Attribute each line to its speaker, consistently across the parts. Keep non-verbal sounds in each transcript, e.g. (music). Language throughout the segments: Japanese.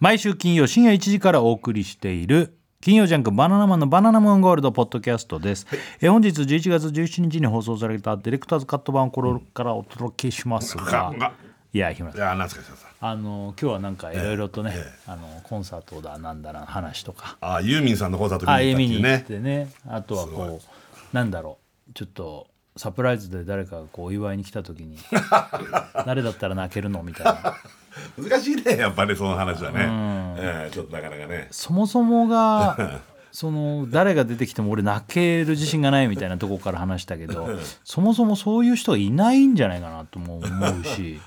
Speaker 1: 毎週金曜深夜1時からお送りしている金曜ジャンクバナナマンのバナナマンゴールドポッドキャストです、え本日11月17日に放送されたディレクターズカット版をこれからお届けしますが、
Speaker 2: が
Speaker 1: いや日村さん
Speaker 2: いや何ですかさん
Speaker 1: あの今日はなんかいろいろとね、あのコンサートだなんだら話とか、
Speaker 2: あユーミンさんのコンサート
Speaker 1: ああ
Speaker 2: 見
Speaker 1: 見
Speaker 2: に行
Speaker 1: に
Speaker 2: った
Speaker 1: 行っ
Speaker 2: っていうね
Speaker 1: てねあとはこうなんだろうちょっとサプライズで誰かがこうお祝いに来た
Speaker 2: (laughs)
Speaker 1: 時に誰だったら泣けるのみたいな
Speaker 2: 難しいねやっぱりその話はね、えーちょっとなかなかね
Speaker 1: そもそも (laughs) がその誰が出てきても俺泣ける自信がないみたいなとこから話したけ (laughs) どそもそもそういう人いないんじゃないかなとも思うし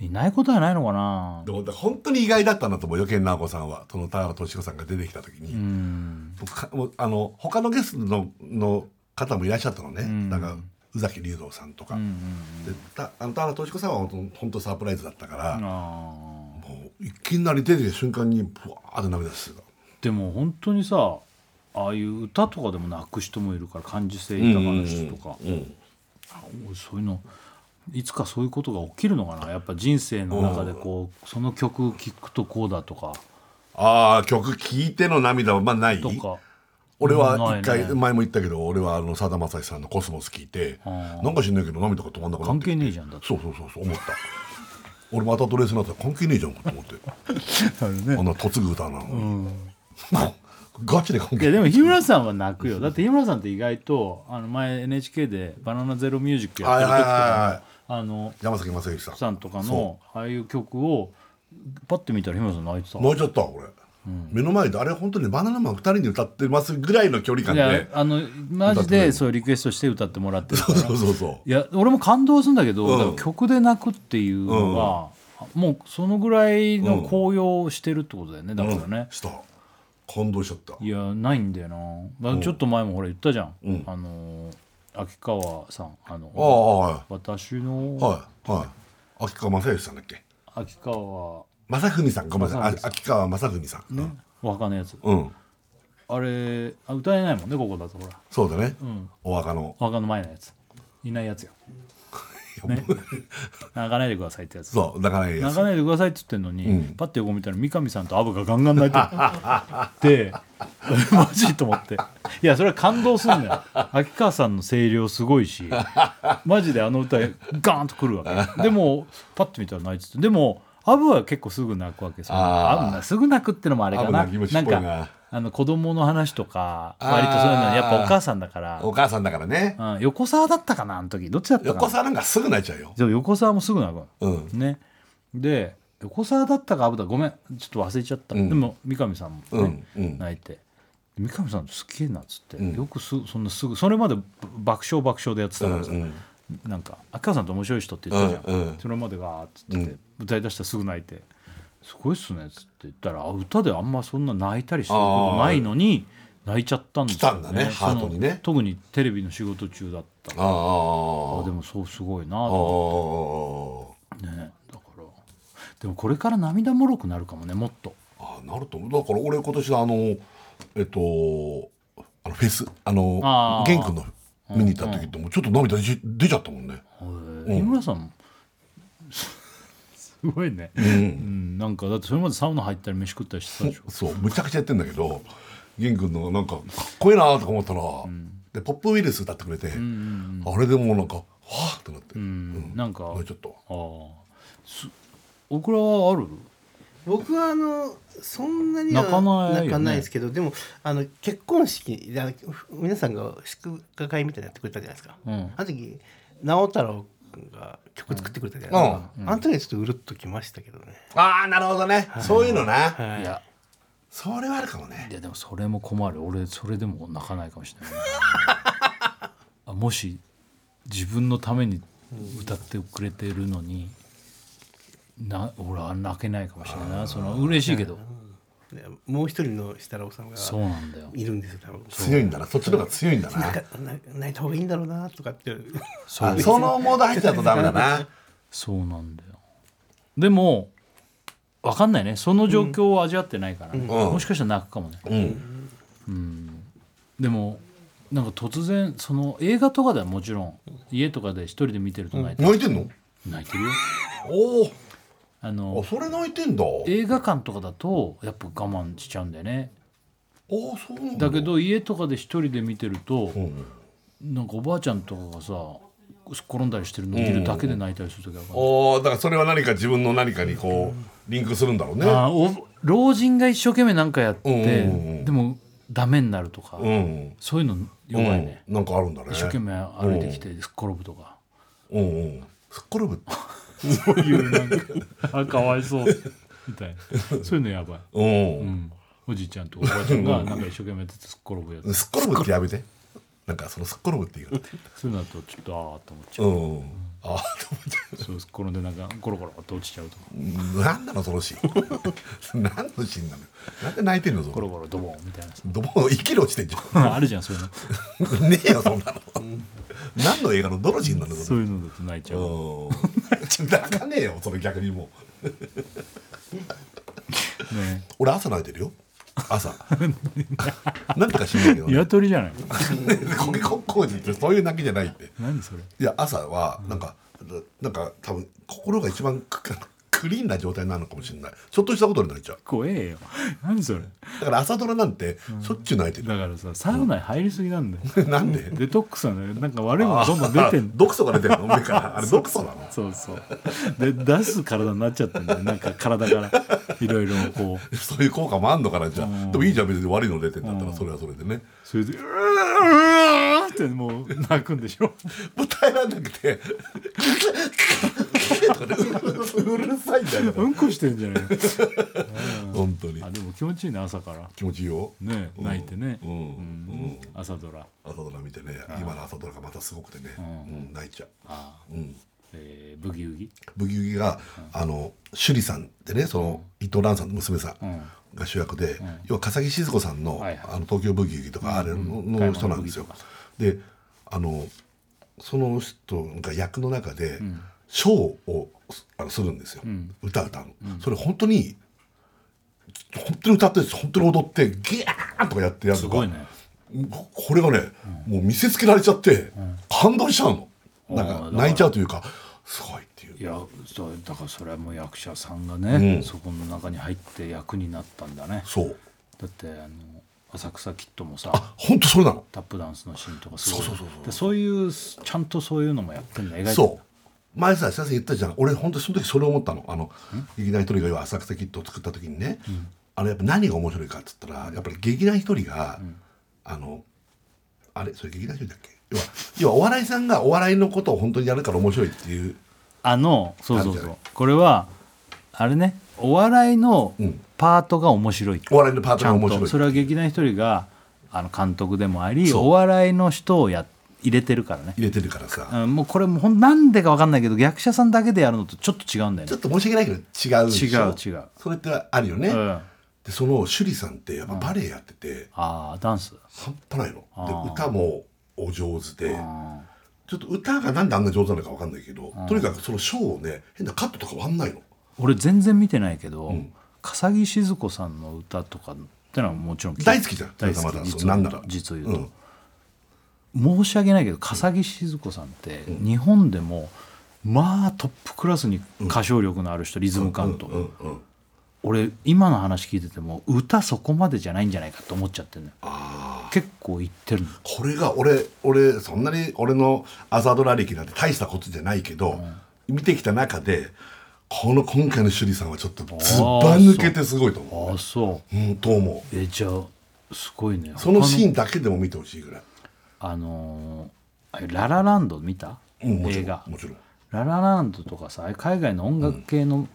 Speaker 1: いないことはないのかな
Speaker 2: でも本当に意外だったなと思うよ健直子さんはその田原俊彦さんが出てきた時に、もうかもうあの他のゲストのの方もいらっしゃったのね、なんか宇崎竜童さんとか、でたあの田原俊彦さんは本当本当サプライズだったから、
Speaker 1: あー
Speaker 2: もういきなり出てきた瞬間にブワーって涙する
Speaker 1: でも本当にさああいう歌とかでも泣く人もいるから感受性豊かな人とか、俺そういうのいつかそういうことが起きるのかなやっぱ人生の中でこう、その曲聴くとこうだとか
Speaker 2: ああ曲聴いての涙はまあない
Speaker 1: とか
Speaker 2: 俺は
Speaker 1: ないね
Speaker 2: 一回、前も言ったけど俺はあのさだまさしさんの「コスモス」聞いてなんか知んないけど涙が止まんなくなって
Speaker 1: 関係ねえじゃんだって
Speaker 2: そうそうそうそう思った (laughs) 俺またドレスになったら関係ねえじゃんかと思ってあんな嫁ぐ歌なのに、 (laughs) ガチで関
Speaker 1: いや
Speaker 2: 係
Speaker 1: でも日村さんは泣くよだって日村さんって意外とあの前 NHK で「バナナゼロミュージック」やってる時と
Speaker 2: はいはいはいは
Speaker 1: か
Speaker 2: い
Speaker 1: もあの
Speaker 2: 山崎正義さん
Speaker 1: さんとか
Speaker 2: そ
Speaker 1: のああいう曲をパッて見たら日村さん泣いてた
Speaker 2: 泣いちゃった俺、目の前であれ本当にバナナマン2人に歌ってますぐらいの距離感
Speaker 1: い
Speaker 2: で、
Speaker 1: やあのマジでそういうリクエストして歌ってもらってるから
Speaker 2: (laughs) そうそうそう
Speaker 1: いや俺も感動するんだけど、
Speaker 2: うん
Speaker 1: だから曲で泣くっていうのが、もうそのぐらいの高揚をしてるってことだよねだからね、
Speaker 2: した感動しちゃった
Speaker 1: いやないんだよなだからちょっと前もほら言ったじゃん、あの秋川さんあ
Speaker 2: あ
Speaker 1: の
Speaker 2: あはい
Speaker 1: 私の、
Speaker 2: はいはい秋川正義さんだっけ
Speaker 1: 秋川
Speaker 2: 正文さんごめんなさい
Speaker 1: 正文
Speaker 2: あ秋川正文さん、うん
Speaker 1: お墓のやつ
Speaker 2: うん
Speaker 1: あれあ歌えないもんねここだとほら
Speaker 2: そうだね、お墓の
Speaker 1: お墓の前のやついないやつよ泣かないでくださいってやつ
Speaker 2: (laughs) そう泣かないや
Speaker 1: 泣
Speaker 2: つ
Speaker 1: かないでくださいって言ってんのに、パッて横見たら三上さんとアブがガンガン泣いて (laughs) るで俺マジと思っていやそれは感動するんだよ秋川さんの声量すごいしマジであの歌ガーンとくるわけでもパッて見たら泣いててでもアブは結構すぐ泣くわけさ
Speaker 2: あー
Speaker 1: アブなすぐ泣くってのもあれかな
Speaker 2: アブ泣き虫
Speaker 1: な
Speaker 2: っ
Speaker 1: ん
Speaker 2: ぽいな
Speaker 1: かあの子供の話とか割とそういうのはやっぱお母さんだから、
Speaker 2: お母さんだからね
Speaker 1: うん、横澤だったかなあの時どっちだったか
Speaker 2: 横
Speaker 1: な
Speaker 2: 澤なんかすぐ泣いちゃうよ
Speaker 1: でも横澤もすぐ泣くの
Speaker 2: うん
Speaker 1: ねで横澤だったか虻田ごめんちょっと忘れちゃった、でも三上さんも、ね
Speaker 2: うんうん
Speaker 1: 泣いて三上さんすげえなっつって、
Speaker 2: ん
Speaker 1: よくすそんなすぐそれまでば爆笑爆笑でやってたからさ、
Speaker 2: うんうん
Speaker 1: なんか秋川さんって面白い人って言ってたじゃん、
Speaker 2: うんうん
Speaker 1: それまでがーっつってて、歌い出したらすぐ泣いて「すごいっすね」っつって言ったらあ歌であんまそんな泣いたりしてることないのに泣いちゃったんですよ
Speaker 2: 来たんだね
Speaker 1: その
Speaker 2: ハートにね
Speaker 1: 特にテレビの仕事中だった
Speaker 2: ああ
Speaker 1: あ
Speaker 2: あ
Speaker 1: でもそうすごいな
Speaker 2: あ
Speaker 1: と
Speaker 2: あ
Speaker 1: 思ってねだからでもこれから涙もろくなるかもねもっと
Speaker 2: ああなると思うだから俺今年あのえっとあのフェスあの
Speaker 1: あー
Speaker 2: 玄君の見に行った時ってもうちょっと涙出ち出ちゃったもんね
Speaker 1: へえ井村さんも (laughs) すごいね、うんなんかだってそれまでサウナ入ったり飯食ったりしてたでしょ
Speaker 2: そうむちゃくちゃやってんだけど玄君のなんかかっこいいなとか思ったら、でポップウイルス歌ってくれて、あれでもうなんかわあってなって、
Speaker 1: うんなんかあ
Speaker 2: ちょっと
Speaker 1: あすオクラはある
Speaker 3: 僕はあのそんなには
Speaker 1: 泣かないよね
Speaker 3: 泣かないですけど、でもあの結婚式あのふ皆さんが祝賀会みたいなのやってくれたじゃないですか、
Speaker 1: ん
Speaker 3: あの時直太朗君が曲作ってくれたじゃないですか、あの時はちょっとうるっときましたけどね、
Speaker 2: ああなるほどね、そういうのな、
Speaker 3: はい
Speaker 1: いや
Speaker 2: それはあるかもね
Speaker 1: いやでもそれも困る俺それでも泣かないかもしれないあもし自分のために歌ってくれてるのにな俺は泣けないかもしれないなその嬉しいけど
Speaker 3: でもう一人の設楽さんが
Speaker 1: そうなんだよ
Speaker 3: いるんですよ多分
Speaker 2: 強いんだなそっちの方が強いんだ
Speaker 3: なん
Speaker 2: な
Speaker 3: かな泣いた方がいいんだろうなとかって
Speaker 1: そう
Speaker 2: あそのモード入っちゃうとダメだな
Speaker 1: そうなんだよでも分かんないねその状況を味わってないからね、もしかしたら泣くかもね (laughs) うん、でもなんか突然その映画とかではもちろん家とかで一人で見てると泣いてる、
Speaker 2: 泣いてんの
Speaker 1: 泣いてるよ
Speaker 2: おお
Speaker 1: あの
Speaker 2: あそれ泣いてんだあ
Speaker 1: 映画館とかだとやっぱ我慢しちゃうんだよね
Speaker 2: そうなんだ
Speaker 1: だけど家とかで一人で見てると
Speaker 2: うん
Speaker 1: なんかおばあちゃんとかがさ転んだりしてるのを見るだけで泣いたりする時あるから
Speaker 2: おーだからそれは何か自分の何かにこうリンクするんだろうね
Speaker 1: あーお老人が一生懸命なんかやって、
Speaker 2: うんうんうん
Speaker 1: でもダメになるとか、
Speaker 2: うん
Speaker 1: そういうの弱いね、
Speaker 2: うん、なんかあるんだね
Speaker 1: 一生懸命歩いてきてすっ転ぶとか、
Speaker 2: うんうんすっ転ぶ
Speaker 1: そういうなんかあかわいそうみたいなそういうのやばい、
Speaker 2: うん
Speaker 1: う、ん、おじいちゃんとかおばあちゃんがなんか一生懸命やっててすっ転ぶやつ
Speaker 2: すっ転ぶってやめてなんかそのすっ転ぶっていうのって
Speaker 1: そういうのだとちょっとああーと思っちゃ
Speaker 2: うんあ
Speaker 1: うそうすっ転んでなんかゴロゴロっと落ちちゃうとか
Speaker 2: なんなのそのシーン何のシーンなのよなんで泣いてんのそ
Speaker 1: ゴロ
Speaker 2: れ
Speaker 1: ゴロドボンみたいなさ
Speaker 2: ドボン生きる落ちてんじゃ
Speaker 1: あるじゃんそういうの
Speaker 2: んねえよそんなの何の映画のどのシーンなのそ
Speaker 1: そ
Speaker 2: れ
Speaker 1: ういうのだと泣いちゃう、
Speaker 2: うん泣かねえよそれ逆にもう
Speaker 1: ね
Speaker 2: 俺朝泣いてるよ朝なんとかしないけどね
Speaker 1: ニワトリじゃない
Speaker 2: (laughs) こけこっこうじってそういう泣きじゃないって
Speaker 1: 何それ
Speaker 2: いや朝はなんか、なんか多分心が一番ク (laughs) クリーンな状態なのかもしれないちょっとしたことになっちゃう
Speaker 1: 怖えよ何それ
Speaker 2: だから朝ドラなんてしょっちゅう泣いてる、
Speaker 1: だからさサウナに入りすぎなんだよ (laughs)
Speaker 2: (laughs) なんで
Speaker 1: デトックスなんだよなんか悪いものどんどん出てんの
Speaker 2: 毒素が出てるの目からあれ毒素なの
Speaker 1: そうそうで出す体になっちゃったんだよなんか体からいろいろこう
Speaker 2: そういう効果もあんのかなじゃあ、でもいいじゃん別に悪いの出てんだったらそれはそれでね
Speaker 1: それで「うーん」ってもう泣くんでしょ
Speaker 2: もう耐えられなくて (laughs) とかでうるさいんだよだから
Speaker 1: うんこしてんじゃないの
Speaker 2: 本当に
Speaker 1: あでも気持ちいいね朝から
Speaker 2: 気持ちいいよ
Speaker 1: ね
Speaker 2: うん
Speaker 1: 泣いてね
Speaker 2: うんうん
Speaker 1: 朝ドラ
Speaker 2: 朝ドラ見てね今の朝ドラがまたすごくてね、うん、泣いちゃ
Speaker 1: あ
Speaker 2: う、うん
Speaker 1: えー、ブギウギ
Speaker 2: ブギウギが、あの趣里さんってねその伊藤蘭さんの娘さ
Speaker 1: うん
Speaker 2: んが主役で、要は笠木静子さんの,、
Speaker 1: はいはい
Speaker 2: あの東京ブギウギとかあれの,、
Speaker 1: 買い物
Speaker 2: 人なんですよ
Speaker 1: ブギ。
Speaker 2: であのその人が役の中で、ショーをあのするんですよ、歌歌うの、それ本当に本当に歌ってるんです本当に踊ってギャーンとかやってやる
Speaker 1: す
Speaker 2: と
Speaker 1: ご
Speaker 2: か
Speaker 1: いね
Speaker 2: ここれがね、もう見せつけられちゃって、感動しちゃうのなん
Speaker 1: あーだ
Speaker 2: か
Speaker 1: から
Speaker 2: 泣いちゃうというかすごいっていう
Speaker 1: いやそうだからそれはもう役者さんがね、
Speaker 2: うん
Speaker 1: そこの中に入って役になったんだね
Speaker 2: そう
Speaker 1: だってあの浅草キッドもさ
Speaker 2: 本当それなの
Speaker 1: タップダンスのシーンとかすごい
Speaker 2: そうそうそうそう
Speaker 1: でそういうちゃんとそういうのもやってんだ描いてんだ
Speaker 2: そう前さ先生言ったじゃん俺本当その時それ思ったのあの劇団ひとりが要は浅草キッドを作った時にね、あのやっぱ何が面白いかっつったらやっぱり劇団ひとりが、あのあれそれ劇団ひとりだっけ要は要はお笑いさんがお笑いのことを本当にやるから面白いっていう
Speaker 1: あのそうそ
Speaker 2: あ
Speaker 1: う
Speaker 2: るじ
Speaker 1: そ
Speaker 2: ゃない
Speaker 1: うこれはあれねお笑いの
Speaker 2: うん
Speaker 1: パートが面白い、
Speaker 2: お笑いのパート
Speaker 1: ち
Speaker 2: が
Speaker 1: ゃん
Speaker 2: 面白
Speaker 1: と
Speaker 2: い
Speaker 1: それは劇団ひとりがあの監督でもあり
Speaker 2: そう
Speaker 1: お笑いの人をや入れてるからね、
Speaker 2: 入れてるからさ、
Speaker 1: うん、もうこれもうほんなんでか分かんないけど役者さんだけでやるのとちょっと違うんだよ
Speaker 2: ちょ
Speaker 1: ね
Speaker 2: っと申し訳ないけど違うでしょ
Speaker 1: 違う違う
Speaker 2: それってあるよね、
Speaker 1: うん
Speaker 2: でその趣里さんってやっぱバレエやってて、
Speaker 1: ああダンス
Speaker 2: 半端ないの
Speaker 1: あー
Speaker 2: で歌もお上手で
Speaker 1: あ
Speaker 2: ちょっと歌がなんであんな上手なのかわかんないけど、とにかくそのショーをね変なカットとか割んないの
Speaker 1: ー俺全然見てないけど、
Speaker 2: ん
Speaker 1: 笠木静子さんの歌とかってのはもちろん聞い
Speaker 2: 大好きじゃん
Speaker 1: 大好
Speaker 2: まだ
Speaker 1: き
Speaker 2: まだ
Speaker 1: 実
Speaker 2: そう
Speaker 1: を
Speaker 2: なん
Speaker 1: 言
Speaker 2: な
Speaker 1: うと
Speaker 2: ら
Speaker 1: 実を言うと、申し訳ないけど笠木静子さんって日本でもまあトップクラスに歌唱力のある人リズム感と、
Speaker 2: うんうん
Speaker 1: 俺今の話聞いてても歌そこまでじゃないんじゃないかと思っちゃってるのよ結構言ってるの
Speaker 2: これが俺俺そんなに俺の朝ドラ歴なんて大したことじゃないけど、見てきた中でこの今回の趣里さんはちょっとずば抜けてすごいと思
Speaker 1: ああそう
Speaker 2: ううんと思
Speaker 1: えじゃあすごいね
Speaker 2: うそのシー
Speaker 1: ン
Speaker 2: ンだけでも見てほしいぐらい、
Speaker 1: あのーあれララランド見た、
Speaker 2: うん、もち
Speaker 1: 映
Speaker 2: ろ
Speaker 1: 画
Speaker 2: んもちろん
Speaker 1: ララランドとかさああいう海外の音楽系の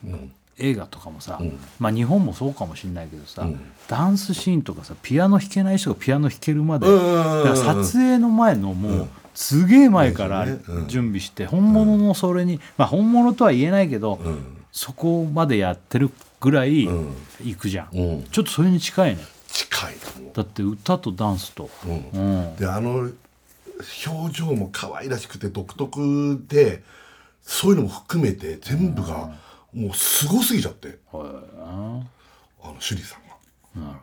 Speaker 1: 映画とかもさ、まあ日本もそうかもしれないけどさ、ダンスシーンとかさピアノ弾けない人がピアノ弾けるまで、
Speaker 2: うんうんうんうん
Speaker 1: だから撮影の前のもう、すげえ前から準備して、本物のそれに、まあ本物とは言えないけど、そこまでやってるぐらい行くじゃん、
Speaker 2: うん
Speaker 1: ちょっとそれに近いね
Speaker 2: 近いと思う
Speaker 1: だって歌とダンスと、うん
Speaker 2: であの表情も可愛らしくて独特でそういうのも含めて全部がもうすごすぎちゃって
Speaker 1: へえ
Speaker 2: あの趣里さんが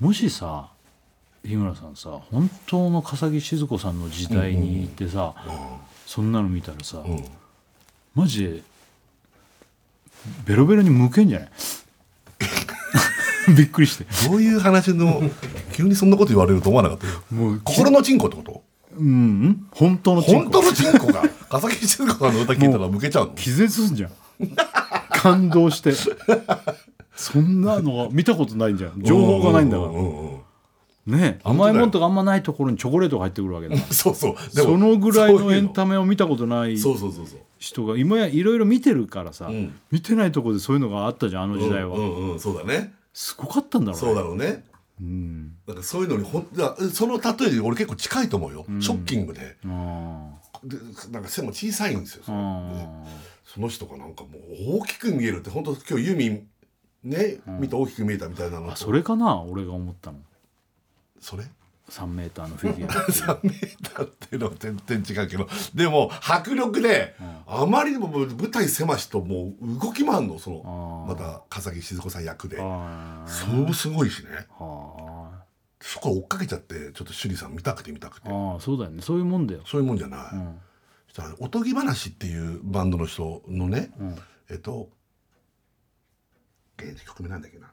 Speaker 1: もしさ日村さんさ本当の笠木静子さんの時代に行ってさ、そんなの見たらさ、マジでベロベロに向けんじゃない (laughs) びっくりして
Speaker 2: どういう話
Speaker 1: (laughs)
Speaker 2: の急にそんなこと言われると思わなかったよ
Speaker 1: もう
Speaker 2: 心のチンコってこと
Speaker 1: うんうん本当のチン
Speaker 2: 本
Speaker 1: コ
Speaker 2: 当のチンコが笠木静香さんの歌聞いたら向けちゃうの
Speaker 1: 気絶すんじゃん感動してそんなのは見たことないんじゃん情報がないんだか
Speaker 2: う
Speaker 1: ら
Speaker 2: ううんうん
Speaker 1: ねえ
Speaker 2: 本当
Speaker 1: 甘
Speaker 2: だよ
Speaker 1: いもんとかあんまないところにチョコレートが入ってくるわけだ
Speaker 2: そうそうでも
Speaker 1: そのぐらいのエン
Speaker 2: メ
Speaker 1: タメを見たことない
Speaker 2: そうそうそうそう
Speaker 1: 人が今やいろいろ見てるからさ、
Speaker 2: ん
Speaker 1: 見てないところでそういうのがあったじゃんあの時代は、
Speaker 2: うんうんうんそうだね
Speaker 1: すごかったんだろうね
Speaker 2: そうだろうね
Speaker 1: うん
Speaker 2: なんかそういうのにほんいやその例えに俺結構近いと思うよ、ショッキングで
Speaker 1: あ
Speaker 2: でなんか背も小さいんですよ
Speaker 1: ーあ
Speaker 2: その人がなんかもう大きく見えるって本当今日ユーミンね、見て大きく見えたみたいなの
Speaker 1: ー
Speaker 2: と
Speaker 1: あそれかな俺が思ったの
Speaker 2: それ (laughs)
Speaker 1: 3メーターのフィギュアっていう
Speaker 2: ダメだっていうのは全然違うけどでも迫力で、あまりにも舞台狭しともう動き回んのその
Speaker 1: あ
Speaker 2: また笠木静子さん役で
Speaker 1: あー
Speaker 2: そうすごいしね
Speaker 1: は
Speaker 2: そこ追っかけちゃってちょっと趣里さん見たくて見たくて
Speaker 1: あああそうだよねそういうもんだよ、
Speaker 2: そういうもんじゃない、
Speaker 1: うん
Speaker 2: そしたらおとぎ話っていうバンドの人のね、
Speaker 1: うん、
Speaker 2: えっと、えー曲名なんだっけな。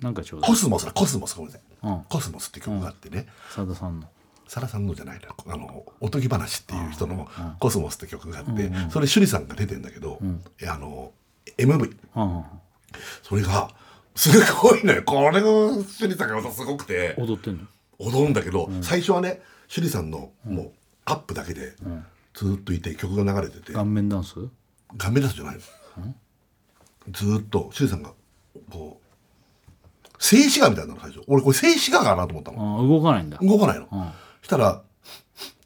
Speaker 1: なんかちょうだい
Speaker 2: コスモスだ、コスモス、ごめんなさい。
Speaker 1: うん
Speaker 2: コスモスって曲があってね、
Speaker 1: さださんの
Speaker 2: サラさんのじゃないな、あの、おとぎ話っていう人の
Speaker 1: うん
Speaker 2: コスモスって曲があって、
Speaker 1: うんうん
Speaker 2: それ、趣里さんが出てんだけど、
Speaker 1: ん
Speaker 2: えあの、MV。
Speaker 1: うん
Speaker 2: それが、すごいのよ。これの趣里さんがまたすごくて、
Speaker 1: 踊ってんの
Speaker 2: 踊るんだけど、最初はね、趣里さんのもう、アップだけで、ずーっといて曲が流れてて、
Speaker 1: 顔面ダンス
Speaker 2: 顔面出すじゃないのずーっとシュウさんがこう静止画みたいなの最初俺これ静止画かなと思ったの
Speaker 1: ああ動かないんだ
Speaker 2: 動かないの、
Speaker 1: ん
Speaker 2: したら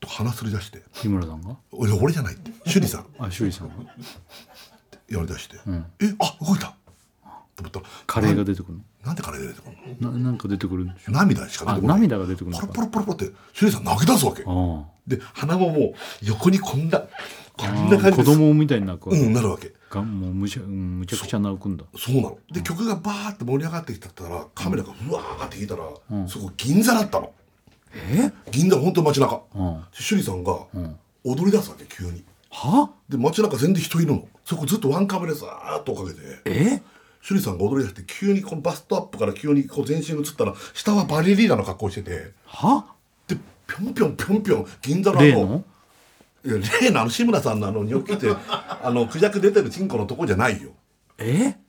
Speaker 2: と鼻すり出して
Speaker 1: 日村さんが
Speaker 2: 「俺俺じゃない」って趣里さん
Speaker 1: あ修理さんが
Speaker 2: やり出して「えあ動いた」と思ったら
Speaker 1: カレーが出てくる
Speaker 2: なんでカレー出てくるの
Speaker 1: のななんか出てくるんでしょ
Speaker 2: 涙しか出てこない
Speaker 1: あ涙が出てくるの
Speaker 2: ポ
Speaker 1: か
Speaker 2: ロポロポロポロって趣里さん泣き出すわけ
Speaker 1: ああ
Speaker 2: で鼻ももう横にこんなこんな
Speaker 1: あ
Speaker 2: 感
Speaker 1: あ
Speaker 2: じで
Speaker 1: 子供みたいに泣くわ
Speaker 2: う
Speaker 1: け、
Speaker 2: んなるわけ
Speaker 1: がもうむちゃ、うん、むちゃくちゃ泣くんだ
Speaker 2: そうなので曲がバーって盛り上がってきたったらカメラがうわーって引いたら、そこ銀座だったの
Speaker 1: え
Speaker 2: 銀座のほんと街中、
Speaker 1: うんは
Speaker 2: 趣里さんが踊り出すわけ急にで街中全然人いるのそこずっとワンカメラでさーっと追っかけて
Speaker 1: え
Speaker 2: 趣里さんが踊り出して急にこのバストアップから急にこう全身映ったら下はバレリーナの格好してて
Speaker 1: は
Speaker 2: でぴょんぴょんぴょんぴょん銀座のあ
Speaker 1: 例の
Speaker 2: いや例のあの志村さんのあのニョッキ
Speaker 1: (laughs)
Speaker 2: ってあのクジャク出てるチンコのとこじゃないよ
Speaker 1: え
Speaker 2: 趣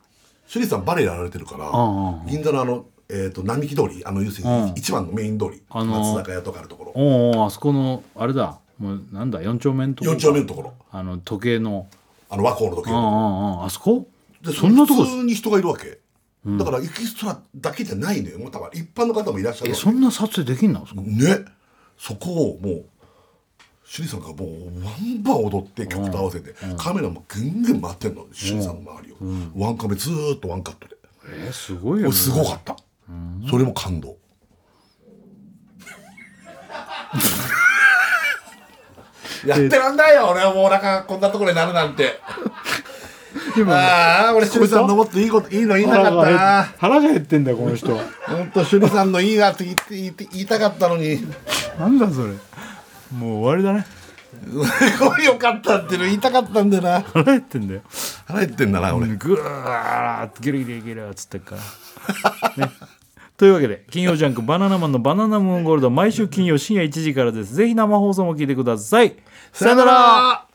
Speaker 2: 里さんバレエやられてるから
Speaker 1: うんうん
Speaker 2: 銀座のあの、えー、と並木通りあの要する
Speaker 1: う
Speaker 2: に
Speaker 1: ん
Speaker 2: 一番のメイン通り、
Speaker 1: あのー
Speaker 2: 松坂屋とかあるところ
Speaker 1: おうおうあそこのあれだもうなんだ四丁目のとこ
Speaker 2: 4丁目のところ
Speaker 1: あの時計の
Speaker 2: あの和光の時計
Speaker 1: うんう
Speaker 2: の
Speaker 1: んうんあそこ
Speaker 2: で
Speaker 1: そんなとこ
Speaker 2: 普通に人がいるわけ、だからエキストラだけじゃないのよもう多分一般の方もいらっしゃる
Speaker 1: え
Speaker 2: わけ
Speaker 1: そんな撮影できんのあそこ
Speaker 2: ねそこをもう趣里さんがもうワンバン踊って曲と合わせて、カメラもぐんぐん回ってんの趣里さんの周りを、ワンカメずーっとワンカットで
Speaker 1: えすごい
Speaker 2: も
Speaker 1: よ、ね、
Speaker 2: うすごかった、それも感動 (laughs) やってらんないよ俺はもうなんかこんなところになるなんてああ俺趣里さんのもっといいこといいの言いたかった
Speaker 1: 腹
Speaker 2: な
Speaker 1: が腹が減ってんだよこの人
Speaker 2: 本当趣里さんのいいなって言って言って言いたかったのに
Speaker 1: (laughs) なんだそれもう終わりだね
Speaker 2: (laughs) すごいよかったっていうの言いたかったんだよな
Speaker 1: 腹減ってんだよ
Speaker 2: 腹減ってんだな俺、
Speaker 1: ぐーっとギリギリギリっつってっから、ね、 (laughs) というわけで金曜ジャンク「バナナマンのバナナムーンゴールド」毎週金曜深夜1時からですぜひ生放送も聞いてくださいさよなら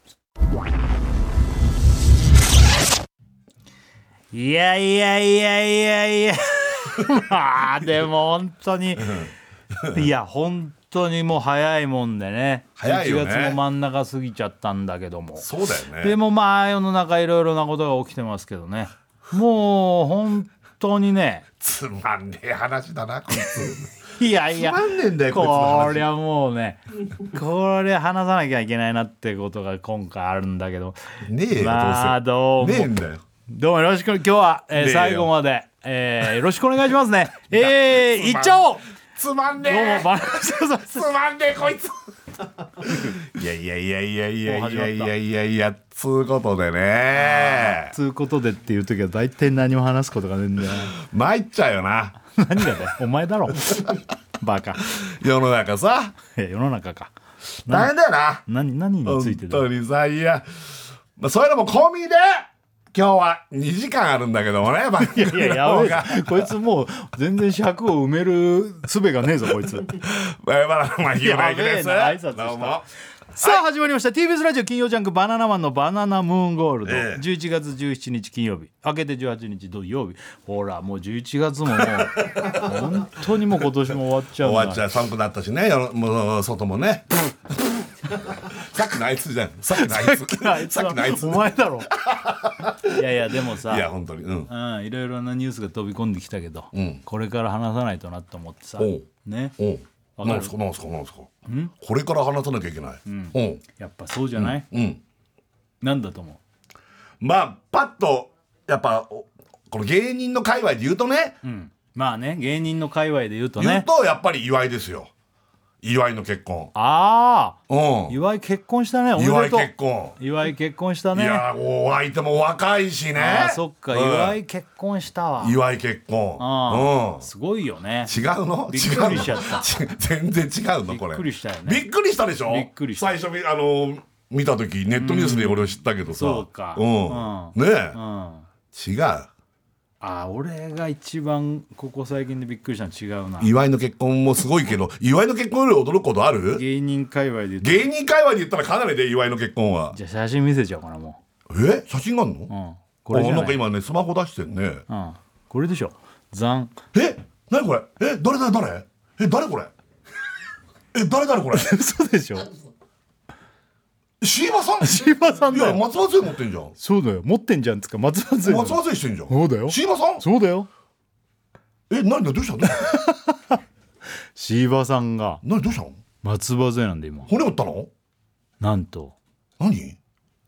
Speaker 1: いやいやいやいやい (laughs) やまあでも本当にいや本当にもう早いもんでね
Speaker 2: 早いよね
Speaker 1: 1月も真ん中過ぎちゃったんだけども
Speaker 2: そうだよね
Speaker 1: でもまあ世の中いろいろなことが起きてますけどねもう本当にね
Speaker 2: つまんねえ話だなこいつ
Speaker 1: いやいや
Speaker 2: つまんねえんだよこいつの話
Speaker 1: こりゃもうねこれ話さなきゃいけないなってことが今回あるんだけど
Speaker 2: ねえよ
Speaker 1: まあどうも
Speaker 2: ねえんだよ
Speaker 1: どうもよろしく今日は、
Speaker 2: ね
Speaker 1: えー
Speaker 2: えよ
Speaker 1: 最後まで、えーよろしくお願いしま
Speaker 2: (laughs)
Speaker 1: すねえー、いっちゃおう
Speaker 2: つまんね
Speaker 1: どう
Speaker 2: え
Speaker 1: もバナナそうそう (laughs)
Speaker 2: つまんねえこいついやいやいやいやいやいやいやいやいやつうことでね
Speaker 1: つうことでっていう時は大体何も話すことがねえんだよ (laughs)
Speaker 2: 参っちゃうよな
Speaker 1: 何がだよお前だろ (laughs) バカ
Speaker 2: 世の中さ
Speaker 1: いや世の中か
Speaker 2: 大変だよな
Speaker 1: 何何につい
Speaker 2: 本
Speaker 1: てだよ
Speaker 2: 当にさいやまあ、そういうのも込みで今日は2時間あるんだけどもね番組
Speaker 1: いや、
Speaker 2: の
Speaker 1: や
Speaker 2: 方
Speaker 1: べ
Speaker 2: が
Speaker 1: え。こいつもう全然尺を埋める術がねえぞ、こいつ。
Speaker 2: バラバラマンヒューマイクです
Speaker 1: やべえな挨拶した
Speaker 2: どうも
Speaker 1: さあ、始まりました。TBS ラジオ金曜ジャンクバナナマンのバナナムーンゴールド。
Speaker 2: ええ
Speaker 1: 11月17日金曜日。明けて18日土曜日。ほら、もう11月
Speaker 2: (laughs)
Speaker 1: ももう、本当にもう今年も終わっちゃうんだ。
Speaker 2: 終わっちゃう寒くなったしねよろもう外もねさっきのあいつじゃんさっきのあいつ
Speaker 1: あいつ
Speaker 2: さっきのあいつ
Speaker 1: お前
Speaker 2: (laughs)
Speaker 1: だろ。いやいや、でもさ。
Speaker 2: いや本当にうん
Speaker 1: うん、いろいろなニュースが飛び込んできたけど、
Speaker 2: ん
Speaker 1: これから話さないとなと思ってさ
Speaker 2: おう
Speaker 1: ね
Speaker 2: おう
Speaker 1: わかる
Speaker 2: なんすかなんすかなんすかこれから話さなきゃいけないおう
Speaker 1: やっぱそうじゃない、
Speaker 2: うん
Speaker 1: なんだと思
Speaker 2: まあパッとやっぱおこの芸人の界隈で言うとね
Speaker 1: う、うん、まあね芸人の界隈で言うと
Speaker 2: 言う
Speaker 1: ね
Speaker 2: とやっぱり祝いですよ祝いの結婚
Speaker 1: ああ
Speaker 2: うん
Speaker 1: 岩井結婚したねおめで
Speaker 2: 祝い
Speaker 1: とう
Speaker 2: 結婚
Speaker 1: 岩井結婚した
Speaker 2: い
Speaker 1: ね
Speaker 2: やお相手も若いしね
Speaker 1: ああそっか、
Speaker 2: うん
Speaker 1: 岩井結婚したわ
Speaker 2: 祝い結婚
Speaker 1: ああ、
Speaker 2: うん
Speaker 1: すごいよね
Speaker 2: 違うの
Speaker 1: びっ
Speaker 2: 違
Speaker 1: く
Speaker 2: う
Speaker 1: り
Speaker 2: の
Speaker 1: しちゃった
Speaker 2: ち全然違うのこれ
Speaker 1: びっくりしたよね
Speaker 2: びっくりしたでしょ
Speaker 1: びっくりした
Speaker 2: 最初みあの見た時ネットニュースで俺を知ったけどさ
Speaker 1: そうか
Speaker 2: うん
Speaker 1: う
Speaker 2: ねえ
Speaker 1: うんあ
Speaker 2: 違う
Speaker 1: あ俺が一番ここ最近でびっくりしたの違うな
Speaker 2: 祝いの結婚もすごいけど祝いの結婚より驚くことある
Speaker 1: 芸人界隈で言うと
Speaker 2: 芸人界隈で言ったらかなりで祝いの結婚は
Speaker 1: じゃあ写真見せちゃおうかなも
Speaker 2: え写真があんの
Speaker 1: う、うん、こ
Speaker 2: これ
Speaker 1: れじゃな
Speaker 2: な
Speaker 1: い
Speaker 2: んか今ねスマホ出してんね
Speaker 1: うん、これでしょ
Speaker 2: (laughs)
Speaker 1: ザン
Speaker 2: え何これえ誰誰誰え誰これえ誰誰こ
Speaker 1: (laughs)
Speaker 2: れ
Speaker 1: 嘘でしょ
Speaker 2: 椎葉さん
Speaker 1: シーバさん
Speaker 2: い
Speaker 1: だ
Speaker 2: や
Speaker 1: よ
Speaker 2: 松葉杖持ってんじゃん
Speaker 1: そうだよ持ってんじゃんつか松葉杖
Speaker 2: 松葉杖してんじゃん
Speaker 1: そうだよ
Speaker 2: 椎葉さん
Speaker 1: そうだよ
Speaker 2: え何がどうしたの (laughs)
Speaker 1: シーバさんが
Speaker 2: 何どうしたの
Speaker 1: 松葉杖なんで今
Speaker 2: 骨折ったの
Speaker 1: なんと
Speaker 2: 何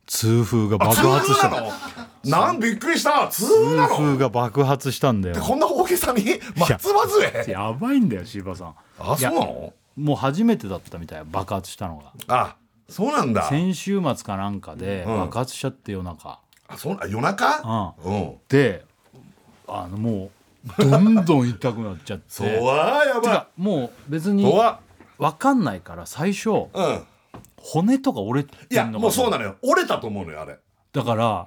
Speaker 1: 痛風が爆発したの
Speaker 2: 痛風なのなんびっくりした痛風な
Speaker 1: 痛
Speaker 2: の
Speaker 1: 風が爆発したんだよ
Speaker 2: こんな大げさに松葉杖
Speaker 1: やばいんだよシーバさん
Speaker 2: あ
Speaker 1: い
Speaker 2: そ
Speaker 1: や
Speaker 2: うなの
Speaker 1: もう初めてだったみたい爆発したのが
Speaker 2: あそうなんだ
Speaker 1: 先週末かなんかで
Speaker 2: うん
Speaker 1: 爆発しちゃって夜中、
Speaker 2: あそうな夜中うん
Speaker 1: であのもうどんどん痛くなっちゃって
Speaker 2: (laughs) そうはや
Speaker 1: て
Speaker 2: ば
Speaker 1: かもう別
Speaker 2: い
Speaker 1: に
Speaker 2: そうは
Speaker 1: 分かんないから最初
Speaker 2: うん
Speaker 1: 骨とか折れてんの
Speaker 2: い
Speaker 1: か
Speaker 2: や
Speaker 1: な
Speaker 2: もうそうなのよ折れたと思うのよあれ
Speaker 1: だから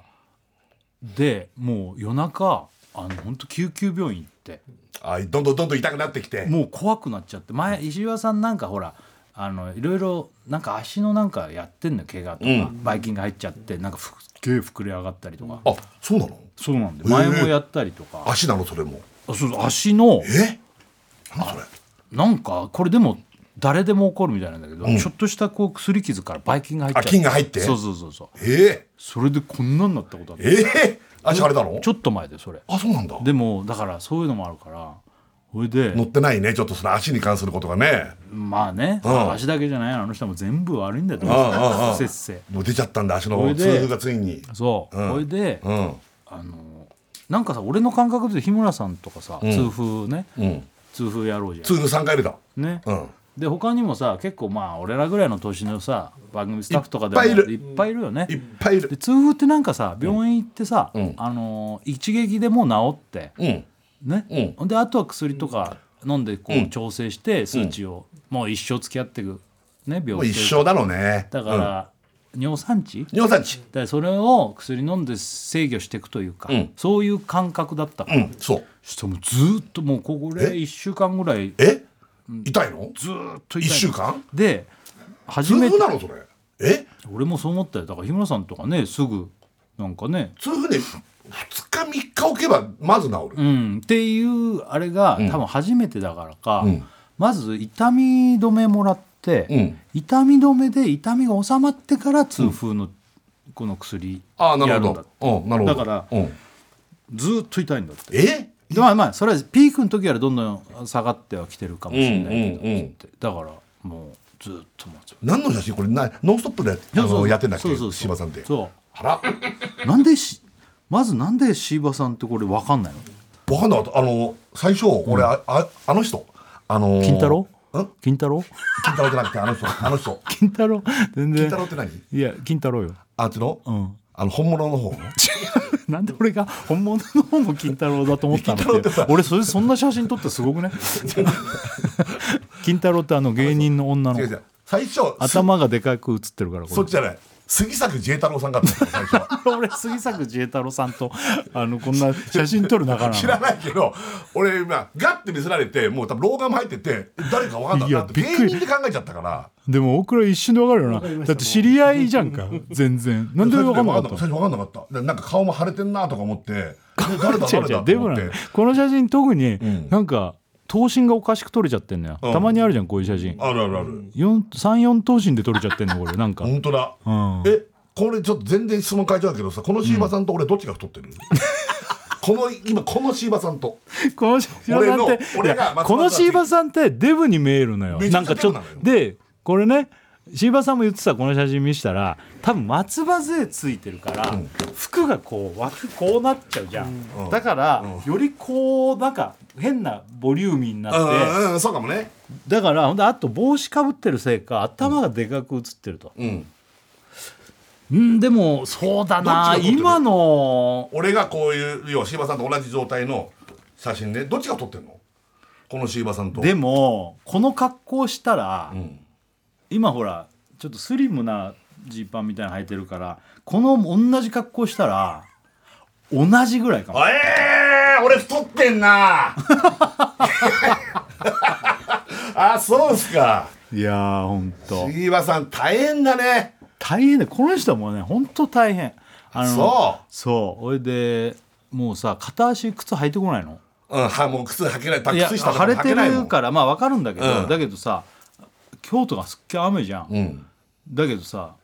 Speaker 1: でもう夜中あの本当救急病院行って
Speaker 2: あどんどんどんどん痛くなってきて
Speaker 1: もう怖くなっちゃって前石岩さんなんかほらあのいろいろなんか足のなんかやってんの怪我とか、
Speaker 2: うん
Speaker 1: ばい菌が入っちゃってなんかふすっげえ膨れ上がったりとか、
Speaker 2: あそうなの
Speaker 1: そうなんで
Speaker 2: へえ
Speaker 1: 前もやったりとか、
Speaker 2: 足なのそれも
Speaker 1: あそうそう足の
Speaker 2: えなんそれ
Speaker 1: なんかこれでも誰でも起こるみたいなんだけど、
Speaker 2: ん
Speaker 1: ちょっとしたこう薬傷からばい菌が入っちゃ
Speaker 2: あ
Speaker 1: って
Speaker 2: 菌が入って
Speaker 1: そうそうそうそう
Speaker 2: え
Speaker 1: それでこんなんなったことあっ
Speaker 2: え
Speaker 1: て
Speaker 2: ええ足あれだろ
Speaker 1: ちょっと前でそれ
Speaker 2: あそうなんだ
Speaker 1: でもだからそういうのもあるからそれで
Speaker 2: 乗ってないねちょっとその足に関することがね
Speaker 1: まあね
Speaker 2: うん
Speaker 1: 足だけじゃないあの人も全部悪いんだと
Speaker 2: うんうん
Speaker 1: 思
Speaker 2: うん
Speaker 1: うせっせ
Speaker 2: もう出ちゃったんだ足
Speaker 1: こ
Speaker 2: の
Speaker 1: れ
Speaker 2: 痛
Speaker 1: で
Speaker 2: 風がついに
Speaker 1: そう
Speaker 2: うん
Speaker 1: それで
Speaker 2: うん
Speaker 1: あのなんかさ俺の感覚で日村さんとかさ
Speaker 2: ん
Speaker 1: 痛風ね
Speaker 2: うん
Speaker 1: 痛風やろうじ
Speaker 2: 痛風3回目だ
Speaker 1: ゃんね
Speaker 2: うん
Speaker 1: で他にもさ結構まあ俺らぐらいの年のさ番組スタッフとかでも
Speaker 2: いっぱいいる
Speaker 1: いっぱいいるよね
Speaker 2: いっぱいい
Speaker 1: で
Speaker 2: る
Speaker 1: 痛風ってなんかさ病院行ってさ
Speaker 2: うん
Speaker 1: あの一撃でもう治って
Speaker 2: うん
Speaker 1: ね、であとは薬とか飲んでこ
Speaker 2: うん
Speaker 1: う調整して数値を、もう一生付き合っていく、ね、
Speaker 2: も
Speaker 1: 病
Speaker 2: う
Speaker 1: 気
Speaker 2: 一生だろうね
Speaker 1: だから、尿酸値
Speaker 2: うん尿酸値
Speaker 1: でそれを薬飲んで制御していくというか、
Speaker 2: うん
Speaker 1: そういう感覚だったか
Speaker 2: う
Speaker 1: ら、
Speaker 2: んそう
Speaker 1: しかもずっともうこれ
Speaker 2: え
Speaker 1: 1週間ぐらい
Speaker 2: え痛いの
Speaker 1: ずーっと痛
Speaker 2: 一
Speaker 1: い
Speaker 2: 週間
Speaker 1: で初
Speaker 2: 痛
Speaker 1: めて
Speaker 2: 風なのそれえ
Speaker 1: 俺もそう思ったよだから日村さんとかねすぐなんかね
Speaker 2: 痛風ね2日3日置けばまず治
Speaker 1: う
Speaker 2: る
Speaker 1: ん、っていうあれが多分初めてだからか、
Speaker 2: うん
Speaker 1: まず痛み止めもらって、
Speaker 2: うん
Speaker 1: 痛み止めで痛みが治まってから痛風のこの薬
Speaker 2: ああな
Speaker 1: や
Speaker 2: る
Speaker 1: るん
Speaker 2: ほ
Speaker 1: だって
Speaker 2: どうんなるほど
Speaker 1: だから
Speaker 2: うん
Speaker 1: ずっと痛いんだって
Speaker 2: え
Speaker 1: でまあまあそれはピークの時よりどんどん下がってはきてるかもしれないけ
Speaker 2: う
Speaker 1: ど、
Speaker 2: んうんうん
Speaker 1: つってだからもうずっともうずっ
Speaker 2: 何の写真これなノンストップであ
Speaker 1: とそうそ
Speaker 2: の
Speaker 1: う
Speaker 2: やってんだっけ
Speaker 1: そうそうそう
Speaker 2: 柴さんって
Speaker 1: そ
Speaker 2: あら
Speaker 1: うなんでしまずなんで椎葉さんってこれ分かんないの
Speaker 2: 分かんなかったあの最初俺あああの人あのー
Speaker 1: 金太郎
Speaker 2: ん
Speaker 1: 金太郎
Speaker 2: 金太郎じゃなくてあの人
Speaker 1: (laughs)
Speaker 2: あの人
Speaker 1: 金太郎全
Speaker 2: 金
Speaker 1: 然
Speaker 2: 太郎って何
Speaker 1: いや金太郎よ
Speaker 2: あっちの、
Speaker 1: うん
Speaker 2: あの本物の方の
Speaker 1: (laughs) なんで俺が本物の方も金太郎だと思った
Speaker 2: 金
Speaker 1: の
Speaker 2: 太郎ってさ
Speaker 1: 俺それそんな写真撮ってすごくね金太郎ってあの芸人の女の
Speaker 2: 違う違う最初す
Speaker 1: 頭がでかく写ってるからこ
Speaker 2: そっ
Speaker 1: れ
Speaker 2: ちじゃない杉作慈太郎さんかと思った最初は
Speaker 1: (laughs) 俺杉作慈太郎さんとあのこんな写真撮る仲な
Speaker 2: 知
Speaker 1: の
Speaker 2: らないけど俺今ガッて見せられてもう多分老眼も入ってて誰か分かんなかった
Speaker 1: いやびっく
Speaker 2: 芸
Speaker 1: り
Speaker 2: 人で考えちゃったから
Speaker 1: でも大倉一瞬でわかるよな
Speaker 3: かりました
Speaker 1: だって知り合いじゃんか全然なんで分かんなかっ
Speaker 2: 最
Speaker 1: た
Speaker 2: 初分かんなかったでなんか顔も腫れてんなとか思ってで誰だ
Speaker 1: 違う
Speaker 2: 誰
Speaker 1: 違
Speaker 2: だ
Speaker 1: うで
Speaker 2: と
Speaker 1: も
Speaker 2: 思っ
Speaker 1: な
Speaker 2: て
Speaker 1: この写真特に
Speaker 2: ん
Speaker 1: なんか頭身がおかしく撮れちゃってんのよ、
Speaker 2: うん
Speaker 1: たまにあるじゃんこういう写真
Speaker 2: あるあるある
Speaker 1: 34頭身で撮れちゃってんのこれなんか、
Speaker 2: 本当だ
Speaker 1: うん、
Speaker 2: えこれちょっと全然質問変えちゃうけどさこの椎葉さんと俺どっちが太ってる (laughs) この今この椎葉さんと
Speaker 1: この椎葉さんって
Speaker 2: 俺の俺が
Speaker 1: いや
Speaker 2: 松本
Speaker 1: この椎葉さんってデブに見えるのよ
Speaker 2: めち
Speaker 1: な
Speaker 2: ゃ
Speaker 1: ん
Speaker 2: くちゃ
Speaker 1: かちょっ
Speaker 2: デブな
Speaker 1: と
Speaker 2: のよ
Speaker 1: でこれね椎葉さんも言ってたこの写真見したら多分松葉杖ついてるから、服がこう枠こうなっちゃうじゃん、
Speaker 2: うん
Speaker 1: だから、よりこうなんか変なボリューミーにな
Speaker 2: う
Speaker 1: って、
Speaker 2: んうんそうかもね
Speaker 1: だからほんであと帽子かぶってるせいか頭がでかく写ってると、
Speaker 2: うん
Speaker 1: うん、でもそうだ
Speaker 2: ど
Speaker 1: な
Speaker 2: っちが撮ってる
Speaker 1: 今の
Speaker 2: 俺がこういう要は椎葉さんと同じ状態の写真ねどっちが撮ってんのこの椎葉さんと
Speaker 1: でもこの格好したら、
Speaker 2: うん
Speaker 1: 今ほらちょっとスリムなジーパンみたいなの履いてるからこの同じ格好したら同じぐらいかも
Speaker 2: あえー、俺太ってんな (laughs) あそうっすか
Speaker 1: いやーほんと
Speaker 2: 杉岩さん大変だね
Speaker 1: 大変だよこの人もねほんと大変あの
Speaker 2: そう
Speaker 1: そうほいでもうさ片足靴履いてこないの
Speaker 2: うんはもう靴履けないた
Speaker 1: いや
Speaker 2: 靴下とか
Speaker 1: 晴れ
Speaker 2: 履
Speaker 1: て
Speaker 2: けないもん
Speaker 1: るからまあわかるんだけど、
Speaker 2: うん
Speaker 1: だけどさ京都がすっげえ雨じゃん、
Speaker 2: うん
Speaker 1: だけどさ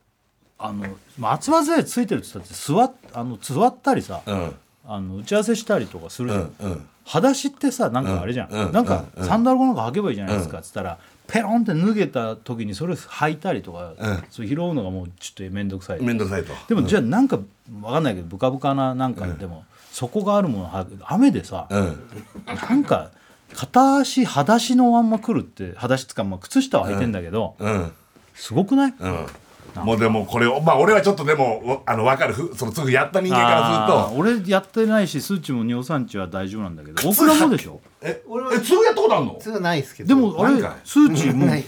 Speaker 1: あの松葉杖ついてるって言ったって座っあの座ったりさ、
Speaker 2: うん
Speaker 1: あの打ち合わせしたりとかする
Speaker 2: う
Speaker 1: じゃん、
Speaker 2: んうん
Speaker 1: 裸足ってさなんかあれじゃん、
Speaker 2: うんうん
Speaker 1: なんか
Speaker 2: うん
Speaker 1: サンダルかなんか履けばいいじゃないですかっつったら、ペロンって脱げた時にそれ履いたりとか、
Speaker 2: うん
Speaker 1: それ拾うのがもうちょっと面倒くさい、
Speaker 2: 面倒くさいと
Speaker 1: でもじゃあなんかわかんないけどブカブカななんかでも、底があるもの履く雨でさ、
Speaker 2: うん
Speaker 1: なんか片足裸足のまんま来るって裸足つかまあ靴下は履いてんだけど、
Speaker 2: うん
Speaker 1: すごくない、
Speaker 2: うんもうでもこれをまあ俺はちょっとでもあの分かるふそのすぐやった人間から
Speaker 1: あー
Speaker 2: すると
Speaker 1: 俺やってないし数値も尿酸値は大丈夫なんだけど大
Speaker 2: 靴履
Speaker 1: 倉もでしょ
Speaker 2: え
Speaker 3: 俺は
Speaker 2: えすぐやったことあんの
Speaker 3: それはないですけど
Speaker 1: でもあれ
Speaker 2: なんか
Speaker 1: 数値も
Speaker 3: ない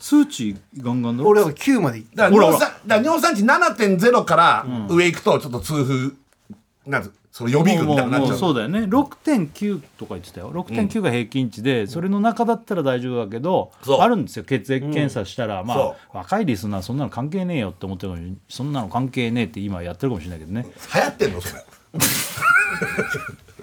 Speaker 1: 数値ガンガンだろ
Speaker 3: 俺は9までいっ
Speaker 2: だ
Speaker 3: ただ
Speaker 2: から
Speaker 1: ほ
Speaker 2: 尿
Speaker 1: ら
Speaker 2: 酸だから尿酸値7.0から上行くとちょっと痛風なんつその予備軍みたいになっ
Speaker 1: もう
Speaker 2: ち
Speaker 1: も
Speaker 2: ゃ
Speaker 1: う
Speaker 2: う
Speaker 1: そうだよね6.9とか言ってたよ6.9が平均値で、それの中だったら大丈夫だけど、
Speaker 2: そう
Speaker 1: あるんですよ血液検査したら、ま
Speaker 2: そ
Speaker 1: あ若いリスナーそんなの関係ねえよって思ってるのにそんなの関係ねえって今やってるかもしれないけ
Speaker 2: (laughs)
Speaker 1: どね
Speaker 2: 流行ってんのそれ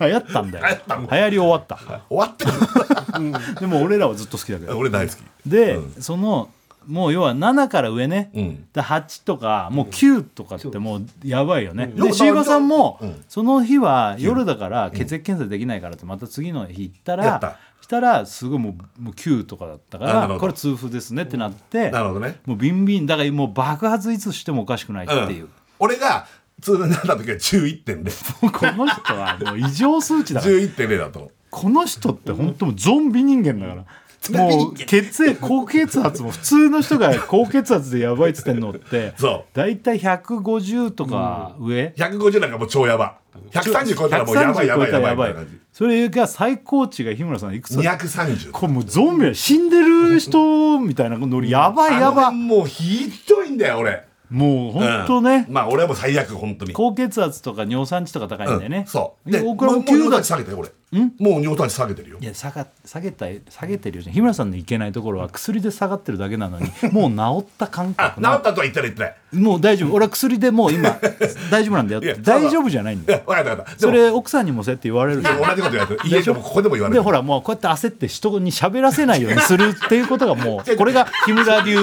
Speaker 1: 流行ったんだよ
Speaker 2: 流行 (laughs) ったもん
Speaker 1: 流行り終わっ
Speaker 2: 終わって
Speaker 1: (laughs)
Speaker 2: る
Speaker 1: たでも俺らはずっと好きだけど
Speaker 2: 俺大好き
Speaker 1: で、そのもう要は7から上ね、
Speaker 2: ん
Speaker 1: で8とかもう9とかってもうやばいよね、
Speaker 2: よ
Speaker 1: で
Speaker 2: く
Speaker 1: 椎葉さんも
Speaker 2: うん
Speaker 1: その日は夜だから血液検査できないからってまた次の日行った
Speaker 2: や
Speaker 1: ら、
Speaker 2: った
Speaker 1: したらすごいもうもう9とかだったか
Speaker 2: あなるほ
Speaker 1: ら
Speaker 2: ど
Speaker 1: これ痛風ですねってなって
Speaker 2: なるほどね
Speaker 1: もうビンビンだからもう爆発いつしてもおかしくないっていう、
Speaker 2: ん、俺が痛風になった時は11.0
Speaker 1: (laughs) もう (laughs) この人はもう異常数値だから
Speaker 2: 11.0だと
Speaker 1: この人って本当もうゾンビ人間だから。もう血液高血圧も普通の人が高血圧でやばいっつってんのって
Speaker 2: そう
Speaker 1: 大体150とか上、
Speaker 2: 150なんかもう超やば130超えたらもうやばいやばいやばいみたいな感じ
Speaker 1: それが最高値が日村さんいくつだ
Speaker 2: 230
Speaker 1: これもうゾンビや死んでる人みたいなノリやばいや
Speaker 2: あの
Speaker 1: ば
Speaker 2: 辺もうひどいんだよ俺
Speaker 1: もう本当ね、
Speaker 2: うんまあ俺はもう最悪本当に
Speaker 1: 高血圧とか尿酸値とか高いんだよね、
Speaker 2: うんそう
Speaker 1: で
Speaker 2: で
Speaker 1: 大
Speaker 2: もう
Speaker 1: 倉
Speaker 2: も
Speaker 1: も
Speaker 2: う
Speaker 1: 9
Speaker 2: 尿
Speaker 1: だ
Speaker 2: 酸値下げ
Speaker 1: っ
Speaker 2: てるよ俺もう尿酸値下げてるよ
Speaker 1: いや下が下げた下げてるよじゃん日村さんのいけないところは薬で下がってるだけなのに
Speaker 2: (laughs)
Speaker 1: もう治った感
Speaker 2: あ
Speaker 1: 覚
Speaker 2: 治
Speaker 1: の
Speaker 2: ったとは言ってない言ってない
Speaker 1: もう大丈夫俺は薬でもう今
Speaker 2: (laughs)
Speaker 1: 大丈夫なんだよっ
Speaker 2: い
Speaker 1: て
Speaker 2: やただ
Speaker 1: 大丈夫じゃないん
Speaker 2: い
Speaker 1: だよ
Speaker 2: や分かった分かったで
Speaker 1: そ
Speaker 2: も
Speaker 1: れ奥さんにもそうやって言われる
Speaker 2: でも同じこと言われてる家でもここでも言われて
Speaker 1: で
Speaker 2: る
Speaker 1: ほらもうこうやって焦って人に喋らせないようにするっていうこと
Speaker 2: (laughs)
Speaker 1: がもうこれが日村流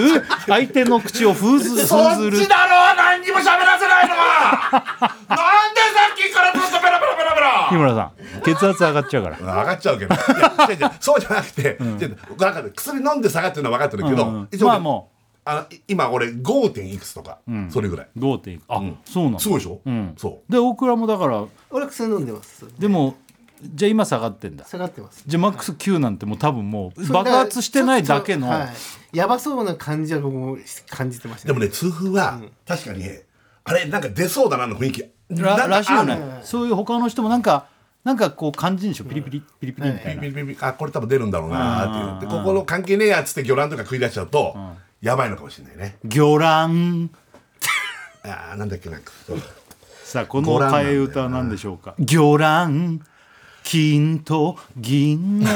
Speaker 1: 相手の口を封ず
Speaker 2: そっ
Speaker 1: 封ず
Speaker 2: ち
Speaker 1: る
Speaker 2: だろ何にも喋らせないの (laughs) はなんでさっきからずっとペラペラペラペラ
Speaker 1: 日村さん血圧上がっちゃうから
Speaker 2: 上がっちゃうけどいや違う
Speaker 1: (laughs)
Speaker 2: 違うそうじゃなくて、違うなんか薬飲んで下がってるのは分かってるけど、
Speaker 1: うんうん
Speaker 2: 一応
Speaker 1: まあも
Speaker 2: あのい今俺 5. 点いくつとか、それぐらい
Speaker 1: 5点あ、そうなんだ
Speaker 2: すごいでしょ、
Speaker 1: ん
Speaker 2: そ
Speaker 1: で大倉もだから
Speaker 3: 俺は薬飲んでます
Speaker 1: でもじゃあ今下がってんだ
Speaker 3: 下がってます
Speaker 1: じゃあマックス9なんてもう多分もう爆発してないだけの
Speaker 3: はい、やばそうな感じは僕も感じてまし
Speaker 2: う
Speaker 3: た、
Speaker 2: でもね痛風は、確かにあれなんか出そうだなの雰囲気なん
Speaker 1: ら
Speaker 2: から
Speaker 1: しいよ
Speaker 2: あ
Speaker 1: ねそういう他の人もなんかなんかこう感じんでしょピリピリピリピリみた
Speaker 2: ピ
Speaker 1: い
Speaker 2: リ
Speaker 1: な
Speaker 2: ピリピリピリあこれ多分出るんだろうなーっていうでここの関係ねえやつって魚卵とか食い出しちゃうと、やばいのかもしれないね
Speaker 1: 魚卵
Speaker 2: あーなんだっけなんか
Speaker 1: さあこの替え歌は何でしょうか魚卵金と銀の、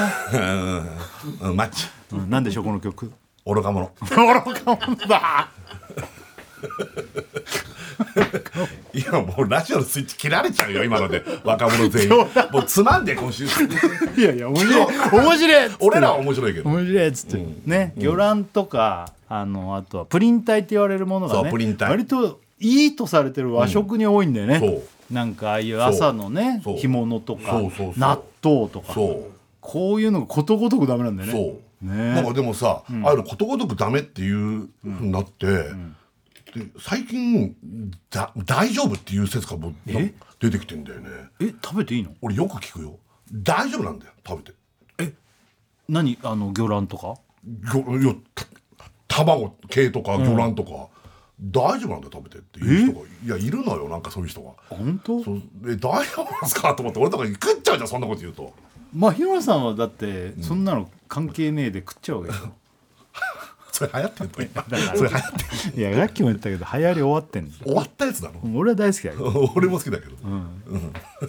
Speaker 2: うんマッチ
Speaker 1: うん、何でしょうこの曲
Speaker 2: 愚か者
Speaker 1: (laughs) 愚か者だ
Speaker 2: (laughs) いやもうラジオのスイッチ切られちゃうよ今ので若者全員もうつまんで今週
Speaker 1: いやいや面白い面白いっつって
Speaker 2: 俺らは面白いけど
Speaker 1: 面白いっつって、ね魚卵とかあのあとはプリン体って言われるものが
Speaker 2: そ
Speaker 1: ね
Speaker 2: うプリン体
Speaker 1: 割といいとされてる和食に多いんだよね、
Speaker 2: うんそ
Speaker 1: なんかああいう朝のね
Speaker 2: そう
Speaker 1: 干物とか
Speaker 2: そうそうそう
Speaker 1: 納豆とか
Speaker 2: そう
Speaker 1: こういうのがことごとくダメなんだよ
Speaker 2: そ
Speaker 1: ね
Speaker 2: う、
Speaker 1: ね
Speaker 2: なんかでもさ、ああいうのことごとくダメっていうふうになって、で最近だ大丈夫っていう説がもうな
Speaker 1: え
Speaker 2: 出てきてんだよね
Speaker 1: え食べていいの
Speaker 2: 俺よく聞くよ大丈夫なんだよ食べて
Speaker 1: 何あの魚卵とか
Speaker 2: 魚よた卵系とか魚卵とか、大丈夫なんだよ食べてっていう人がいやいるのよなんかそういう人が
Speaker 1: 本当
Speaker 2: そうえ大丈夫なんですかと思って俺とか食っちゃうじゃんそんなこと言うと
Speaker 1: まあ日村さんはだってそんなの関係ねえで食っちゃうわけ
Speaker 2: (laughs)
Speaker 1: でしょ
Speaker 2: それ流行ってんの今
Speaker 1: (laughs) だから
Speaker 2: それ流行ってんの
Speaker 1: いやさっきも言ったけど流行り終わってんの
Speaker 2: 終わったやつなの (laughs)
Speaker 1: 俺は大好きだけど
Speaker 2: 俺も好きだけど、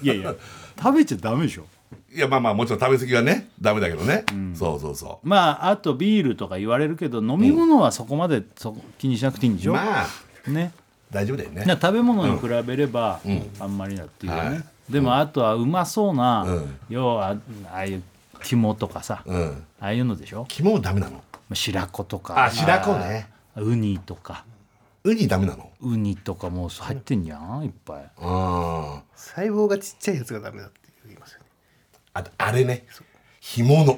Speaker 1: いやいや食べちゃダメでしょ
Speaker 2: いやまあまあもちろん食べ過ぎはねダメだけどね、そうそうそう
Speaker 1: まああとビールとか言われるけど飲み物はそこまでそ気にしなくていいんでしょ、
Speaker 2: まあ
Speaker 1: ね
Speaker 2: 大丈夫だよね
Speaker 1: だから食べ物に比べれば、あんまりだっていうね、
Speaker 2: はい
Speaker 1: でもあとはうまそうな、
Speaker 2: うん
Speaker 1: 要はああいう肝とかさ、あ
Speaker 2: うん
Speaker 1: あいうのでしょ
Speaker 2: 肝もダメなの
Speaker 1: まあ白子とか
Speaker 2: あ白子ね
Speaker 1: あウニとか
Speaker 2: ウニダメなの
Speaker 1: ウニとかもう入ってんじゃんいっぱい
Speaker 2: あー
Speaker 3: 細胞がちっちゃいやつがダメだって言いますよね
Speaker 2: あとあれね干物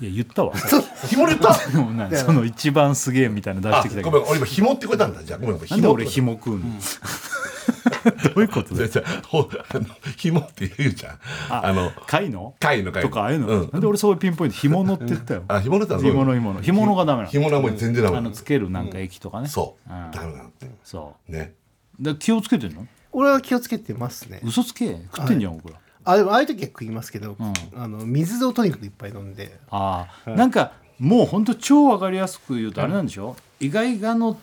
Speaker 1: いや言っ
Speaker 2: (laughs)
Speaker 1: たわ
Speaker 2: 干物言った
Speaker 1: (laughs) でもなその一番すげえみたいなの出
Speaker 2: あ
Speaker 1: してきたけ
Speaker 2: ごめ
Speaker 1: ど
Speaker 2: ん俺今紐って聞こえたんだじゃあごめんごめん
Speaker 1: なんで俺
Speaker 2: 紐
Speaker 1: 紐食うの、どういうことだよ
Speaker 2: じゃあほあの紐って言うじゃんあの
Speaker 1: 貝の
Speaker 2: 貝の貝
Speaker 1: とかああいうの、
Speaker 2: うん
Speaker 1: なんで俺そういうピンポイント干物って言ったよ
Speaker 2: あ干物だ
Speaker 1: 干物干物干物がダメなの
Speaker 2: 干物はもう全然ダメ
Speaker 1: あ
Speaker 2: なの
Speaker 1: のつけるなんか液とかね、
Speaker 2: そう
Speaker 1: うん
Speaker 2: ダメなのって
Speaker 1: そ
Speaker 2: ね
Speaker 1: うで気をつけてんの
Speaker 3: 俺は気をつけてますね
Speaker 1: 嘘つけ食ってんじゃん、僕ら
Speaker 3: あでもああいう時は食いますけど、
Speaker 1: ん
Speaker 3: あの水をとにかくいっぱい飲んで
Speaker 1: ああ、なんかもうほんと超わかりやすく言うとあれなんでしょ、イガイガの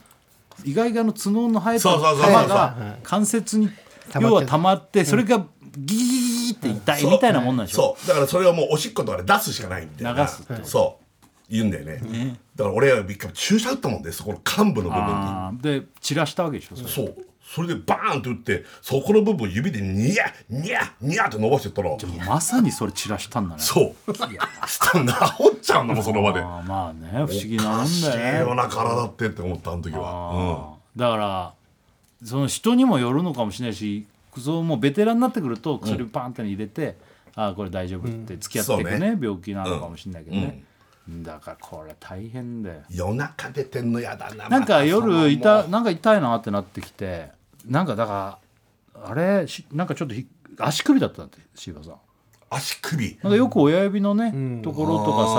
Speaker 1: イガイガの角の生えた
Speaker 2: そうそうそ
Speaker 1: 玉
Speaker 2: うそう
Speaker 1: が関節に
Speaker 3: 溜まっちゃう
Speaker 1: 要は溜まってそれがギギギギギって痛いみたいなもんなんでし
Speaker 2: そ
Speaker 1: ょ
Speaker 2: うだからそれをもうおしっことかで出すしかないみたいな
Speaker 1: 流すって
Speaker 2: そう言うんだよねだから俺は一回注射打ったもんでそこの幹部の部分に
Speaker 1: ああで散らしたわけでしょそれ
Speaker 2: そうそれでバーンって打ってそこの部分を指でニヤニヤニヤって伸ばしてったら
Speaker 1: まさにそれ散らしたんだね
Speaker 2: そうしたら (laughs) 治っちゃうのもその場で
Speaker 1: ああまあね不思議な
Speaker 2: お
Speaker 1: も
Speaker 2: か
Speaker 1: ん
Speaker 2: しい
Speaker 1: だよ
Speaker 2: よ
Speaker 1: ね
Speaker 2: な体ってって思ったあの時は
Speaker 1: だからその人にもよるのかもしれないしそうもうベテランになってくると薬をパンって入れて、ああこれ大丈夫って付き合っていく
Speaker 2: そう
Speaker 1: ね,、
Speaker 2: ね
Speaker 1: 病気なのかもしれないけどね、だからこれ大変だよ
Speaker 2: うん夜中出てんのやだな
Speaker 1: なん
Speaker 2: また
Speaker 1: か
Speaker 2: そのもう
Speaker 1: 夜いたなんか痛いなってなってきてなんかだからあれしなんかちょっとひ足首だったんだって椎葉さん
Speaker 2: 足首
Speaker 1: なんかよく親指のね、ところとか
Speaker 2: あ
Speaker 1: さ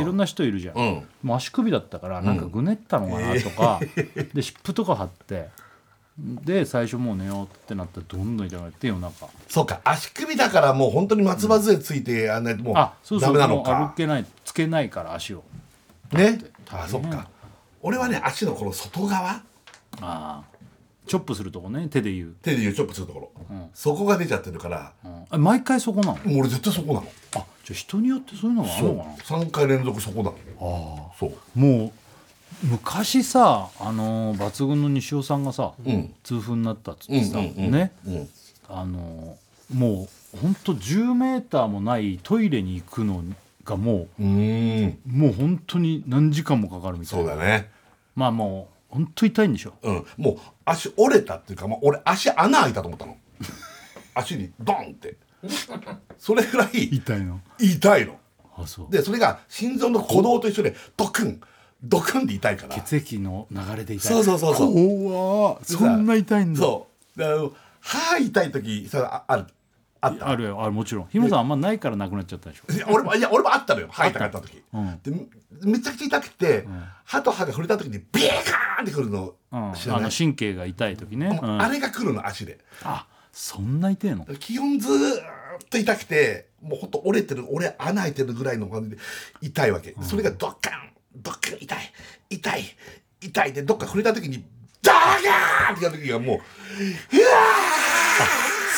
Speaker 2: ー
Speaker 1: いろんな人いるじゃん、
Speaker 2: うん
Speaker 1: もう足首だったからなんかぐねったのかなとか、 (laughs) で湿布とか貼ってで最初もう寝ようってなったらどんどん痛くなって夜中
Speaker 2: そうか足首だからもう本当に松葉杖ついてあんなも
Speaker 1: あそう
Speaker 2: う
Speaker 1: そ
Speaker 2: ダ
Speaker 1: う
Speaker 2: メな
Speaker 1: も
Speaker 2: の
Speaker 1: う歩
Speaker 2: か
Speaker 1: けないつけないから足を
Speaker 2: ね
Speaker 1: 大変
Speaker 2: あそっか俺はね足のこの外側
Speaker 1: ああチョップするとこね手で言う、
Speaker 2: 手で言うチョップするところ、
Speaker 1: ん
Speaker 2: そこが出ちゃってるから
Speaker 1: うんあ毎回そこなのあ
Speaker 2: もう俺絶対そこなの
Speaker 1: じゃあ人によってそういうのがあるのかな
Speaker 2: そう3回連続そこなのそう
Speaker 1: もう昔さあのー抜群の西尾さんがさ、
Speaker 2: ん
Speaker 1: 痛風になったっつってさ、
Speaker 2: うんうんうん
Speaker 1: ね
Speaker 2: うん
Speaker 1: あのもうほんと10メーターもないトイレに行くのがも
Speaker 2: うーん
Speaker 1: うもう本当に何時間もかかるみたい
Speaker 2: そう
Speaker 1: な
Speaker 2: だね
Speaker 1: まあもう本当痛いんでしょ
Speaker 2: うんもう足折れたっていうか、まあ、俺足穴開いたと思
Speaker 1: (laughs)
Speaker 2: ったの足にドンってそれぐらい
Speaker 1: 痛いの
Speaker 2: 痛いの
Speaker 1: あそう
Speaker 2: でそれが心臓の鼓動と一緒でドクンドクンで痛いから
Speaker 1: 血液の流れで痛い
Speaker 2: そうそうそうそう
Speaker 1: 怖っそんな痛いんだ
Speaker 2: そうであの歯痛い時それああるあった
Speaker 1: あるよあるもちろん日村さんあんまないからなくなっちゃったでしょ
Speaker 2: いや俺もいや俺もあったのよ歯痛かった時
Speaker 1: うん
Speaker 2: でめめちゃくちゃ痛くて、歯と歯が触れた時にビカーンってくるの、
Speaker 1: うん、あ
Speaker 2: 知らない
Speaker 1: の神経が痛い時ね、
Speaker 2: もう
Speaker 1: うん
Speaker 2: あれがくるの足で
Speaker 1: あそんな痛いの
Speaker 2: 基本ずーっと痛くてもうほんと折れてる俺穴開いてるぐらいの感じで痛いわけ、それがドッカンドッカン痛い痛い痛いでどっか触れた時にダガーってやった時がもう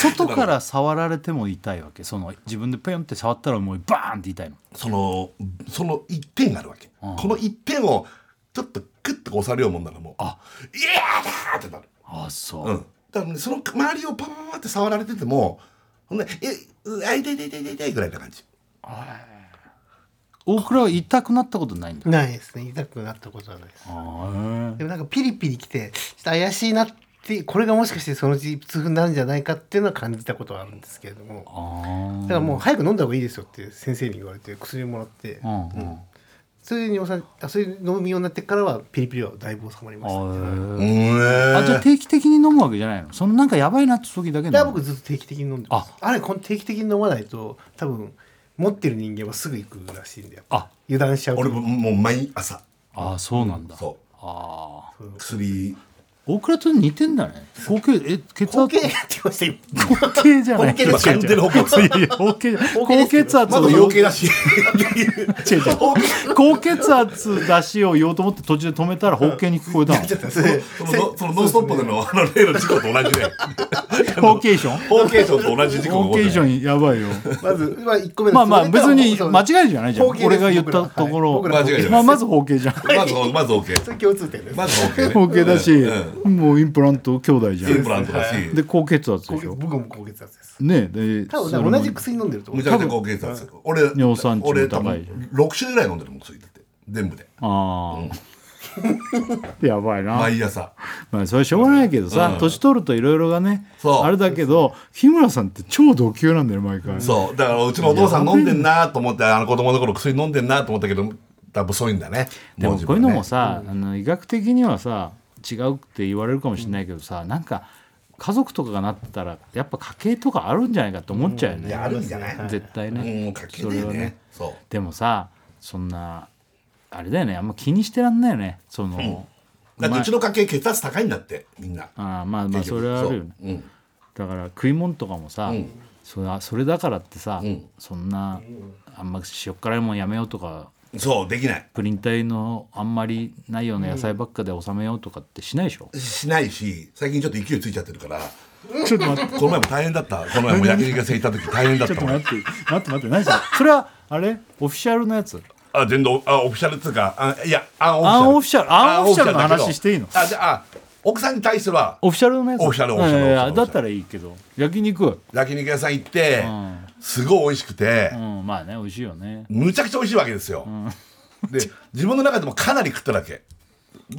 Speaker 1: 外から触られても痛いわけその自分でペンって触ったらもうバーンって痛いの
Speaker 2: そのその一点があるわけ、
Speaker 1: うん
Speaker 2: この一点をちょっとクッと押されようもんならもう
Speaker 1: あ
Speaker 2: いやーだーってなる
Speaker 1: あそう、
Speaker 2: うんだからねその周りをパパパパって触られててもほんで「えうあ痛い痛い痛い痛い痛い」ぐらいな感じ
Speaker 1: 大倉は痛くなったことないんだ
Speaker 3: ないですね痛くなったことはないです
Speaker 1: あ
Speaker 3: でもなんかピリピリきてちょっと怪しいなってこれがもしかしてそのうち痛風になるんじゃないかっていうのは感じたことはあるんですけれども
Speaker 1: あー
Speaker 3: だからもう早く飲んだ方がいいですよって先生に言われて薬もらって
Speaker 1: うん
Speaker 3: それにおさあそれに飲むようになってからはピリピリはだいぶ収まりましたね、
Speaker 1: うんあ
Speaker 2: う
Speaker 1: ー
Speaker 2: ん
Speaker 1: あじゃあ定期的に飲むわけじゃないのそのなんかやばいなって時だけ飲
Speaker 3: だから
Speaker 1: む
Speaker 3: 僕ずっと定期的に飲んでますあれこの定期的に飲まないと多分持ってる人間はすぐ行くらしいんだよ
Speaker 1: あ
Speaker 3: 油断しちゃうと
Speaker 2: 俺ももう毎朝
Speaker 1: あーそうなんだ、
Speaker 2: そ
Speaker 1: ああ
Speaker 2: う薬
Speaker 1: 大倉と似てんだね合計え血圧
Speaker 3: 後傾やってました
Speaker 1: (laughs)
Speaker 3: 今
Speaker 1: 合計じゃない
Speaker 3: 後傾です
Speaker 1: 違う違う
Speaker 2: 今完全に
Speaker 1: (laughs) いやいや合計じゃない
Speaker 3: 後
Speaker 1: 高
Speaker 3: 傾ですよ
Speaker 1: 血圧
Speaker 2: ま
Speaker 1: を
Speaker 2: だ
Speaker 1: よ
Speaker 2: 余計だ
Speaker 1: (laughs)
Speaker 2: し
Speaker 1: 違う違う高血圧出しを言おうと思って途中で止めたら包茎に聞こえたの
Speaker 2: そのそのそのノンストップでのあの例の事故と同じで
Speaker 1: 包茎異常
Speaker 2: オーケーションと同じ事故が起こっ
Speaker 1: 包茎
Speaker 2: て
Speaker 1: 異常にやばいよ
Speaker 3: まず、まあ、1個目
Speaker 1: まあまあ別に間
Speaker 3: い
Speaker 1: 違いじゃないじゃん
Speaker 3: 後傾です
Speaker 1: 俺が言ったところ
Speaker 3: 僕
Speaker 2: ら間違いじゃな
Speaker 1: まあ
Speaker 2: い
Speaker 1: まず包茎じゃん
Speaker 2: まずまず OK
Speaker 3: それ共通点です、
Speaker 2: まず OK ね
Speaker 1: 包茎だし
Speaker 2: うん
Speaker 1: もうインプラント兄弟じゃ
Speaker 2: イン
Speaker 1: ん
Speaker 2: プラントだし
Speaker 1: で高血圧
Speaker 3: 高
Speaker 1: で
Speaker 3: 血
Speaker 1: しょ
Speaker 3: 僕も高血圧です
Speaker 1: ねえで
Speaker 3: 多分
Speaker 1: それ
Speaker 3: ね
Speaker 1: も
Speaker 3: 同じ薬飲んでると思
Speaker 2: む
Speaker 3: う
Speaker 2: ちゃくちゃ高血圧俺
Speaker 1: 尿酸値
Speaker 2: 俺
Speaker 1: も
Speaker 2: 多
Speaker 1: 高い
Speaker 2: 分6種類ぐらい飲んでるもん薬だって全部で
Speaker 1: ああ (laughs) やばいな
Speaker 2: 毎朝
Speaker 1: まあそれはしょうがないけどさ
Speaker 2: うん
Speaker 1: 年取るといろいろがね
Speaker 2: そう
Speaker 1: あれだけど日村さんって超ド級なんだよ毎回
Speaker 2: そうだからうちのお父さん飲んでんなと思ってあの子供の頃薬飲んでんなと思ったけど多分そういうんだね
Speaker 1: でも
Speaker 2: 自
Speaker 1: こうい
Speaker 2: 分
Speaker 1: う
Speaker 2: ね
Speaker 1: のもさ、あの医学的にはさ違うって言われるかもしれないけどさ、なんか家族とかがなってたらやっぱ家計とかあるんじゃないかって思っちゃうよね、
Speaker 2: いやあるんじゃない
Speaker 1: 絶対ね、
Speaker 2: うんかけて
Speaker 1: それは
Speaker 2: ね
Speaker 1: ね
Speaker 2: そう
Speaker 1: でもさそんなあれだよねあんま気にしてらんないよねその、
Speaker 2: だってうちの家系血圧高いんだってみんな
Speaker 1: ああまあまあ
Speaker 2: 結
Speaker 1: そ
Speaker 2: 局
Speaker 1: れはあるよね
Speaker 2: そううん
Speaker 1: だから食い物とかもさ、
Speaker 2: ん
Speaker 1: それそれだからってさ、
Speaker 2: ん
Speaker 1: そんなあんま塩辛いもんやめようとか
Speaker 2: そうできない
Speaker 1: プリン体のあんまりないような野菜ばっかで収めようとかってしないでしょ、
Speaker 2: しないし最近ちょっと勢いついちゃってるから
Speaker 1: ちょっと待って
Speaker 2: この前も大変だったこの前も焼き肉屋さん行った時大変だっ
Speaker 1: ちょ
Speaker 2: た
Speaker 1: っと待って、待って待って、何それ。それはあれオフィシャルのやつ。
Speaker 2: あ全然あオフィシャルっつうかあいやアン
Speaker 1: アン
Speaker 2: オ
Speaker 1: オ
Speaker 2: フ
Speaker 1: フ
Speaker 2: ィシ
Speaker 1: ィシ
Speaker 2: ャ
Speaker 1: ャ
Speaker 2: ル
Speaker 1: ルアンオフィシャルの
Speaker 2: アンオフィシャルだけど
Speaker 1: 話していいの
Speaker 2: あじゃあ奥さんに対しては
Speaker 1: オフィシャルのやつ。
Speaker 2: オフィシャルオフィシャル
Speaker 1: いやいや
Speaker 2: オフィシャル
Speaker 1: だったらいいけど、焼肉。
Speaker 2: 焼肉屋さん行って、
Speaker 1: ん
Speaker 2: すごい美味しくて
Speaker 1: う、ん、まあね、美味しいよね。
Speaker 2: むちゃくちゃ美味しいわけですよ、で自分の中でもかなり食っただけ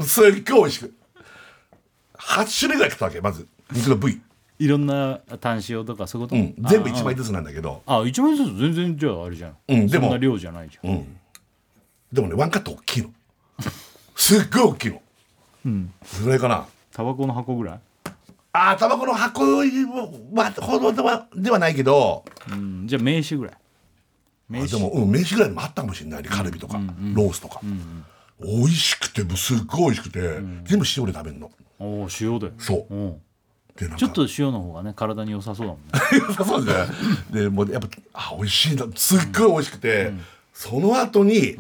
Speaker 2: すっごい美味しく8種類ぐらい食ったわけまず肉の部
Speaker 1: (laughs)
Speaker 2: 位、
Speaker 1: いろんな単塩とかそういうこ
Speaker 2: う
Speaker 1: と。
Speaker 2: ん、全部
Speaker 1: あ
Speaker 2: 1枚ずつなんだけど、
Speaker 1: あ、一枚ずつ全然じゃああれじゃん。
Speaker 2: うんでも
Speaker 1: そんな量じゃないじゃん。
Speaker 2: うん、でもねワンカット大きいのすっごい大きいの、それかな
Speaker 1: タバコの箱ぐらい。
Speaker 2: あータバコの箱はほどではではないけど
Speaker 1: うん、じゃあ名刺ぐらい。名
Speaker 2: あで
Speaker 1: 刺。
Speaker 2: も、うん、飯ぐらいのもあったかもしれないねカルビとか、ロースとか、美味しくてもうすっごい美味しくて、全部塩で食べるの
Speaker 1: おお、塩だよ。
Speaker 2: そう
Speaker 1: うん。
Speaker 2: でなんか
Speaker 1: ちょっと塩の方がね、体に良さそうだもんね。
Speaker 2: (laughs) そうですね。で、もうやっぱ、あ、美味しいな、すっごい美味しくて、その後に、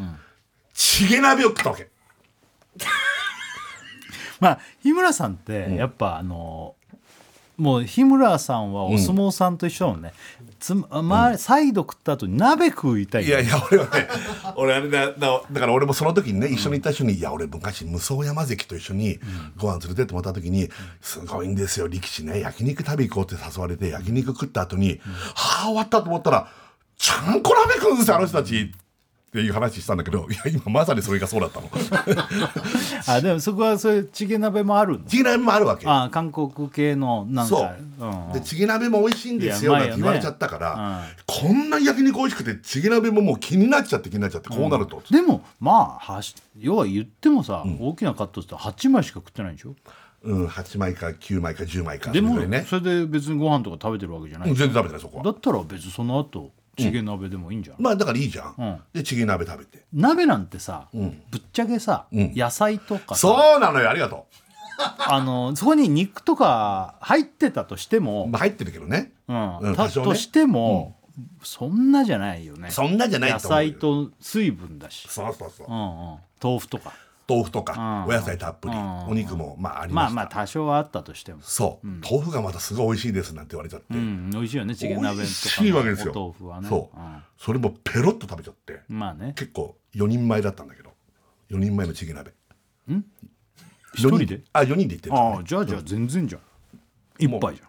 Speaker 2: チゲ鍋を食ったわけ。
Speaker 1: まあ日村さんってやっぱあのもう日村さんはお相撲さんと一緒だもんね、つままサイド食った後に鍋食いたい
Speaker 2: いやいや、俺はね、俺あれだ、だだから俺もその時にね、一緒に行った人に、いや、俺昔、無双山関と一緒にご飯連れてってもらった時に、すごいんですよ、力士ね、焼肉食べ行こうって誘われて、焼肉食った後に、はあ、終わったと思ったら、ちゃんこ鍋食うんですよ、あの人たち。っていう話したんだけど、いや、今まさにそれがそうだったの。
Speaker 1: あでもそこはそういうチゲ鍋もあるんだ
Speaker 2: チゲ鍋もあるわけ。
Speaker 1: あ韓国系のなんか
Speaker 2: そう
Speaker 1: うん
Speaker 2: でチゲ鍋も美味しいんです
Speaker 1: い
Speaker 2: よな
Speaker 1: やう
Speaker 2: て
Speaker 1: んまいよ
Speaker 2: 言
Speaker 1: ね
Speaker 2: われちゃったから、こんな焼肉美味しくてチゲ鍋ももう気になっちゃって気になっちゃってこうなると、
Speaker 1: でもまあはし要は言ってもさ、大きなカットしたら8枚しか食ってないでしょ
Speaker 2: うん8枚か9枚か10枚か
Speaker 1: でも
Speaker 2: それぐらいね
Speaker 1: それで別にご飯とか食べてるわけじゃな
Speaker 2: う
Speaker 1: い、
Speaker 2: ん全然食べてないそこ
Speaker 1: だ
Speaker 2: は
Speaker 1: ったら別にその後チゲ鍋でもいいんじゃない、
Speaker 2: まあだからいいじゃん、
Speaker 1: ん
Speaker 2: でチゲ鍋食べて
Speaker 1: 鍋なんてさ、
Speaker 2: ん
Speaker 1: ぶっちゃけさ、
Speaker 2: ん
Speaker 1: 野菜とかさ
Speaker 2: そうなのよありがと
Speaker 1: あのそこに肉とか入ってたとして
Speaker 2: う、
Speaker 1: も、
Speaker 2: まあ、入ってるけどね
Speaker 1: うん
Speaker 2: うん多
Speaker 1: た
Speaker 2: 少ね
Speaker 1: としても、そんなじゃないよね
Speaker 2: そんなじゃない
Speaker 1: 野
Speaker 2: と思うよ
Speaker 1: 菜と水分だし、
Speaker 2: そうそうそう
Speaker 1: うんうん、豆腐とか
Speaker 2: 豆腐とか、
Speaker 1: うん
Speaker 2: お野菜たっぷり、
Speaker 1: うん
Speaker 2: お肉もまあありま
Speaker 1: まあ
Speaker 2: した、
Speaker 1: まあ多少はあったとしても、
Speaker 2: そう、豆腐がまたすごい美味しいですなんて言われちゃって、
Speaker 1: うん、美味しいよねチゲ鍋とかの
Speaker 2: 美味しいわけですよ
Speaker 1: お豆腐はね
Speaker 2: そうそれもペロッと食べちゃって
Speaker 1: うんまあね
Speaker 2: 結構4人前だったんだけど4人前のチゲ鍋
Speaker 1: 一人
Speaker 2: 四
Speaker 1: で
Speaker 2: あ4人で行ってたの
Speaker 1: ああじゃあじゃあ全然じゃん一杯じゃん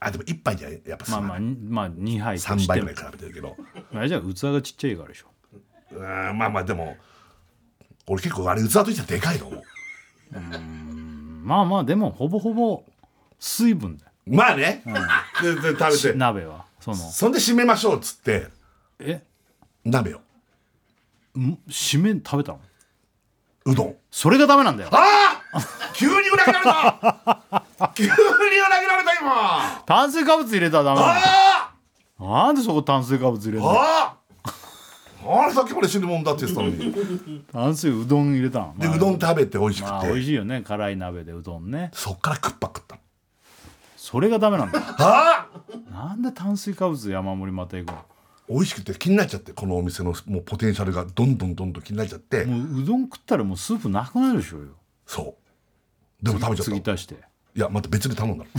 Speaker 2: あでも1杯じゃやっぱす
Speaker 1: まあ
Speaker 2: ま
Speaker 1: まあ
Speaker 2: ない、
Speaker 1: まあ2杯と
Speaker 2: 3
Speaker 1: して
Speaker 2: 杯
Speaker 1: も
Speaker 2: ぐらい比べてるけ
Speaker 1: (laughs)
Speaker 2: ど
Speaker 1: あれじゃあ器がちっちゃいからでしょ
Speaker 2: うーんまあまあでも俺結構あれ器としてはでかいと思う
Speaker 1: まあまあでもほぼほぼ水分だよ
Speaker 2: まあね、でで食べて
Speaker 1: 鍋はその
Speaker 2: そんで締めましょうっつって
Speaker 1: え
Speaker 2: 鍋を
Speaker 1: ん締め食べたの
Speaker 2: うどん
Speaker 1: それがダメなんだよ
Speaker 2: ああ急に裏切られた
Speaker 1: (laughs)
Speaker 2: 急に裏切られた今あ
Speaker 1: 炭水化物入れたらダメなの
Speaker 2: あ
Speaker 1: なんでそこ炭水化物入れたの
Speaker 2: あああれさっきまで死ぬもんだって言ってたのにで
Speaker 1: 炭水うどん入れたのまあ
Speaker 2: うどん食べて美味しくて、
Speaker 1: まあ美味しいよね辛い鍋でうどんね
Speaker 2: そっからクッパ食ったの
Speaker 1: それがダメなんだよ
Speaker 2: ああ
Speaker 1: なんで炭水化物山盛りまた行くの
Speaker 2: 美味しくて気になっちゃってこのお店のもうポテンシャルがどんどんどんどん気になっちゃって、
Speaker 1: もううどん食ったらもうスープなくなるでしょうよ
Speaker 2: そうでも食べちゃ
Speaker 1: 継
Speaker 2: っ
Speaker 1: ぎ
Speaker 2: たい
Speaker 1: 足して
Speaker 2: やまた別に頼
Speaker 1: (laughs)
Speaker 2: んだの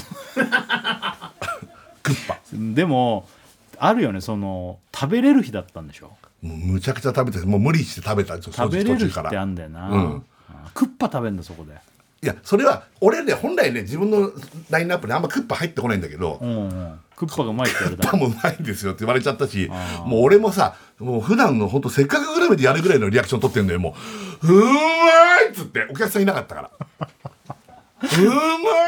Speaker 2: クッパ
Speaker 1: でもあるよねその食べれる日だったんでしょ
Speaker 2: もうむちゃくちゃ食べてもう無理して食べたんですよ
Speaker 1: 食べれ
Speaker 2: 正直
Speaker 1: る
Speaker 2: 途中
Speaker 1: 日
Speaker 2: か
Speaker 1: って
Speaker 2: ら
Speaker 1: あんだよな、
Speaker 2: うん
Speaker 1: あクッパ食べんだそこで
Speaker 2: いやそれは俺ね本来ね自分のラインナップにあんまクッパ入ってこないんだけど、
Speaker 1: うん、うん、クッパがうまいって言われ
Speaker 2: クッ
Speaker 1: た
Speaker 2: パもうまいんですよって言われちゃったしもう俺もさもう普段の本当せっかくグルメでやるぐらいのリアクション取ってんのよもう「うーまい!」っつってお客さんいなかったから「うーま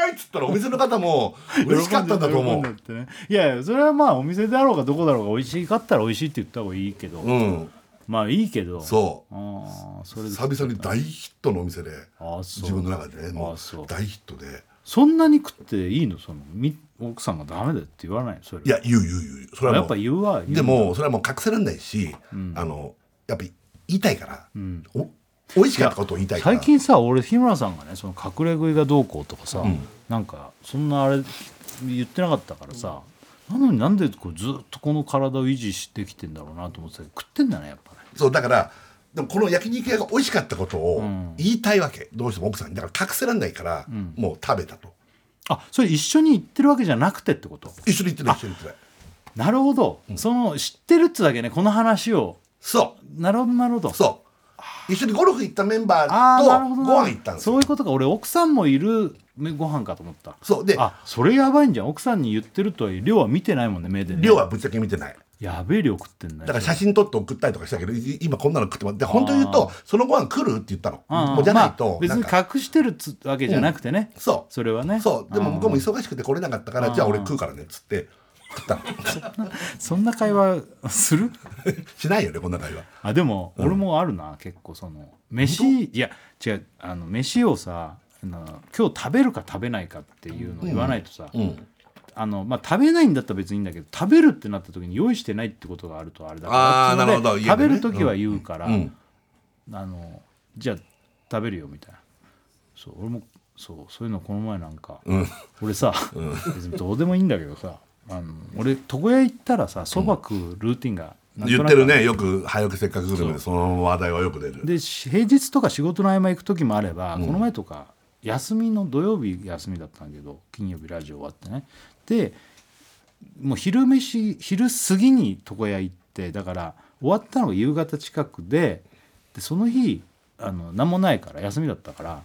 Speaker 2: い!」っつったらお店の方
Speaker 1: (laughs)
Speaker 2: も嬉しかったんだと思
Speaker 1: 喜ん
Speaker 2: う
Speaker 1: で喜んでってねいやいやそれはまあお店だろうがどこだろうが美味しかったら美味しいって言った方がいいけど、
Speaker 2: うん
Speaker 1: まあいいけど
Speaker 2: そ
Speaker 1: あーそうれで
Speaker 2: 久々に大ヒットのお店で
Speaker 1: あーそう
Speaker 2: 自分の中でねも
Speaker 1: あそう
Speaker 2: う大ヒットで
Speaker 1: そんなに食っていいのそのみ奥さんがダメだよって言わないのそれ
Speaker 2: いや言う言う言うそれはもう
Speaker 1: やっぱ言うわ言う
Speaker 2: でもそれはもう隠せられないし、あのやっぱり言いたいから、お美味しかったことを言いたいから
Speaker 1: 最近さ俺日村さんがねその隠れ食いがどうこうとかさ、なんかそんなあれ言ってなかったからさ、なのになんでこうずっとこの体を維持してきてんだろうなと思ってたけど食ってんだねやっぱね
Speaker 2: そうだからでもこの焼肉屋が美味しかったことを言いたいわけ、どうしても奥さんにだから隠せられないから、もう食べたと
Speaker 1: あそれ一緒に行ってるわけじゃなくてってこと
Speaker 2: 一緒に行ってない一緒に行ってない
Speaker 1: なるほど、その知ってるっつだけねこの話を
Speaker 2: そ
Speaker 1: なるほどなるほど
Speaker 2: うそう一緒にゴルフ行ったメンバ
Speaker 1: あ
Speaker 2: ー
Speaker 1: あなる
Speaker 2: と
Speaker 1: ほど
Speaker 2: ご
Speaker 1: な
Speaker 2: 飯行ったんですよ
Speaker 1: そういうことか俺奥さんもいるご飯かと思った
Speaker 2: そうで
Speaker 1: あそれやばいんじゃん奥さんに言ってるとはいえ量は見てないもんね目でね
Speaker 2: 量はぶっちゃけ見てない
Speaker 1: やべえ量食ってん
Speaker 2: だ
Speaker 1: だよ
Speaker 2: から写真撮って送ったりとかしたけどい今こんなの食ってもらって本当に言うとそのご飯来るって言ったの、
Speaker 1: うんうん
Speaker 2: もうじゃないと、
Speaker 1: まあ、別
Speaker 2: なん
Speaker 1: に
Speaker 2: か
Speaker 1: 隠してるつわけじゃなくてね、
Speaker 2: そう
Speaker 1: それはね
Speaker 2: そうでも向こうも
Speaker 1: ん
Speaker 2: 忙しくて来れなかったからじゃあ俺食うからねっつって食ったの
Speaker 1: そんな会話する
Speaker 2: しないよねこんな会話
Speaker 1: あでも俺もあるな、結構その飯いや違うあの飯をさあの今日食べるか食べないかっていうのを言わないとさ、
Speaker 2: うん
Speaker 1: あのまあ、食べないんだったら別にいいんだけど食べるってなった時に用意してないってことがあるとあれだから
Speaker 2: あー
Speaker 1: それで
Speaker 2: なるほど
Speaker 1: 食べる
Speaker 2: 家でね
Speaker 1: 時は言うから、
Speaker 2: うん
Speaker 1: あのじゃあ食べるよみたいなそう俺もそうそういうのこの前なんか、
Speaker 2: うん
Speaker 1: 俺さ、別にどうでもいいんだけどさあの俺床屋行ったらさそば食うルーティンがなんと
Speaker 2: 言
Speaker 1: なく
Speaker 2: ってるねよく「早くせっかくグルメ」でその話題はよく出る
Speaker 1: でし平日とか仕事の合間行く時もあれば、この前とか休みの土曜日休みだったんだけど金曜日ラジオ終わってねでもう昼飯昼過ぎに床屋行ってだから終わったのが夕方近くででその日あの何もないから休みだったから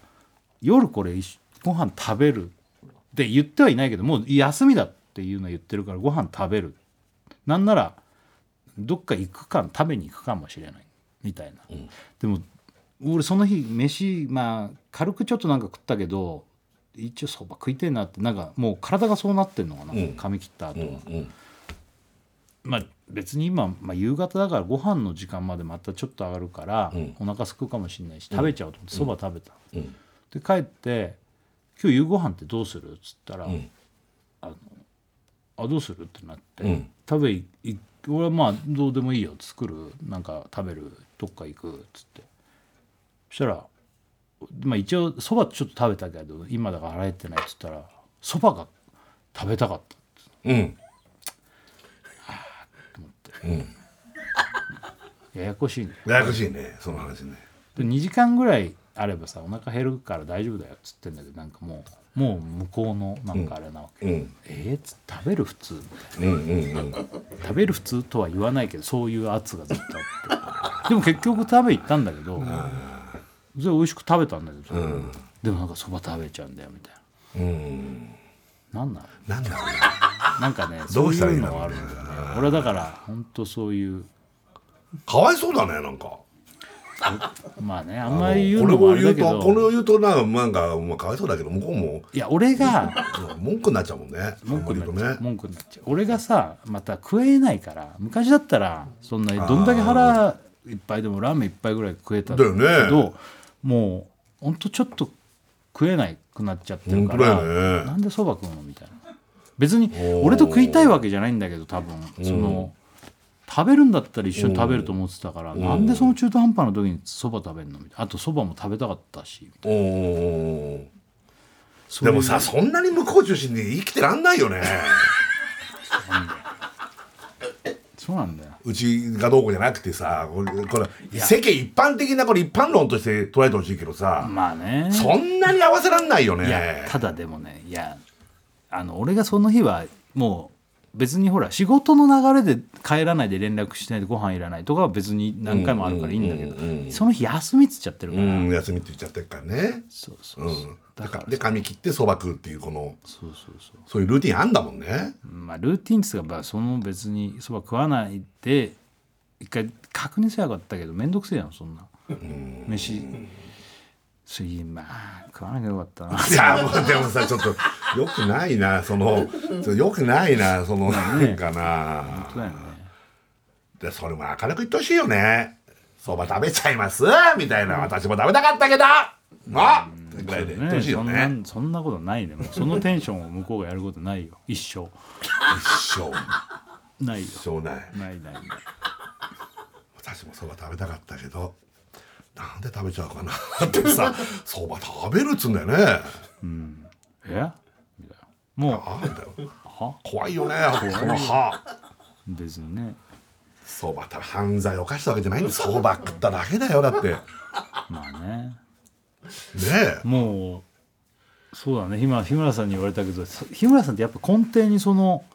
Speaker 1: 夜これ一ご飯食べるって言ってはいないけどもう休みだっていうのは言ってるからご飯食べるなんならどっか行くか食べに行くかもしれないみたいな、でも俺その日飯まあ軽くちょっとなんか食ったけど一応そば食いてえなってなんかもう体がそうなってんのかな、
Speaker 2: うん
Speaker 1: 噛み切った後、
Speaker 2: うんうん
Speaker 1: まあ別に今、まあ、夕方だからご飯の時間までまたちょっと上がるから、
Speaker 2: うん
Speaker 1: お腹すくかもしれないし食べちゃおうと思ってそば、食べた
Speaker 2: うん
Speaker 1: で帰って「今日夕ご飯ってどうする?」っつったら「
Speaker 2: ん
Speaker 1: あのあどうする?」ってなって「
Speaker 2: うん
Speaker 1: 食べいい俺はまあどうでもいいよ作るなんか食べるどっか行く」っつってそしたらまあ一応そばちょっと食べたけど今だから腹減ってないっつったらそばが食べたかったっつって
Speaker 2: うん
Speaker 1: ややこしいね
Speaker 2: ややこしいねその話ね
Speaker 1: で2時間ぐらいあればさお腹減るから大丈夫だよっつってんだけどなんかもうもう向こうのなんかあれなわけ、
Speaker 2: うん
Speaker 1: えー、つ食べる普通みたい
Speaker 2: うんうんうん
Speaker 1: な食べる普通とは言わないけどそういう圧がずっとあってでも結局食べ行ったんだけど、それ美味しく食べたんだけど、
Speaker 2: うん
Speaker 1: でもなんかそば食べちゃうんだよみたい
Speaker 2: うん
Speaker 1: ななんなの
Speaker 2: なんだろうね
Speaker 1: なんかね
Speaker 2: (laughs) ど
Speaker 1: そうう
Speaker 2: したらい
Speaker 1: い
Speaker 2: い
Speaker 1: うん
Speaker 2: だ
Speaker 1: の
Speaker 2: ろ
Speaker 1: は
Speaker 2: う
Speaker 1: あ
Speaker 2: ね
Speaker 1: るんだよね俺だから本当そういう
Speaker 2: かわいそうだねなんか
Speaker 1: まあねあんまり言う
Speaker 2: 俺
Speaker 1: のもあ
Speaker 2: も
Speaker 1: れ
Speaker 2: 言
Speaker 1: だ
Speaker 2: う
Speaker 1: け
Speaker 2: とこれを
Speaker 1: ど
Speaker 2: 言うとなんかなんか、まあ、かわいそうだけど向こうも
Speaker 1: いや俺が
Speaker 2: うん文句になっちゃうもんね
Speaker 1: 文句になっち
Speaker 2: あん
Speaker 1: ゃう
Speaker 2: まり言うとね
Speaker 1: 文句になっちゃう俺がさまた食えないから昔だったらそんなにどんだけ腹いっぱいでもラーメンいっぱいぐらい食えたん
Speaker 2: だよね
Speaker 1: けどもうほんとちょっと食えないくなっちゃってるか
Speaker 2: 本当だよ
Speaker 1: ら
Speaker 2: ね
Speaker 1: なんでそば食うのみたいな別
Speaker 2: お
Speaker 1: に
Speaker 2: ー
Speaker 1: 俺と食いたいわけじゃないんだけど多分その食べるんだったら一緒に食べると思ってたからなんでその中途半端な時にそば食べるのみたいなあとそばも食べたかったしみたいな
Speaker 2: おー
Speaker 1: そう
Speaker 2: で
Speaker 1: いう
Speaker 2: もさそんなに向こう中心で生きてらんないよね
Speaker 1: そうなんだよ
Speaker 2: うちがどうこうじゃなくてさこれこれ世間一般的なこれ一般論として捉えてほしいけどさ、
Speaker 1: まあね
Speaker 2: そんなに合わせらんないよ
Speaker 1: いや
Speaker 2: ね
Speaker 1: ただでもねいやあの俺がその日はもう別にほら仕事の流れで帰らないで連絡しないでご飯いらないとかは別に何回もあるからいいんだけ
Speaker 2: う
Speaker 1: ど、
Speaker 2: んうんうんうん
Speaker 1: その日休みっつっちゃってるか
Speaker 2: う
Speaker 1: ら、
Speaker 2: ん休みって言っちゃってるからね
Speaker 1: そうそううそ
Speaker 2: ん
Speaker 1: う、だから
Speaker 2: で髪切ってそば食うっていうこの
Speaker 1: そうそうそう
Speaker 2: そういうルーティンあんだもん
Speaker 1: (laughs)
Speaker 2: ね
Speaker 1: まあルーティンっつうかまあその別にそば食わないで一回確認せばよかったけど面倒くせえやんそんな飯すいまあ食わなきゃよかったない
Speaker 2: やもうでもさちょっとよくないなそ
Speaker 1: (laughs)
Speaker 2: のちょよくないなそのなんかな
Speaker 1: 本当だよね
Speaker 2: でそれも明るく言ってほしいよねそば食べちゃいますみたいな私も食べたかったけどあってぐらいで言ってほしいよね
Speaker 1: そんなそんなことないねもうそのテンションを向こうがやることないよ一生
Speaker 2: 一生
Speaker 1: ないよ
Speaker 2: 一生ない
Speaker 1: ないないない
Speaker 2: 私もそば食べたかったけどなんで食べちゃうかなってさそば食べるっつうんだよね
Speaker 1: えみたいなも
Speaker 2: あんだよ
Speaker 1: うは
Speaker 2: 怖いよねこの歯
Speaker 1: 別にね
Speaker 2: そば食べ犯罪を犯したわけじゃないんだそば食っただけだよだってね
Speaker 1: まあね
Speaker 2: え
Speaker 1: もうそうだね今日村さんに言われたけどそ日村さんってやっぱ根底にその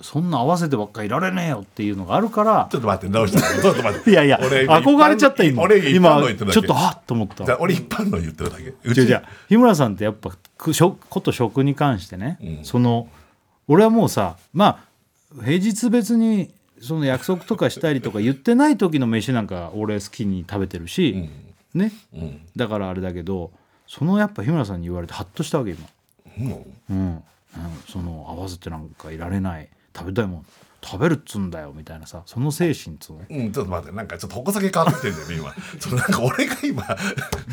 Speaker 1: そんな合わせてばっかいられねえよっていうのがあるから
Speaker 2: ちょっと待ってどうしたちょっと待って
Speaker 1: いやいや
Speaker 2: 俺今
Speaker 1: 憧れちゃった今
Speaker 2: 俺一般
Speaker 1: 今
Speaker 2: の言ってるだけ
Speaker 1: ちょっとはっと思った
Speaker 2: じゃあ俺一般の言ってるだけう
Speaker 1: 違う違う日村さんってやっぱく食こと食に関してね、その俺はもうさまあ平日別にその約束とかしたりとか言ってない時の飯なんか俺好きに食べてるし、ね
Speaker 2: うん
Speaker 1: だからあれだけどそのやっぱ日村さんに言われてハッとしたわけ今、
Speaker 2: うん
Speaker 1: うんうんその合わせてなんかいられない食べたいもん食べるっつうんだよみたいなさその精神っつうの
Speaker 2: うん、ちょっと待ってなんかちょっと矛先変わってきてるんだよね今 (laughs) ちょっとなんか俺が今
Speaker 1: (laughs)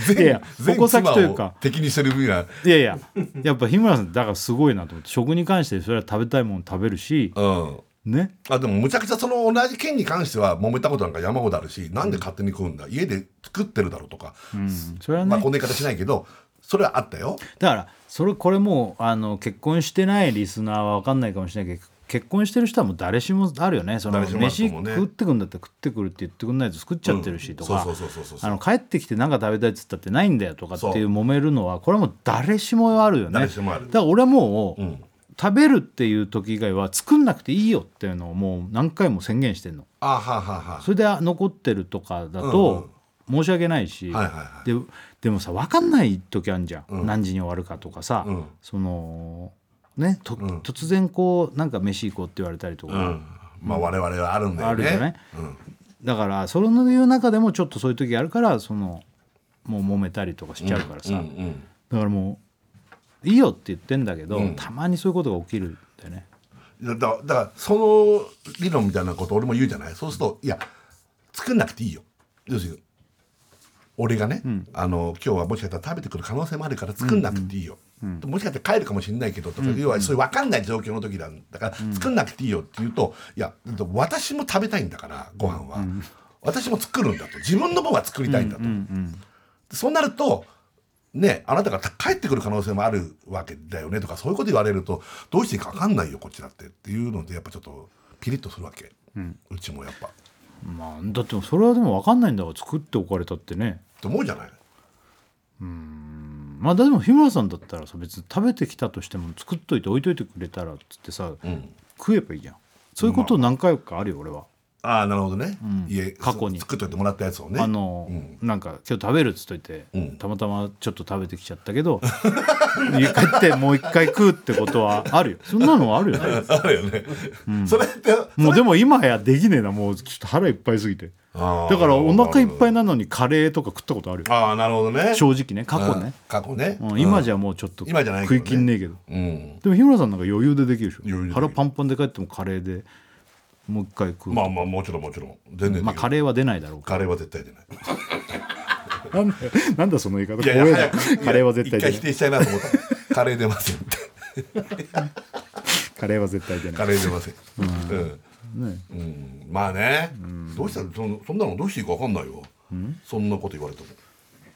Speaker 2: 全
Speaker 1: いやいや矛先
Speaker 2: 妻
Speaker 1: という
Speaker 2: を
Speaker 1: か
Speaker 2: 敵にしてる分野
Speaker 1: いやいややっぱ日村さんだからすごいなと思って食に関してそれは食べたいもん食べるし
Speaker 2: うん
Speaker 1: ね
Speaker 2: あでもむちゃくちゃその同じ件に関しては揉めたことなんか山ほどあるしなんで勝手に食うんだ家で作ってるだろうとか、
Speaker 1: うんそれはね、
Speaker 2: まあこんな言い方しないけどそれはあったよ
Speaker 1: だからそれこれもうあの結婚してないリスナーは分かんないかもしれないけど結婚してる人はもう誰しもあるよねその
Speaker 2: 誰しもあると
Speaker 1: 飯
Speaker 2: 思うね
Speaker 1: 食ってくんだったら食ってくるって言ってくんないと作っちゃってるしとか
Speaker 2: うんそうそうそうそうそう
Speaker 1: あの帰ってきて何か食べたいっつったってないんだよとかっていう揉めるのはこれはもう誰しもあるよね
Speaker 2: 誰しもある
Speaker 1: だから俺はもう、
Speaker 2: うん
Speaker 1: 食べるっていう時以外は作んなくていいよっていうのをもう何回も宣言してんの
Speaker 2: あはあはあは
Speaker 1: それで残ってるとかだと申し訳ないし、
Speaker 2: はいはいは
Speaker 1: ででもさ分かんない時あるじゃん、
Speaker 2: うん
Speaker 1: 何時に終わるかとかさ、
Speaker 2: うん
Speaker 1: そのねと
Speaker 2: ん
Speaker 1: 突然こうなんか飯行こうって言われたりとか、
Speaker 2: うんまあ我々はあるんだよね
Speaker 1: あるよね
Speaker 2: うん
Speaker 1: だからそのいう中でもちょっとそういう時あるからそのもう揉めたりとかしちゃうからさ、
Speaker 2: うんうん
Speaker 1: だからもういいよって言ってんだけど、
Speaker 2: うん
Speaker 1: たまにそういうことが起きるんだよね。
Speaker 2: だだだからその理論みたいなこと俺も言うじゃないそうするといや作んなくていいよ要するに俺がね、あの今日はもしかしたら食べてくる可能性もあるから作んなくていいよ、もしかしたら帰るかもしれないけどとか、要はそういう分かんない状況の時なんだから、作んなくていいよって言うといやだって私も食べたいんだからご飯は、私も作るんだと自分の分は作りたいんだと、そうなるとねあなたが帰ってくる可能性もあるわけだよねとかそういうこと言われるとどうしていいか分かんないよこっちだってっていうのでやっぱちょっとピリッとするわけ、うちもやっぱ
Speaker 1: まあ、だってそれはでも分かんないんだから作っておかれたってね
Speaker 2: って思うじゃない
Speaker 1: まあでも日村さんだったらさ別に食べてきたとしても作っといて置いといてくれたらっつってさ、
Speaker 2: ん
Speaker 1: 食えばいいじゃんそういうこと何回かあるよ俺は、
Speaker 2: ああなるほどね、家
Speaker 1: 過去に
Speaker 2: 作っといてもらったやつをね
Speaker 1: あの、なんか今日食べるっつっといて、
Speaker 2: ん
Speaker 1: たまたまちょっと食べてきちゃったけど (laughs) 家帰ってもう一回食うってことはあるよそんなのはあるよね
Speaker 2: あるよね、それって
Speaker 1: もうでも今やできねえなもうちょっと腹いっぱいすぎて
Speaker 2: あー
Speaker 1: だからお腹いっぱいなのにカレーとか食ったことあるよ
Speaker 2: ああなるほどね
Speaker 1: 正直ね過去
Speaker 2: う
Speaker 1: ね、
Speaker 2: ん過去ね、
Speaker 1: うん今じゃもうちょっと
Speaker 2: 今じゃないけど
Speaker 1: 食
Speaker 2: ね
Speaker 1: いきんねえけど
Speaker 2: うん
Speaker 1: でも日村さんなんか余裕でできるでしょ
Speaker 2: 余裕でできる
Speaker 1: 腹パンパンで帰ってもカレーでもう一回食う、ま
Speaker 2: まあまあもちろんもちろん全然できる
Speaker 1: あ、カレーは出ないだろうか
Speaker 2: カレーは絶対出ない (laughs)
Speaker 1: なんだ (laughs) なんだその言い方
Speaker 2: いやい
Speaker 1: 怖
Speaker 2: や
Speaker 1: えな
Speaker 2: 早く
Speaker 1: カレーは絶対
Speaker 2: 一回
Speaker 1: 出
Speaker 2: 否
Speaker 1: ない
Speaker 2: 定したいなと思ったカレー出ませんって
Speaker 1: カレーは絶対出な
Speaker 2: カ
Speaker 1: い
Speaker 2: レー出ませんうん、
Speaker 1: ね
Speaker 2: うんまあね、どうしたらそんそんなのどうしていいか分かんないよ、そんなこと言われても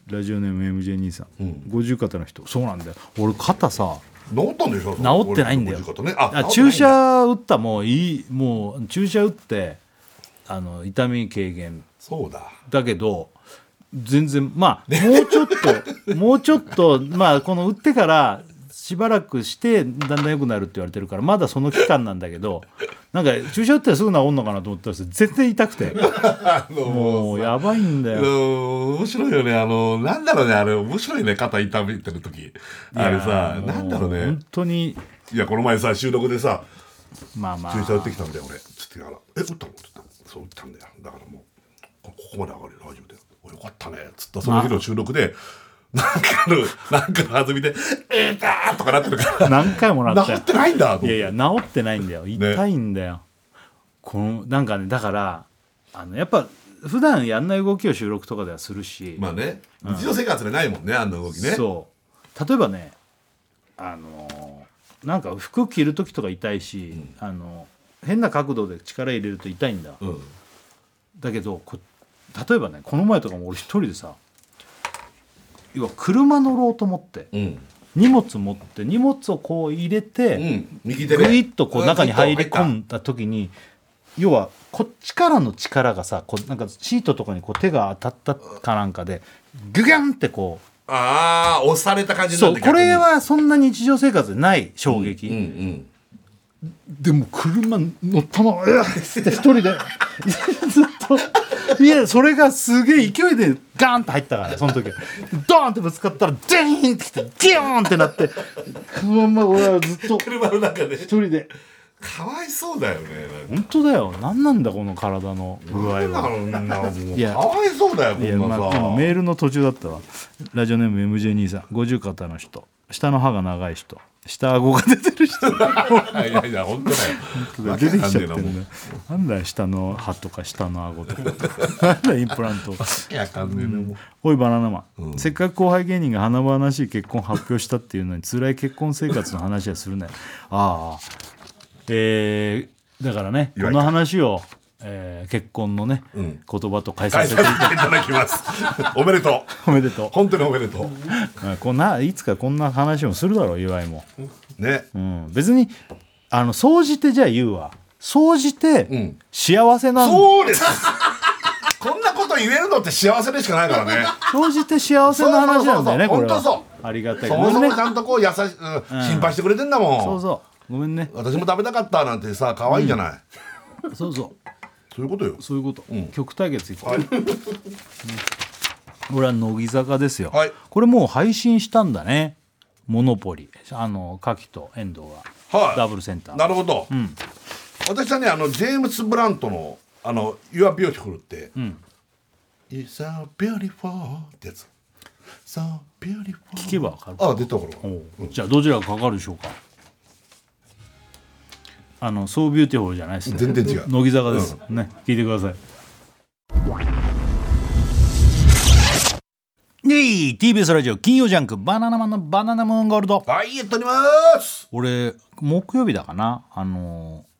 Speaker 1: ラジオネーム MJ 兄さん、五十肩の人そうなんだよ俺肩さ
Speaker 2: 治ったんでしょ
Speaker 1: 治ってないんだよ
Speaker 2: 俺の50ね、あ
Speaker 1: あ注射打ったもういいもう注射打ってあの痛み軽減
Speaker 2: そうだ
Speaker 1: だけど全然まあもうちょっ
Speaker 2: (laughs)
Speaker 1: ともうちょっとまあこの打ってからしばらくしてだんだん良くなるって言われてるからまだその期間なんだけどなんか注射打ったらすぐ治んのかなと思ったら全然痛くて
Speaker 2: あの
Speaker 1: も
Speaker 2: もう
Speaker 1: うやばいんだ
Speaker 2: あ
Speaker 1: よ。
Speaker 2: の面白いよねあのなんだろうねあれ面白いね肩痛めてる時あれさ
Speaker 1: いやー
Speaker 2: なんだろう
Speaker 1: も
Speaker 2: ね
Speaker 1: 本当に
Speaker 2: いやこの前さ収録でさ
Speaker 1: まあまあ
Speaker 2: 注射打ってきたんだよ俺つってから「え打ったの?」って言ったそう打ったんだよだからもうこここまで上がるよ大丈夫だよおよかったね」つったその日の収録でなんかのなんかの弾みで「えーたー!」とかなってるから
Speaker 1: 何回もなっ
Speaker 2: 治
Speaker 1: たよ
Speaker 2: ってないんだと思っ
Speaker 1: いや
Speaker 2: て
Speaker 1: いや治ってないんだよ痛いんだよ、このなんかねだからあのやっぱ普段やんない動きを収録とかではするし、
Speaker 2: まあね日常生活でないもんねあんな動きね
Speaker 1: そう例えばねあのーなんか服着る時とか痛いし、あの変な角度で力入れると痛いんだ、
Speaker 2: うん
Speaker 1: だけどこ例えばねこの前とかも俺一人でさ要は車乗ろうと思って
Speaker 2: うん
Speaker 1: 荷物持って荷物をこう入れて、
Speaker 2: うん右手
Speaker 1: ぐ
Speaker 2: ね
Speaker 1: いっとこう中に入り込
Speaker 2: うん
Speaker 1: んだ時に要はこっちからの力がさこうなんかシートとかにこう手が当たったかなんかでギュギャンってこ
Speaker 2: ああ押された感
Speaker 1: う
Speaker 2: じな
Speaker 1: そ
Speaker 2: ん
Speaker 1: う
Speaker 2: だ
Speaker 1: これ
Speaker 2: 逆
Speaker 1: はそんな日常生活でない衝撃、
Speaker 2: にうん
Speaker 1: でも車乗ったのうわっつって一人で (laughs) ずっといやそれがすげえ勢いでガーンって入ったからその時ドーンってぶつかったらジェーンってきてギューンってなってそのまま俺はずっと
Speaker 2: うん車の中で
Speaker 1: 一人で
Speaker 2: かわいそうだよねなんか
Speaker 1: 本当だよ何なんだこの体の具合
Speaker 2: なんだ
Speaker 1: は
Speaker 2: ろうなもう
Speaker 1: いや
Speaker 2: かわいそうだよこ
Speaker 1: いや、ま
Speaker 2: ん
Speaker 1: あ、
Speaker 2: なさ
Speaker 1: 今メールの途中だったわラジオネーム MJ 兄さん50肩の人下の歯が長い人下顎が出てる人
Speaker 2: いやいや本当だよ
Speaker 1: が出てきちゃって
Speaker 2: わけわかんねえなも
Speaker 1: る
Speaker 2: う
Speaker 1: ねなんだよ下の歯とか下の顎とかなんだよインプラント
Speaker 2: いや完全にもう
Speaker 1: おいバナナマン、せっかく後輩芸人が華々しい結婚発表したっていうのに辛い結婚生活の話はするなよああえー、だからねこ
Speaker 2: わゆる
Speaker 1: の話を、えー結婚のね、
Speaker 2: ん
Speaker 1: 言葉と変えさ
Speaker 2: 返
Speaker 1: せ
Speaker 2: さ
Speaker 1: て
Speaker 2: せていただき
Speaker 1: (laughs)
Speaker 2: ますおめでと
Speaker 1: おめでとう
Speaker 2: う本当におめでと
Speaker 1: うんこんないつかこんな話もするだろう岩井も、
Speaker 2: うね
Speaker 1: うん、別にあの総じてじゃあ言うわ総じて
Speaker 2: ん
Speaker 1: 幸せなん、
Speaker 2: そうですこんなこと言えるのって幸せでしかないからね
Speaker 1: 総じて幸せな話なんだよね
Speaker 2: そう
Speaker 1: こ
Speaker 2: そうそうそう本当
Speaker 1: れは
Speaker 2: そ
Speaker 1: ありがたい
Speaker 2: そ
Speaker 1: ごめ
Speaker 2: もそ
Speaker 1: んね
Speaker 2: もちゃんとこう優しい、うん、心配してくれてんだもん
Speaker 1: そうそうごめんね
Speaker 2: 私も食べたかったなんてさ可愛いじゃない、
Speaker 1: そうそう
Speaker 2: そういうことよ
Speaker 1: そういうこと、
Speaker 2: ん
Speaker 1: 曲対決いこう、
Speaker 2: はい
Speaker 1: これは乃木坂ですよ、
Speaker 2: はい
Speaker 1: これもう配信したんだねモノポリあのカキと遠藤が、
Speaker 2: はい
Speaker 1: ダブルセンター
Speaker 2: なるほど、私はねあのジェームス・ブラントの「あの You are beautiful」って「It's so beautiful」ってやつ「So beautiful」
Speaker 1: 聞けばわかる
Speaker 2: あ出たこれ
Speaker 1: おうじゃあどちらがかかるでしょうかあの「そうビューティフォル」じゃないですね
Speaker 2: 全然違う
Speaker 1: 乃木坂です、ね聞いてくださいイエイ TBS ラジオ金曜ジャンク「バナナマンのバナナムーンゴールド
Speaker 2: はいやっております」
Speaker 1: 俺木曜日だかなあのー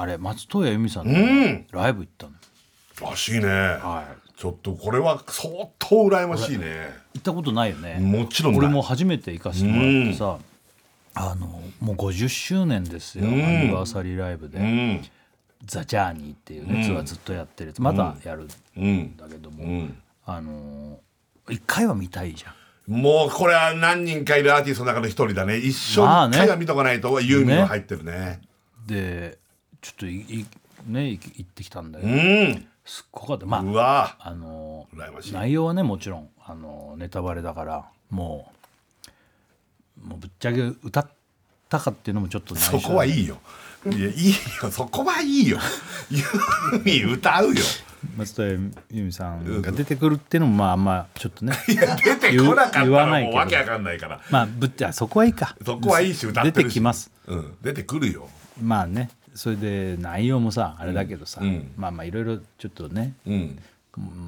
Speaker 1: あれ松任谷由実さんの
Speaker 2: ん
Speaker 1: ライブ行ったの、
Speaker 2: らしいね、
Speaker 1: はい
Speaker 2: ちょっとこれは相当羨ましいね
Speaker 1: 行ったことないよね
Speaker 2: もちろんない
Speaker 1: 俺も初めて行かせてもらってさあのもう50周年ですよア
Speaker 2: うん
Speaker 1: ニバーサリーライブで
Speaker 2: うん
Speaker 1: ザ・ジャーニーっていうねツアーずっとやってるやつまたやるん
Speaker 2: うん
Speaker 1: だけども、
Speaker 2: うん
Speaker 1: あのー一回は見たいじゃん
Speaker 2: もうこれは何人かいるアーティストの中の一人だね一生
Speaker 1: まあ
Speaker 2: に
Speaker 1: ね
Speaker 2: 一回は見とかないとユーミンは入ってるね
Speaker 1: でちょっといいねい行ってきたんだけ
Speaker 2: う
Speaker 1: ど
Speaker 2: ん
Speaker 1: すっごかったま
Speaker 2: うわ
Speaker 1: ああのー
Speaker 2: 羨ましい
Speaker 1: 内容はねもちろんあのーネタバレだからもうもうぶっちゃけ歌ったかっていうのもちょっと内緒
Speaker 2: そこはいいよいやいいよそこはいいよユーミン歌うよ
Speaker 1: 松任谷由実さんが出てくるっていうのもまああんまちょっとね
Speaker 2: (laughs) いや出てこなかった
Speaker 1: 言わな
Speaker 2: ら
Speaker 1: いけ
Speaker 2: もう
Speaker 1: ど
Speaker 2: わけわかんないから
Speaker 1: まあぶっちゃそこはいいか
Speaker 2: そこはいいし歌ってるし
Speaker 1: 出てきます
Speaker 2: うん出てくるよ
Speaker 1: まあねそれで内容もさあれだけどさ、
Speaker 2: うん
Speaker 1: まあまあいろいろちょっとね、
Speaker 2: うん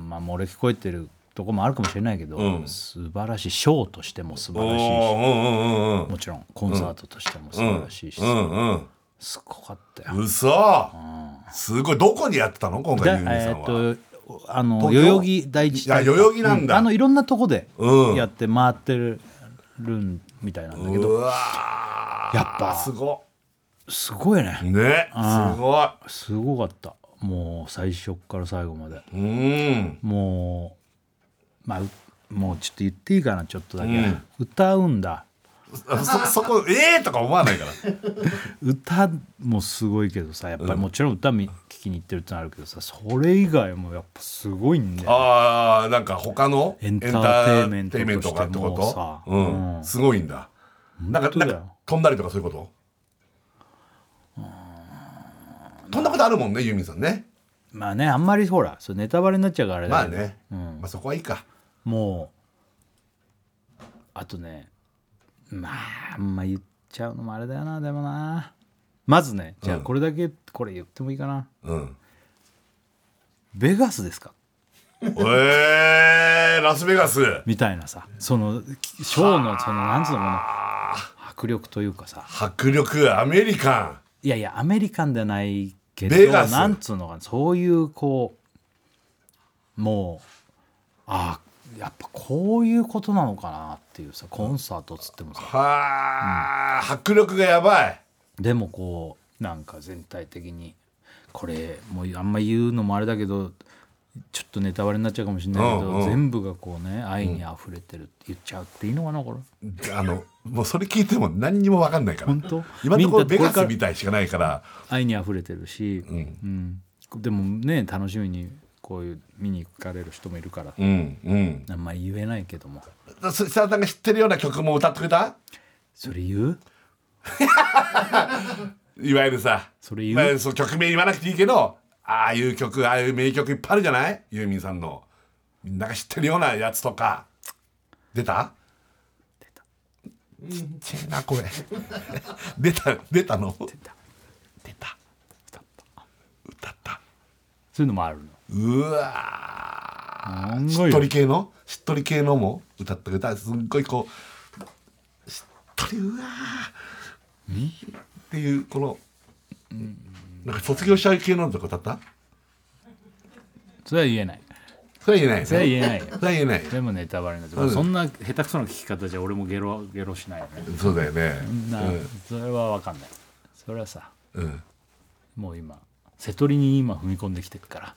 Speaker 1: まあ漏れ聞こえてるとこもあるかもしれないけど、
Speaker 2: うん
Speaker 1: 素晴らしいショーとしても素
Speaker 2: お
Speaker 1: 晴らしいし
Speaker 2: ーうんうんうんうん
Speaker 1: もちろんコンサートとしても素晴らしいし、
Speaker 2: うんうん
Speaker 1: すごかったよ。
Speaker 2: うそすごいどこでやってたの今回
Speaker 1: だ
Speaker 2: ユーミンさ
Speaker 1: え
Speaker 2: ん
Speaker 1: ー
Speaker 2: は
Speaker 1: っとあの
Speaker 2: 東
Speaker 1: 代
Speaker 2: 京
Speaker 1: 々木第一体育
Speaker 2: いや代々木なんだ
Speaker 1: うあのいろんなとこで
Speaker 2: うん
Speaker 1: やって回ってるるんみたいなんだけど、
Speaker 2: うわー
Speaker 1: やっぱ
Speaker 2: すご
Speaker 1: すごいね
Speaker 2: いね
Speaker 1: あー
Speaker 2: すごい
Speaker 1: すごかったもう最初から最後まで
Speaker 2: うん
Speaker 1: もうまあうもうちょっと言っていいかなちょっとだけ、
Speaker 2: うん
Speaker 1: 歌うんだ
Speaker 2: そ (laughs) そこええー、とか思わないから
Speaker 1: 歌もすごいけどさやっぱりもちろん歌見聞きに行ってるってのあるけどさそれ以外もやっぱすごいんだよ
Speaker 2: ああなんか他の
Speaker 1: エンターテイメント
Speaker 2: エターテイメとかって
Speaker 1: としてもさ
Speaker 2: ことうん
Speaker 1: うん
Speaker 2: すごいんだなんか
Speaker 1: 本当
Speaker 2: なん
Speaker 1: だよ
Speaker 2: か飛んだりとかそういうこと飛んだことあるもんねユーミンさんね
Speaker 1: まあねあんまりほらそうネタバレになっちゃうからあれ
Speaker 2: ま
Speaker 1: だ
Speaker 2: あ
Speaker 1: けど、
Speaker 2: ね、
Speaker 1: うん
Speaker 2: まあそこはいいか
Speaker 1: もうあとねまああんま言っちゃうのもあれだよなでもなまずねじゃあ
Speaker 2: うん
Speaker 1: これだけ、これ言ってもいいかな
Speaker 2: うん
Speaker 1: ベガスですか
Speaker 2: えー、ラスベガス
Speaker 1: みたいなさそのきショーのそのなんつうのかな迫力というかさ
Speaker 2: 迫力アメリカ
Speaker 1: いやいやアメリカンではないけど
Speaker 2: ベガス
Speaker 1: なんつうのかなそういうこうもうああやっぱこういうことなのかなっていうさコンサートっつっても
Speaker 2: ン
Speaker 1: さ
Speaker 2: はあ、迫力がやばい
Speaker 1: でもこうなんか全体的にこれもうあんま言うのもあれだけどちょっとネタバレになっちゃうかもしれないけど、
Speaker 2: うんうん
Speaker 1: 全部がこうね愛にあふれてるって言っちゃうっていいのかなこれ
Speaker 2: あのもうそれ聞いても何にも分かんないから
Speaker 1: 本当
Speaker 2: 今のところベガス
Speaker 1: み
Speaker 2: みたいしかないから
Speaker 1: 愛にあふれてるし、うんでもね楽しみにこういう見に行かれる人もいるから、
Speaker 2: うんうん
Speaker 1: あんまり言えないけども
Speaker 2: そ設楽さんが知ってるような曲も歌ってくれた
Speaker 1: それ言う
Speaker 2: いわゆるさ
Speaker 1: それ言う
Speaker 2: まあ、その曲名言わなくていいけどああいう曲ああいう名曲いっぱいあるじゃないユーミンさんのみんなが知ってるようなやつとか出た出たちっちゃいなこれ (laughs) 出た出たの出た出た
Speaker 1: 歌った
Speaker 2: 歌った
Speaker 1: そういうのもあるの
Speaker 2: うわ
Speaker 1: 案
Speaker 2: ーし
Speaker 1: 外
Speaker 2: っとり系のしっとり系のも歌ってくれたすっごいこうしっとりうわーっていうこのなんか卒業したい系のとか歌った
Speaker 1: それは言えない
Speaker 2: それは言えないよね
Speaker 1: それは言えないよ
Speaker 2: それは言えないよ
Speaker 1: でもネタバレになってまあそんな下手くそな聞き方じゃ俺もゲロゲロしないよね
Speaker 2: そうだよね
Speaker 1: な、それは分かんないそれはさ
Speaker 2: うん、うん、
Speaker 1: もう今瀬戸りに今踏み込んできてるから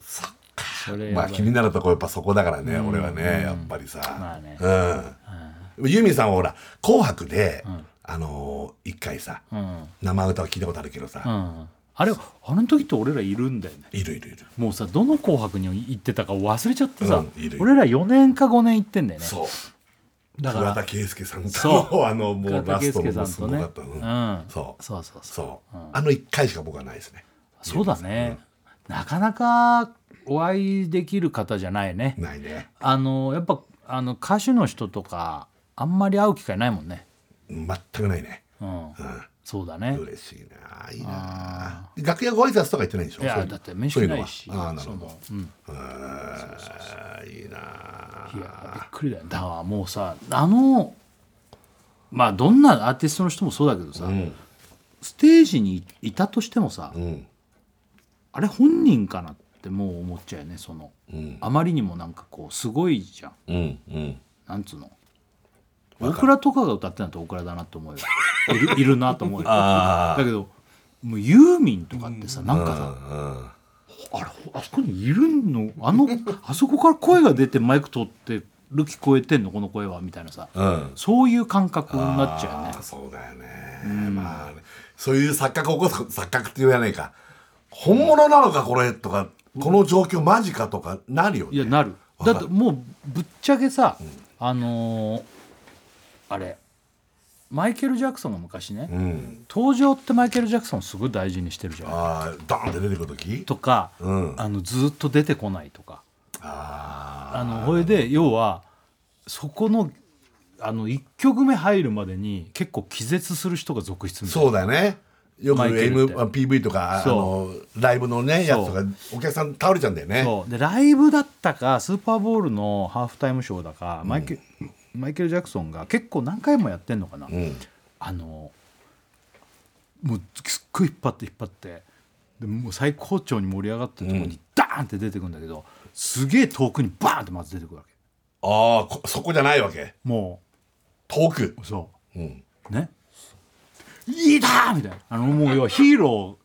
Speaker 2: そっ
Speaker 1: それ
Speaker 2: ま
Speaker 1: は
Speaker 2: あ気になるとこやっぱそこだからね、俺はねやっぱりさ、
Speaker 1: まあね
Speaker 2: うん、ユーミンさんはほら「紅白で」あのー一回さ、
Speaker 1: うん
Speaker 2: 生歌を聞いたことあるけどさ、
Speaker 1: うんあれあの時って俺らいるんだよね
Speaker 2: いるいるいる
Speaker 1: もうさどの「紅白」に行ってたか忘れちゃってさ、
Speaker 2: うんいる
Speaker 1: 俺ら4年か5年行ってんだよね
Speaker 2: そう
Speaker 1: だから
Speaker 2: 桑田佳祐さんと
Speaker 1: そ
Speaker 2: の (laughs) あのもう
Speaker 1: 桑
Speaker 2: ラ
Speaker 1: 田佳
Speaker 2: ストの
Speaker 1: 祐
Speaker 2: も
Speaker 1: さ
Speaker 2: す
Speaker 1: んと
Speaker 2: ご
Speaker 1: ね
Speaker 2: かった、うん
Speaker 1: うん
Speaker 2: そう
Speaker 1: そうそうそう
Speaker 2: そう、あの一回しか僕はないですね
Speaker 1: そうだね、なかなかお会いできる方じゃないね、
Speaker 2: ないね
Speaker 1: あのやっぱあの歌手の人とかあんまり会う機会ないもんね
Speaker 2: 全くないね
Speaker 1: うん、
Speaker 2: うん
Speaker 1: そうだね
Speaker 2: 嬉しいないいな楽屋ご挨拶とか言ってないでしょ
Speaker 1: いや
Speaker 2: そうう
Speaker 1: だって面識ないし
Speaker 2: そういうのはああなるほど
Speaker 1: そのうん
Speaker 2: ああいいない
Speaker 1: やびっくりだよだからもうさあのまあどんなアーティストの人もそうだけどさ、ステージにいたとしてもさ、
Speaker 2: うん
Speaker 1: あれ本人かなってもう思っちゃうよねその、
Speaker 2: うん
Speaker 1: あまりにもなんかこうすごいじゃん
Speaker 2: うんうん
Speaker 1: なんつうの大倉とかが歌ってんだと大倉だなと思うよいるいるなと思うよだ
Speaker 2: あ
Speaker 1: けどもうユーミンとかってさ、なんかさ
Speaker 2: あ
Speaker 1: あれあそこにいるのあのあそこから声が出てマイク取ってる聞こえてんのこの声はみたいなさ
Speaker 2: うん
Speaker 1: そういう感覚になっちゃうよね
Speaker 2: あーそうだよね、まあねそういう錯覚を起こす錯覚って言わないか本物なのかこれとかこの状況マジかとかなるよね
Speaker 1: いやなる
Speaker 2: わか
Speaker 1: だ
Speaker 2: る
Speaker 1: ってもうぶっちゃけさ、あのーあれマイケル・ジャクソンが昔ね、
Speaker 2: うん
Speaker 1: 登場ってマイケル・ジャクソンすごい大事にしてるじゃん
Speaker 2: ああドーンって出てくる時
Speaker 1: とか、
Speaker 2: うん
Speaker 1: あのずっと出てこないとか
Speaker 2: あ
Speaker 1: あのそれで要はそこのあの1曲目入るまでに結構気絶する人が続出
Speaker 2: ー
Speaker 1: みたいな
Speaker 2: そうだよねよく
Speaker 1: マイケル
Speaker 2: M
Speaker 1: って
Speaker 2: PV とかあの
Speaker 1: そ
Speaker 2: ライブのねやつと
Speaker 1: そ
Speaker 2: かお客さん倒れちゃうんだよね
Speaker 1: そうでライブだったかスーパーボールのハーフタイムショーだか、マイケルマイケル・ジャクソンが結構何回もやってんのかな、
Speaker 2: うん
Speaker 1: あのもうすっごい引っ張って引っ張ってでもう最高潮に盛り上がったところにダーンって出てくるんだけど、すげえ遠くにバーンってまず出てくるわけ
Speaker 2: ああこそこじゃないわけ
Speaker 1: も
Speaker 2: 遠く
Speaker 1: うそ
Speaker 2: うん
Speaker 1: うねいいだーみたいなあのもう要はヒーロ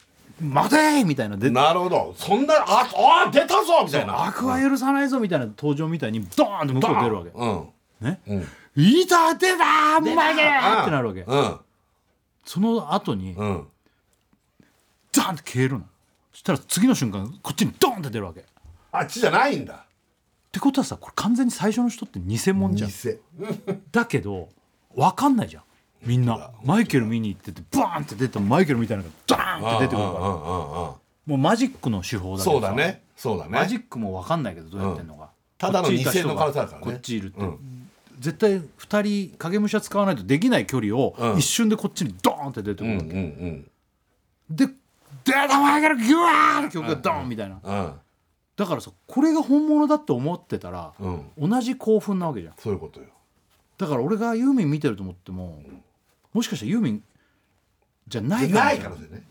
Speaker 1: ー待てーみたいな出て
Speaker 2: なるほどそんなああー出たぞみたいな
Speaker 1: 悪は許さないぞみたいな登場みたいにドーンって向こう出るわけ
Speaker 2: うん
Speaker 1: ね
Speaker 2: うん
Speaker 1: いいだー出たーうまいねー
Speaker 2: あ
Speaker 1: ってなるわけ
Speaker 2: うん
Speaker 1: その後に
Speaker 2: うん
Speaker 1: ダーンって消えるのそしたら次の瞬間こっちにドーンって出るわけ
Speaker 2: あっちじゃないんだ
Speaker 1: ってことはさこれ完全に最初の人って偽物じゃん
Speaker 2: 偽
Speaker 1: だけど分かんないじゃんみんなマイケル見に行っててバーンって出たマイケルみたいなのがダーンって出てくる
Speaker 2: うん
Speaker 1: か
Speaker 2: う
Speaker 1: ら
Speaker 2: んうんうん
Speaker 1: もうマジックの手法だけど
Speaker 2: そう
Speaker 1: さ
Speaker 2: だねそうだね
Speaker 1: マジックも分かんないけどどうやってんのか、
Speaker 2: ただの
Speaker 1: こっちい人が
Speaker 2: 偽の可能性あるからね
Speaker 1: こっちいるって、
Speaker 2: うん
Speaker 1: 絶対2人影武者使わないとできない距離を
Speaker 2: うん
Speaker 1: 一瞬でこっちにドーンって出て
Speaker 2: う
Speaker 1: く
Speaker 2: ん
Speaker 1: る
Speaker 2: う
Speaker 1: わ
Speaker 2: ん
Speaker 1: け、
Speaker 2: うん
Speaker 1: で「出たマイケルギュワー!」って曲がドーンみたいな
Speaker 2: うん
Speaker 1: だからさこれが本物だって思ってたら、
Speaker 2: うん
Speaker 1: 同じ興奮なわけじゃん
Speaker 2: そういうことよ
Speaker 1: だから俺がユーミン見てると思ってももしかしたらユーミンじゃないかもし
Speaker 2: な
Speaker 1: れ
Speaker 2: い
Speaker 1: な
Speaker 2: か
Speaker 1: い
Speaker 2: らね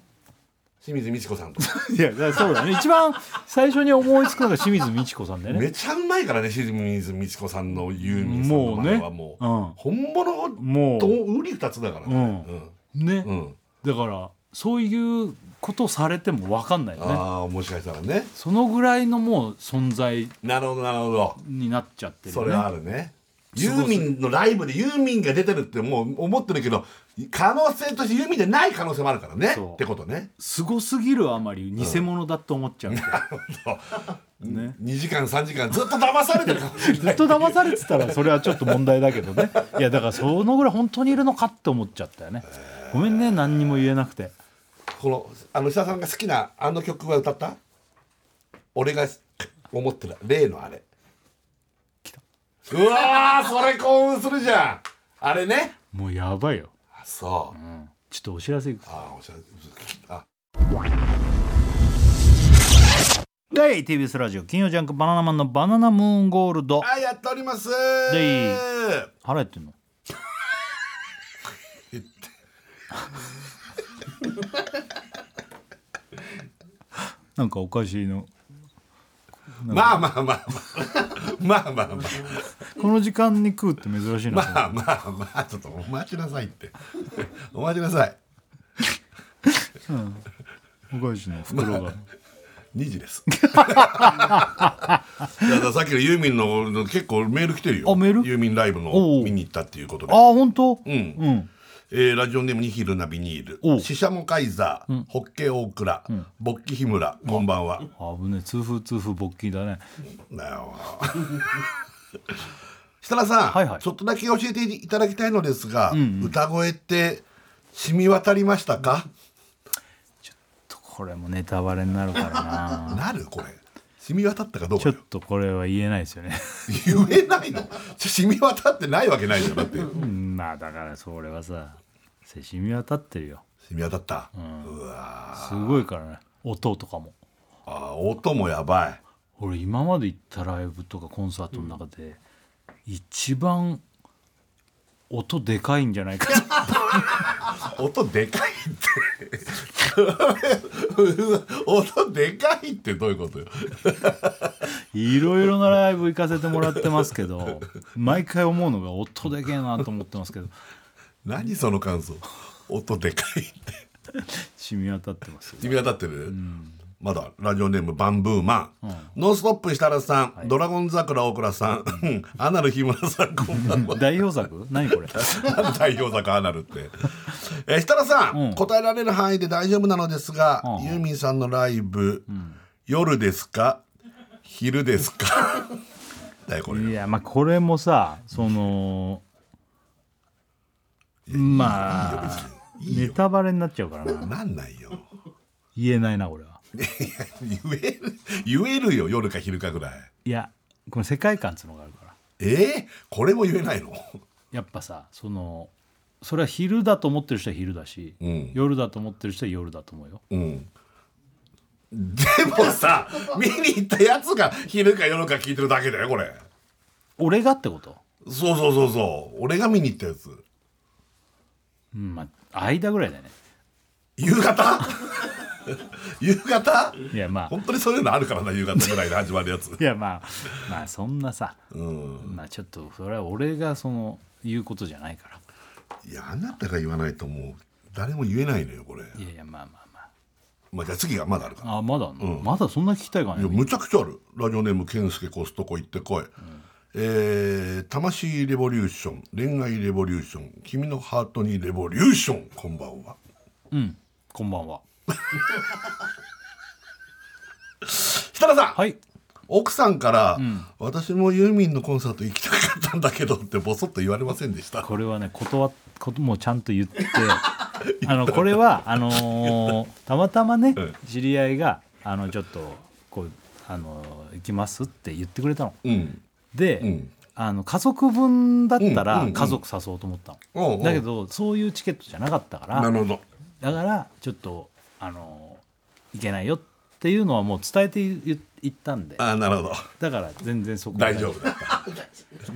Speaker 2: 清水美智子さんとか
Speaker 1: いやだからそうだね一番最初に思いつくのが清水美智子さんだよね
Speaker 2: めちゃうまいからね清水美智子さんのユーミンさんの前はもう
Speaker 1: も
Speaker 2: 本物
Speaker 1: も
Speaker 2: と売り二つだからね
Speaker 1: うね、
Speaker 2: うんうん
Speaker 1: だからそういうことされても分かんないよね
Speaker 2: ああもしかしたらね
Speaker 1: そのぐらいのもう存在
Speaker 2: なるほどなるほど
Speaker 1: になっちゃってる
Speaker 2: そ
Speaker 1: よ
Speaker 2: れ
Speaker 1: ね
Speaker 2: はあるねユーミンのライブでユーミンが出てるってもう思ってるけど可能性としてユーミンでない可能性もあるからね
Speaker 1: そう
Speaker 2: ってことね
Speaker 1: すごすぎるあまり偽物だと思っちゃう、 (laughs) ね
Speaker 2: 2時間3時間ずっと騙されてるかもしれ
Speaker 1: (laughs) ず
Speaker 2: な
Speaker 1: っ
Speaker 2: い
Speaker 1: と騙されてたらそれはちょっと問題だけどね (laughs) いやだからそのぐらい本当にいるのかって思っちゃったよねごめんね何にも言えなくて
Speaker 2: このあの設田さんが好きなあの曲は歌った俺が思ってる例のあれうわーそれ興奮するじゃんあれね
Speaker 1: もうやばいよ、
Speaker 2: あそう
Speaker 1: うん、ちょっとお知らせいく
Speaker 2: あおしゃれあ
Speaker 1: はい TBS ラジオ金曜ジャンク「バナナマンのバナナムーンゴールド
Speaker 2: あやっております
Speaker 1: でいい腹減ってんの
Speaker 2: 言って
Speaker 1: なんかおかしいの
Speaker 2: まあまあまあ
Speaker 1: (laughs)
Speaker 2: まあまあまあまあ
Speaker 1: この時間に食うって珍しいな、
Speaker 2: まあまあまあちょっとお待ちなさいってお待ちなさい
Speaker 1: おかしいの袋 (laughs) が、
Speaker 2: 2時ですいやだからさっきのユーミンのの結構メール来てるよ
Speaker 1: あメール
Speaker 2: ユーミンライブ
Speaker 1: おう
Speaker 2: の見に行ったっていうことで
Speaker 1: あ、あ本当うんうん
Speaker 2: えーラジオネームニヒルなビニー
Speaker 1: お
Speaker 2: ル
Speaker 1: う
Speaker 2: シシャモカイザー、ホッケオークラ、ボッキヒムラこんばんは
Speaker 1: 危ねえ痛風痛風勃起だね
Speaker 2: だよ (laughs) 設楽さん、
Speaker 1: はいはい
Speaker 2: ちょっとだけ教えていただきたいのですが、歌声って染み渡りましたか、
Speaker 1: これもネタバレになるから (laughs) な
Speaker 2: なるこれ染み渡ったかどう
Speaker 1: ちょ
Speaker 2: か
Speaker 1: っとこれは言えないですよね (laughs)
Speaker 2: 言えないのちょ染み渡ってないわけないじゃんだって染
Speaker 1: うんまあだからそれはさせしみ渡ってるよ
Speaker 2: み渡った、うわ
Speaker 1: すごいからね音とかも
Speaker 2: ーあー音もやばい
Speaker 1: 俺今まで行ったライブとかコンサートの中で一番音でかいんじゃないかと (laughs)
Speaker 2: 音でかいって音でかいってどういうことよ
Speaker 1: いろいろなライブ行かせてもらってますけど毎回思うのが音でけえなと思ってますけど
Speaker 2: 何その感想音でかいって
Speaker 1: 染み渡ってますよ
Speaker 2: 染み渡ってる、まだラジオネームバンブーマン、ノンストップ設楽さん、ドラゴン桜大倉さん、アナル日村さんこんばんは
Speaker 1: 代表 (laughs) 作何これ
Speaker 2: (laughs) 代表作アナルって、えー設楽さん、
Speaker 1: うん
Speaker 2: 答えられる範囲で大丈夫なのですが、
Speaker 1: うん
Speaker 2: ユーミンさんのライブ、夜ですか昼です
Speaker 1: (laughs)
Speaker 2: かだよこれ
Speaker 1: いやまあこれもさそのまあ
Speaker 2: いいよ
Speaker 1: ネタバレになっちゃうからな
Speaker 2: なんないよ
Speaker 1: 言えないな俺はい
Speaker 2: や言える言えるよ夜か昼かぐらい
Speaker 1: いやこの世界観っつうのがあるから
Speaker 2: えー、これも言えないの
Speaker 1: やっぱさそのそれは昼だと思ってる人は昼だし、
Speaker 2: うん
Speaker 1: 夜だと思ってる人は夜だと思うよ
Speaker 2: うんでもさ見に行ったやつが昼か夜か聞いてるだけだよこれ
Speaker 1: 俺がってこと
Speaker 2: そうそうそうそう俺が見に行ったやつ
Speaker 1: うんまあ間ぐらいだよね
Speaker 2: 夕方 (laughs) 夕方
Speaker 1: いやまあ
Speaker 2: 本当にそういうのあるからな夕方ぐらいで始まるや
Speaker 1: (laughs)
Speaker 2: つ
Speaker 1: いやまあまあそんなさ
Speaker 2: うん
Speaker 1: まあちょっとそれは俺がその言うことじゃないから
Speaker 2: いやあなたが言わないともう誰も言えないのよこれ
Speaker 1: いやいやまあまあまあ
Speaker 2: まあじゃあ次がまだあるから
Speaker 1: あまだあんの、まだそんな聞きたいか
Speaker 2: い
Speaker 1: ね
Speaker 2: やむちゃくちゃあるラジオネーム健介コストコ行ってこい、えー魂レボリューション恋愛レボリューション君のハートにレボリューションこんばんは
Speaker 1: うんこんばんは
Speaker 2: 設楽さん、
Speaker 1: はい
Speaker 2: 奥さんから、私もユーミンのコンサート行きたかったんだけど」ってボソッと言われませんでした
Speaker 1: これはね断っこともちゃんと
Speaker 2: (laughs)
Speaker 1: 言ってあのこれはあのーたまたまね
Speaker 2: うん
Speaker 1: 知り合いがあのちょっとこうあのー行きますって言ってくれたの
Speaker 2: うん
Speaker 1: で、
Speaker 2: うん
Speaker 1: あの家族分だった
Speaker 2: うんうんう
Speaker 1: ら
Speaker 2: ん
Speaker 1: 家族誘おうと思ったの、
Speaker 2: おうおう
Speaker 1: だけどそういうチケットじゃなかったから
Speaker 2: なるほど
Speaker 1: だからちょっとあのいけないよっていうのはもう伝えて言言ったんで
Speaker 2: ああなるほど
Speaker 1: だから全然そこ
Speaker 2: 大丈夫だ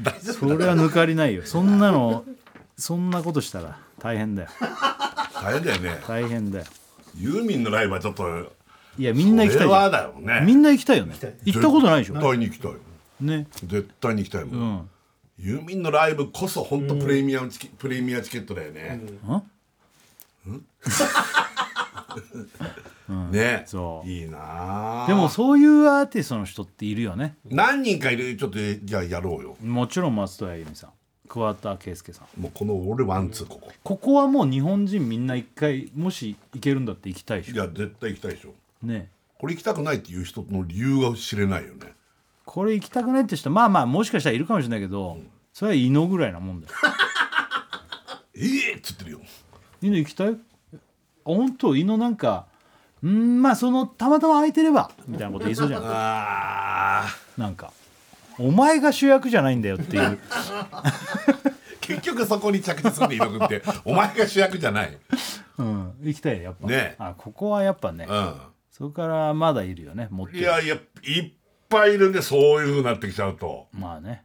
Speaker 2: 大丈
Speaker 1: そ
Speaker 2: 夫だ
Speaker 1: れは抜かりないよそんなのそんなことしたら大変だよ
Speaker 2: 大変だよね
Speaker 1: 大変だよ
Speaker 2: ユーミンのライブはちょっと
Speaker 1: いやみんな行きた
Speaker 2: そ
Speaker 1: いじ
Speaker 2: れ
Speaker 1: ゃ
Speaker 2: は
Speaker 1: ん
Speaker 2: だよね
Speaker 1: みんな行きたいよね行ったことないでし
Speaker 2: 絶
Speaker 1: ょ
Speaker 2: 対に行きたい
Speaker 1: ね
Speaker 2: 絶対に行きたいも、
Speaker 1: うんん
Speaker 2: ユーミンのライブこそ本当プレミアムチケ、プレミアチケットだよね。うん、ね、
Speaker 1: そう
Speaker 2: いいなあ。
Speaker 1: でもそういうアーティストの人っているよね
Speaker 2: 何人かいるちょっとじゃあやろうよ。
Speaker 1: もちろん松任谷由実さん桑田佳祐さん
Speaker 2: もうこの俺ワンツーここ。
Speaker 1: ここはもう日本人みんな一回もし行けるんだって行きたいで
Speaker 2: い
Speaker 1: しょ
Speaker 2: や絶対行きたいでしょ。
Speaker 1: ね
Speaker 2: これ行きたくないっていう人の理由が知れないよね。
Speaker 1: これ行きたくないって人まあまあもしかしたらいるかもしれないけど、それは犬ぐらいなもんだよ
Speaker 2: ええっつってるよ。
Speaker 1: 犬行きたいあ本当犬なんかうんまあそのたまたま空いてればみたいなこと言いそうじ
Speaker 2: (laughs)
Speaker 1: ゃん
Speaker 2: ああ。
Speaker 1: なんかお前が主役じゃないんだよっ
Speaker 2: (laughs)
Speaker 1: ていう
Speaker 2: 結局そこに着地するんで伊野くんってお前が主役じゃない。
Speaker 1: うん行きたいよやっぱ
Speaker 2: ね
Speaker 1: あここはやっぱね
Speaker 2: うん。
Speaker 1: それからまだいるよね持って
Speaker 2: い
Speaker 1: る
Speaker 2: やいやいっぱいいるんでそういう風になってきちゃうと。
Speaker 1: まあね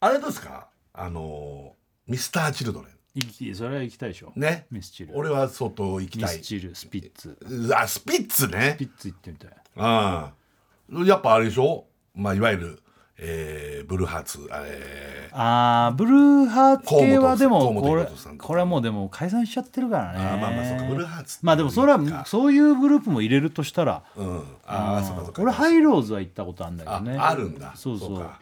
Speaker 2: あれどうですかあのーミスター・チルドレ
Speaker 1: 行きそれは行きたいでしょ
Speaker 2: ンね
Speaker 1: ミスチル
Speaker 2: 俺は相当行き
Speaker 1: ミ
Speaker 2: た
Speaker 1: ス
Speaker 2: い
Speaker 1: チルスピッツ
Speaker 2: あスピッツね
Speaker 1: スピッツ行ってみたい
Speaker 2: うんやっぱあれでしょまあいわゆる、えーブルーハーツえ
Speaker 1: あーブルーハーツ系はで
Speaker 2: 河
Speaker 1: も
Speaker 2: 本
Speaker 1: これ
Speaker 2: 河本さんとか
Speaker 1: これはもうでも解散しちゃってるからね
Speaker 2: あーまあまあそうかブルーハーツ
Speaker 1: まあでもそれはそういうグループも入れるとしたら
Speaker 2: ー、うんああそうかそうか
Speaker 1: 俺ハイローズは行ったことあるんだけど
Speaker 2: あ
Speaker 1: ね
Speaker 2: あるんだ
Speaker 1: そうそうそう
Speaker 2: か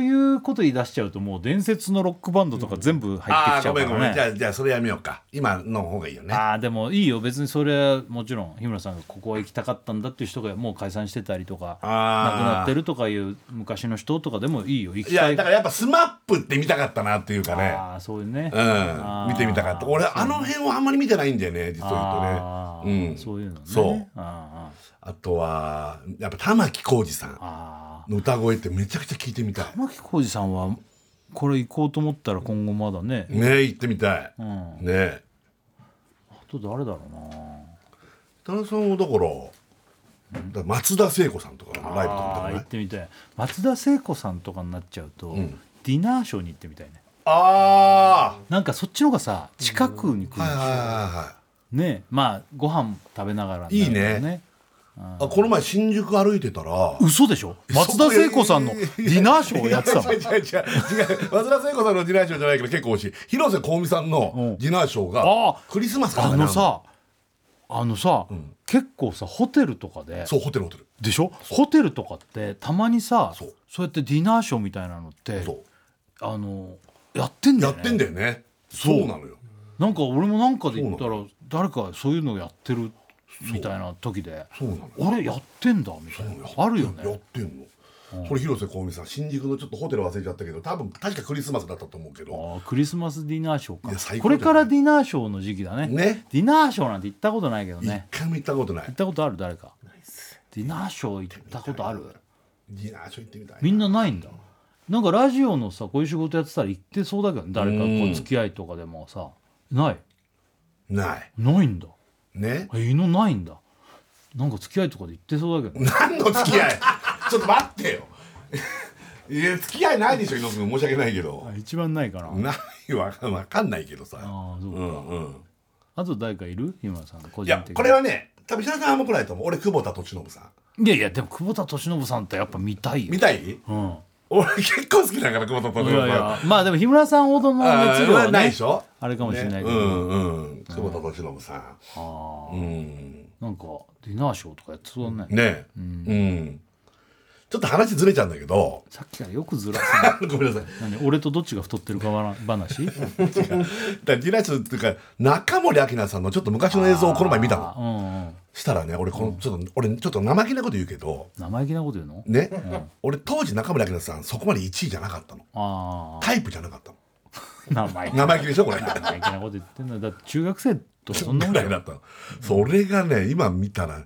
Speaker 1: いうこと言い出しちゃうともう伝説のロックバンドとか全部入って
Speaker 2: あ
Speaker 1: き
Speaker 2: あ
Speaker 1: ちゃ
Speaker 2: ご
Speaker 1: うか
Speaker 2: めんごめん、
Speaker 1: ら
Speaker 2: じゃ
Speaker 1: ね
Speaker 2: あじゃあそれやめようか今の方がいいよね
Speaker 1: あーでもいいよ別にそれはもちろん日村さんがここは行きたかったんだっていう人がもう解散してたりとか亡く
Speaker 2: あー
Speaker 1: なってるとかいう昔の人とかでもいいよ行
Speaker 2: い
Speaker 1: きた
Speaker 2: や
Speaker 1: い
Speaker 2: だからやっぱスマップって見たかったなっていうかね
Speaker 1: ああそういうね
Speaker 2: うん見てみたかった俺あの辺はあんまり見てないんだよね実
Speaker 1: あ
Speaker 2: は
Speaker 1: ー
Speaker 2: 言うとね、うん、
Speaker 1: そういうのね
Speaker 2: そう
Speaker 1: あ
Speaker 2: あとはやっぱ玉置浩二さん
Speaker 1: ーあー
Speaker 2: の歌声ってめちゃくちゃ聞いてみたい
Speaker 1: 玉置浩二さんはこれ行こうと思ったら今後まだね
Speaker 2: ね行ってみたい、ね
Speaker 1: ん
Speaker 2: え
Speaker 1: あと誰だろう
Speaker 2: 田中さんはだからだから松田聖子さんとかの
Speaker 1: な
Speaker 2: ライブとか見た
Speaker 1: あ
Speaker 2: こと
Speaker 1: ー行
Speaker 2: な
Speaker 1: っ
Speaker 2: い
Speaker 1: てみたい松田聖子さんとかになっちゃうと、ディナーショーに行ってみたいね
Speaker 2: あ
Speaker 1: なんかそっちの方がさ近くに来
Speaker 2: あ
Speaker 1: る
Speaker 2: はい
Speaker 1: でし
Speaker 2: はい
Speaker 1: ょ、
Speaker 2: はいはい
Speaker 1: ねまあご飯食べながらになるから
Speaker 2: いいねあこの前新宿歩いてたら
Speaker 1: 嘘でしょ松田聖子さんのディナーショーをやってた
Speaker 2: (laughs)
Speaker 1: の
Speaker 2: 違う違う違う違う松田聖子さんのディナーショーじゃないけど結構惜しい広瀬香美さんのディナーショー
Speaker 1: あ
Speaker 2: が
Speaker 1: あ
Speaker 2: クリスマスかな
Speaker 1: あのさあのさ、
Speaker 2: うん
Speaker 1: 結構さホテルとかで
Speaker 2: そうホテルホテル
Speaker 1: でしょホテルとかってたまにさそ
Speaker 2: そうう
Speaker 1: やってディナーショーみたいなのって
Speaker 2: そ
Speaker 1: あのやってん
Speaker 2: う
Speaker 1: だ
Speaker 2: や
Speaker 1: よ、ね、
Speaker 2: ってんだよねそうなのよ
Speaker 1: なんか俺もなんかで言ったら
Speaker 2: そ
Speaker 1: 誰かそういうのやってるみたいな時で
Speaker 2: そうなの
Speaker 1: あれやってんだみたいなあるよ
Speaker 2: や
Speaker 1: ね
Speaker 2: ってんのこれ広瀬香美さん新宿のちょっとホテル忘れちゃったけど多分確かクリスマスだったと思うけど
Speaker 1: あークリスマスディナーショ
Speaker 2: いや
Speaker 1: ーか
Speaker 2: 最高だ
Speaker 1: これ
Speaker 2: よね
Speaker 1: からディナーショーの時期だね
Speaker 2: ね
Speaker 1: ディナーショーなんて行ったことないけど
Speaker 2: 一
Speaker 1: ね
Speaker 2: 回も行ったことな
Speaker 1: 行っ
Speaker 2: い
Speaker 1: たことある誰かディナーショー行ったことある
Speaker 2: ディナーショー行ってみたい
Speaker 1: みんなないんだなんかラジオのさこういう仕事やってたら行ってそうだけどね誰かこ
Speaker 2: う
Speaker 1: うん付き合いとかでもさない
Speaker 2: ない
Speaker 1: ないんだ
Speaker 2: ね
Speaker 1: えいのないんだなんか付き合いとかで行ってそうだけどね
Speaker 2: 何の付き
Speaker 1: (laughs)
Speaker 2: 合いちょっと待ってよいや付き合いないでしょ猪野君申し訳ないけど
Speaker 1: 一番ないかな
Speaker 2: ないわわかんないけどさ
Speaker 1: ああそううん
Speaker 2: うん
Speaker 1: あと誰かいる日村さん個
Speaker 2: い
Speaker 1: 人
Speaker 2: や
Speaker 1: 的に
Speaker 2: これはね多分平田さんも来ないと思う俺久保田利伸さん
Speaker 1: いやいやでも久保田利伸さんってやっぱ見たいよ
Speaker 2: 見たい
Speaker 1: うん
Speaker 2: 俺結構好きだから久保田利
Speaker 1: い
Speaker 2: 伸さ
Speaker 1: や
Speaker 2: ん
Speaker 1: いやまあでも日村さんほどの
Speaker 2: あ
Speaker 1: 熱量は
Speaker 2: ーない
Speaker 1: ね
Speaker 2: でしょ
Speaker 1: あれかもしれないけど
Speaker 2: ねうんうん久保田利伸さん
Speaker 1: あ
Speaker 2: う
Speaker 1: あ
Speaker 2: ん
Speaker 1: なんかディナーショーとかやってそうだね
Speaker 2: ねうん、ちょっと話ずれちゃうんだけど (laughs)
Speaker 1: さっきからよくずらすな
Speaker 2: ごめんなさい
Speaker 1: 何俺とどっちが太ってるかわら話
Speaker 2: だからディナーショーっていうか中森明菜さんのちょっと昔の映像をこの前見た
Speaker 1: あ
Speaker 2: の
Speaker 1: うんうん
Speaker 2: したらね俺このちょっと俺ちょっと生意気なこと言うけど
Speaker 1: 生意気なこと言うの
Speaker 2: ね、俺当時中森明菜さんそこまで1位じゃなかったの
Speaker 1: ああ
Speaker 2: タイプじゃなかったの
Speaker 1: 生意気
Speaker 2: 生意気でしょこれ (laughs)
Speaker 1: 生意気なこと言ってんだだって中学生とかそんなもん
Speaker 2: ぐら
Speaker 1: だよ
Speaker 2: いだったのそれがね今見たら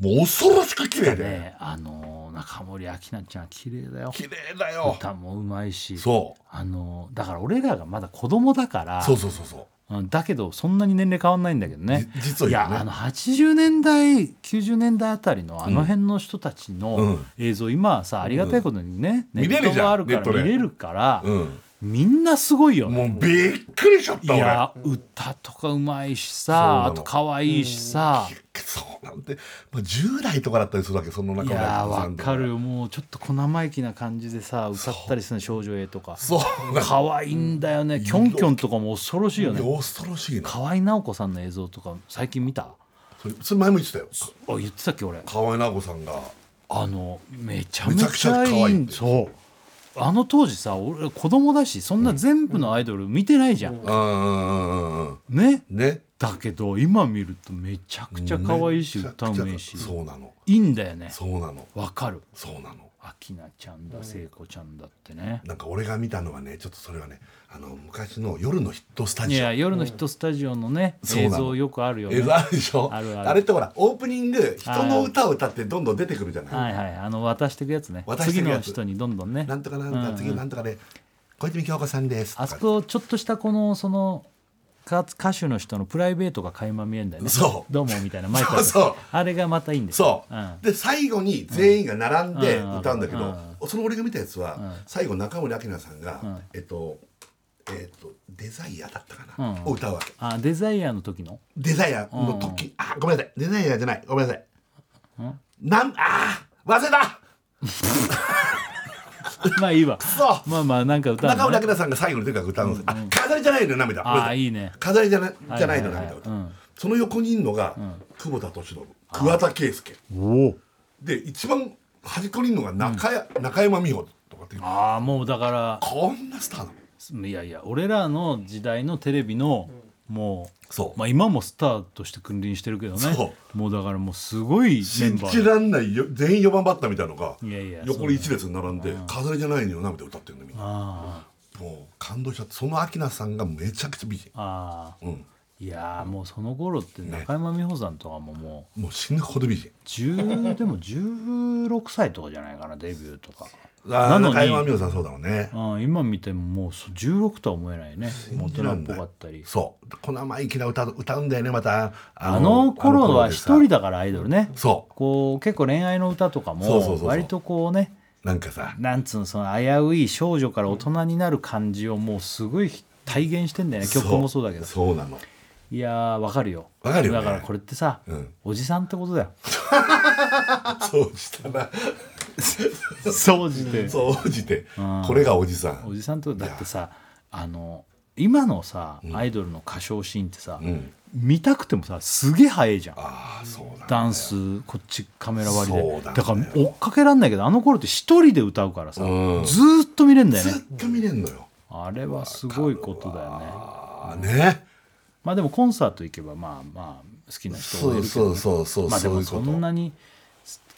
Speaker 2: もう恐ろしく綺麗で、
Speaker 1: ねあのー中森明菜ちゃん綺麗だよ
Speaker 2: 綺麗だよ
Speaker 1: 歌もうまいし
Speaker 2: そ
Speaker 1: あのーだから俺らがまだ子供だから
Speaker 2: うそうそうそうそう
Speaker 1: うんだけどそんなに年齢変わんないんだけどね
Speaker 2: じ実を
Speaker 1: い
Speaker 2: 言う
Speaker 1: や
Speaker 2: とね
Speaker 1: あの80年代90年代あたりのあの辺の人たち
Speaker 2: う
Speaker 1: の
Speaker 2: ん
Speaker 1: 映像、今はさありがたいことにね、
Speaker 2: うん見
Speaker 1: ネッ
Speaker 2: れ
Speaker 1: ト
Speaker 2: るじゃん
Speaker 1: があるから
Speaker 2: ネットで
Speaker 1: 見れるから、
Speaker 2: うん
Speaker 1: みんなすごいよね
Speaker 2: もうびっくりしちゃっ
Speaker 1: い
Speaker 2: た俺
Speaker 1: や歌とかうまいし
Speaker 2: そうな
Speaker 1: さ
Speaker 2: の
Speaker 1: あと可愛いしさ、
Speaker 2: そうなんて、まあ、10代とかだったりするわけその中
Speaker 1: い
Speaker 2: 村
Speaker 1: やー
Speaker 2: さ
Speaker 1: わ
Speaker 2: んと
Speaker 1: かるよもうちょっと小生意気な感じでさ歌ったりするの少女 A とか
Speaker 2: そうなん
Speaker 1: 可愛いんだよねキョンキョンとかも恐ろしいよね
Speaker 2: 恐ろしいな
Speaker 1: 河合直子さんの映像とか最近見たあ
Speaker 2: それそれ前も言ってたよ
Speaker 1: 言ってたっけ俺
Speaker 2: 河合奈子さんが
Speaker 1: あのめちゃめ
Speaker 2: め
Speaker 1: ち
Speaker 2: ち
Speaker 1: ゃ
Speaker 2: ゃくちゃ可愛い
Speaker 1: いい
Speaker 2: って
Speaker 1: そうあの当時さ俺子供だしそんな全部のアイドル見てないじゃん、
Speaker 2: うんうんうんうん
Speaker 1: ね
Speaker 2: ね
Speaker 1: だけど今見るとめちゃくちゃ可愛いし
Speaker 2: めちゃくち
Speaker 1: 歌
Speaker 2: ゃ
Speaker 1: うめえし
Speaker 2: そうなの
Speaker 1: いいんだよね
Speaker 2: そうなの
Speaker 1: わかる
Speaker 2: そうなの
Speaker 1: アキナちゃんだ聖子ちゃんだってね
Speaker 2: なんか俺が見たのはねちょっとそれはねあの昔の夜のヒットスタ
Speaker 1: い
Speaker 2: ジオ
Speaker 1: や夜のヒットスタジオのね
Speaker 2: そう
Speaker 1: 映
Speaker 2: なの
Speaker 1: 像よくあるよね
Speaker 2: 映像あるでしょ
Speaker 1: あるある
Speaker 2: れってほらオープニング人の歌を歌ってどんどん出てくるじゃない、
Speaker 1: はいはいあの渡していくやつね
Speaker 2: 渡して
Speaker 1: 次
Speaker 2: くや
Speaker 1: の
Speaker 2: つ
Speaker 1: 人にどんどんね
Speaker 2: (laughs) なんとかなんとか、
Speaker 1: うん
Speaker 2: 次なんとかで小泉京子さんですとか
Speaker 1: あそこちょっとしたこのそのか歌手の人のプライベートが垣間見えるんだよね
Speaker 2: そう
Speaker 1: どうもみたいなマイク
Speaker 2: そうそう
Speaker 1: あれがまたいいんですよ
Speaker 2: そう、で最後に全員が並んで
Speaker 1: うん
Speaker 2: 歌うんだけど、
Speaker 1: うん
Speaker 2: その俺が見たやつは、
Speaker 1: ん
Speaker 2: 最後中森明菜さんが、
Speaker 1: ん
Speaker 2: えっとえっとデザイアだったか
Speaker 1: う
Speaker 2: な、
Speaker 1: ん
Speaker 2: を歌うわけ
Speaker 1: あデザイアの時の (laughs)
Speaker 2: デザイアの時、あごめんなさいデザイアじゃないごめんなさい、なんあー忘れた
Speaker 1: まあいいわ
Speaker 2: そう
Speaker 1: まあ (laughs) まあなんか歌う
Speaker 2: 中
Speaker 1: の、
Speaker 2: 村
Speaker 1: ね
Speaker 2: 明、菜さんが最後にとにかく歌うんです、あ飾りじゃないのよ涙
Speaker 1: ああいいね
Speaker 2: 飾りじゃないじゃないの
Speaker 1: はい
Speaker 2: 涙
Speaker 1: はいはい
Speaker 2: 歌、
Speaker 1: うん
Speaker 2: その横にいるのが、久保田利伸桑田佳祐
Speaker 1: おお
Speaker 2: で一番端っこにいるのが中,、中山美穂とかっていう
Speaker 1: ああもうだか
Speaker 2: こんなスターなの
Speaker 1: らいやいや俺らの時代のテレビのもう
Speaker 2: そう
Speaker 1: まあ、今もスターとして君臨してるけどね
Speaker 2: そ
Speaker 1: もうだからもうすごいメン
Speaker 2: 信
Speaker 1: バ
Speaker 2: じ
Speaker 1: ーだ
Speaker 2: らんないよ全員4番バッターみたいなのが
Speaker 1: いやいや
Speaker 2: 横に1列に並んで「飾りじゃないのよ」涙歌ってるのみんな
Speaker 1: あ
Speaker 2: もう感動しちゃってその明菜さんがめちゃくちゃ美人
Speaker 1: あ、ああ
Speaker 2: うん、
Speaker 1: いやーもうその頃って中山美穂さんとかももう
Speaker 2: もう死ぬほど美人
Speaker 1: 10でも16歳とかじゃないかなデビューとか、
Speaker 2: (laughs) あー
Speaker 1: なのに
Speaker 2: 中山美穂さんそうだろうね
Speaker 1: うん、今見てももうそう16とは思えないね大
Speaker 2: 信じら
Speaker 1: 人っ
Speaker 2: ん
Speaker 1: ぽ
Speaker 2: ない
Speaker 1: かったり
Speaker 2: そうこの生意気な歌歌うんだよねまた
Speaker 1: あの頃は
Speaker 2: で
Speaker 1: 一
Speaker 2: さ
Speaker 1: 人だからアイドルね
Speaker 2: そ
Speaker 1: こう結構恋愛の歌とか
Speaker 2: そうそうそう
Speaker 1: も
Speaker 2: そう
Speaker 1: 割とこうね
Speaker 2: うなんかさ
Speaker 1: なんつうのその危うい少女から大人になる感じをもうすごい体現してんだよね曲もそうだけど
Speaker 2: そう
Speaker 1: (laughs)
Speaker 2: なの
Speaker 1: いやーわかるよ
Speaker 2: わかるよね
Speaker 1: だからこれってさ、
Speaker 2: うん
Speaker 1: おじさんってこ
Speaker 2: (laughs)
Speaker 1: とだよ
Speaker 2: そうしたら
Speaker 1: 総じて
Speaker 2: そうじてこれがおじさ
Speaker 1: お
Speaker 2: ん
Speaker 1: じさんとだってさあの今のさアイドルの歌唱シーンってさ、
Speaker 2: うん、
Speaker 1: 見たくてもさすげえ早いじゃん
Speaker 2: ああそうなんだよ
Speaker 1: ダンスこっちカメラ割り
Speaker 2: そう
Speaker 1: で
Speaker 2: なんだ
Speaker 1: だ
Speaker 2: よ
Speaker 1: から追っかけらんないけどあの頃って一人で歌うからさ、
Speaker 2: うん
Speaker 1: ずーっと見れんだよね
Speaker 2: ずっと見れんのよ
Speaker 1: あれはすごいことだよね
Speaker 2: ああね
Speaker 1: まあでもコンサート行けばまあまあ好きな人もい
Speaker 2: そうそ
Speaker 1: るけど
Speaker 2: うそうそう
Speaker 1: まあで
Speaker 2: そう
Speaker 1: も
Speaker 2: いうこ
Speaker 1: そ
Speaker 2: と
Speaker 1: んなに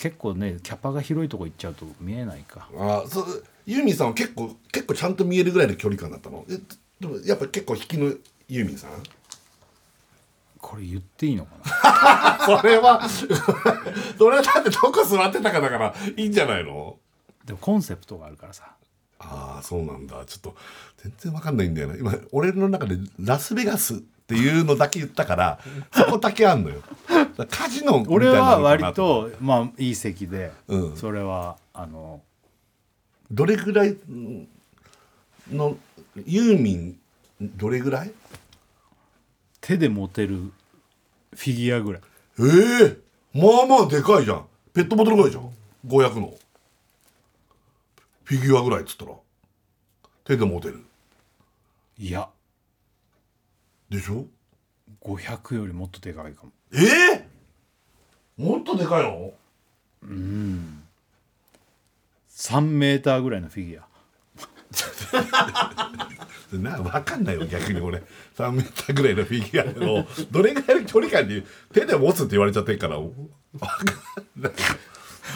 Speaker 1: 結構ねキャパが広いとこ行っちゃうと見えないか
Speaker 2: あそうユーミンさんは結構結構ちゃんと見えるぐらいの距離感だったのえでもやっぱ結構引きのユーミンさん
Speaker 1: これ言っていいのかな
Speaker 2: それは (laughs) それはだってどこ座ってたかだからいいんじゃないの
Speaker 1: でもコンセプトがあるからさ
Speaker 2: ああそうなんだちょっと全然わかんないんだよな今俺の中でラスベガスっていうのだけ言ったからそこだけあんの (laughs) よだからカジノみたい
Speaker 1: 俺
Speaker 2: なの
Speaker 1: は
Speaker 2: かな
Speaker 1: 割とまあいい席で、
Speaker 2: うん
Speaker 1: それはあの
Speaker 2: どれぐらいうんのユーミンどれぐらい
Speaker 1: 手で持てるフィギュアぐらい
Speaker 2: ええまあまあでかいじゃんペットボトルぐらいじゃん500のフィギュアぐらいっつったら手で持てる
Speaker 1: いや
Speaker 2: でしょ
Speaker 1: 500よりもっとでかいかも
Speaker 2: ええもっとでかいの
Speaker 1: 3メーターぐらいのフィギュア
Speaker 2: な分かんないよ逆に俺3メーターぐらいのフィギュアをどれぐらいの距離感で手で持つって言われちゃってるから分か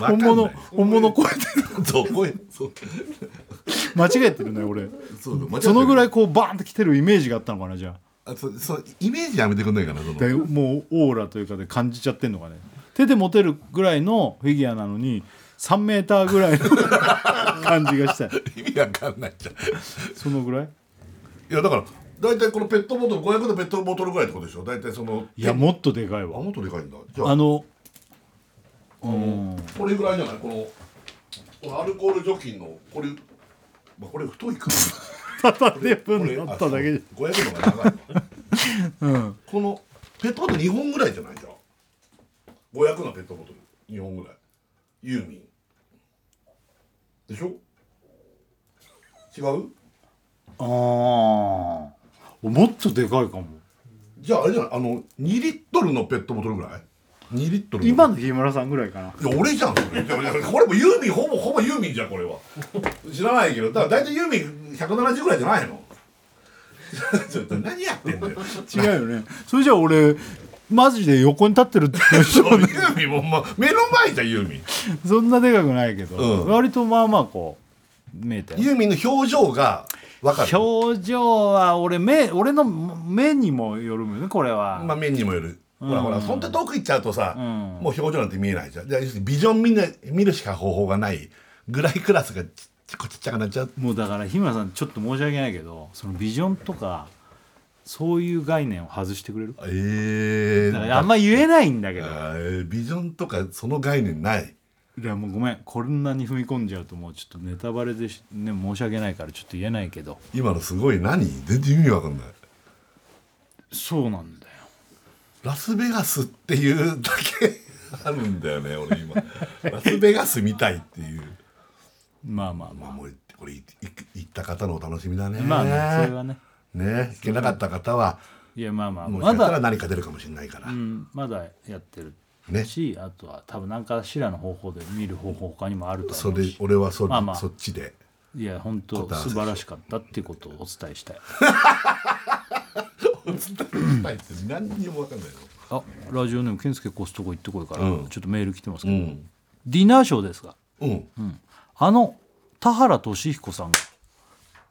Speaker 1: 本
Speaker 2: んない
Speaker 1: 物本物超えてる
Speaker 2: そうこういうそう
Speaker 1: 間違えてるね俺
Speaker 2: そう間違ってる
Speaker 1: そのぐらいこうバーンって来てるイメージがあったのかなじゃあ
Speaker 2: あそうそうイメージやめてくんないかなその
Speaker 1: でもうオーラというかで感じちゃってんのかね手で持てるぐらいのフィギュアなのに3メーターぐらいの (laughs) 感じがした
Speaker 2: (laughs) 意味わかんないじゃんい
Speaker 1: そのぐらい
Speaker 2: やだから大体このペットボトル500のペットボトルぐらいってことでしょ大体その
Speaker 1: いや
Speaker 2: あ
Speaker 1: もっとでかいわ
Speaker 2: もっとでかいんだじゃあ
Speaker 1: あの
Speaker 2: これぐらいじゃないこのこのアルコール除菌のこれまあこれ太いか
Speaker 1: 畳んで
Speaker 2: こ
Speaker 1: ぶん
Speaker 2: れ
Speaker 1: だっただけで
Speaker 2: あそう500のが長いの
Speaker 1: うん
Speaker 2: このペットボトル2本ぐらいじゃないじゃん500のペットボトル2本ぐらいユーミンでしょ違う
Speaker 1: ああもっとでかいかも
Speaker 2: じゃああれじゃないあの2リットルのペットボトルぐらい2リットルの
Speaker 1: 今の日村さんぐらいかない
Speaker 2: や俺じゃんそれいやいやこれもユーミンほぼほぼユーミンじゃんこれは知らないけどだから大体ユーミン170ぐらいじゃないの (laughs) ちょっと何やってんだよ
Speaker 1: 違うよねそれじゃあ俺マジで横に立ってるって言うでし
Speaker 2: ユ
Speaker 1: ょ
Speaker 2: ーミンも、ま、目の前じゃんユーミン
Speaker 1: (laughs) そんなでかくないけど、
Speaker 2: うん
Speaker 1: 割とまあまあこう見えて
Speaker 2: ユーミンの表情が分かる
Speaker 1: 表情は俺目俺の目にもよるもんねこれは、
Speaker 2: まあ、面にもよる、ほらほらそんな遠く行っちゃうとさ、
Speaker 1: うん
Speaker 2: もう表情なんて見えないじゃんじゃあ要するにビジョン見,、ね、見るしか方法がないぐらいクラスがちっちっちゃくなっちゃう
Speaker 1: もうだから日村さんちょっと申し訳ないけどそのビジョンとかそういう概念を外してくれる
Speaker 2: えー、
Speaker 1: だからあんま言えないんだけど、
Speaker 2: あービジョンとかその概念ない
Speaker 1: いやもうごめんこんなに踏み込んじゃうともうちょっとネタバレでし、ね、申し訳ないからちょっと言えないけど
Speaker 2: 今のすごい何全然意味わかんない
Speaker 1: そうなんだよ
Speaker 2: ラスベガスっていうだけ (laughs) あるんだよね俺今ラスベガスみたいっていう
Speaker 1: まあまあま
Speaker 2: まあもうこれいい行った方のお楽しみだね
Speaker 1: あまあねそれはね
Speaker 2: ね行けなかった方はい
Speaker 1: やまあまあ
Speaker 2: もし
Speaker 1: ま
Speaker 2: かした
Speaker 1: だ
Speaker 2: ら何か出るかもしれないから、
Speaker 1: うん、まだやってる
Speaker 2: ね
Speaker 1: し、あとは多分何かしらの方法で見る方法他にもあると
Speaker 2: そ
Speaker 1: 思う
Speaker 2: れ
Speaker 1: し
Speaker 2: 俺はそ,、
Speaker 1: まあまあ
Speaker 2: そっちで
Speaker 1: いや本当
Speaker 2: 答え合わせ
Speaker 1: 素晴らしかったっていうことをお伝えしたい
Speaker 2: お伝えしたいって何にも分かんない
Speaker 1: あラジオネーム健介コストコ行ってこいから、
Speaker 2: うん
Speaker 1: ちょっとメール来てますけ
Speaker 2: の
Speaker 1: ど、ディナーショーですが、
Speaker 2: うんうん
Speaker 1: うんあの田原俊彦さんが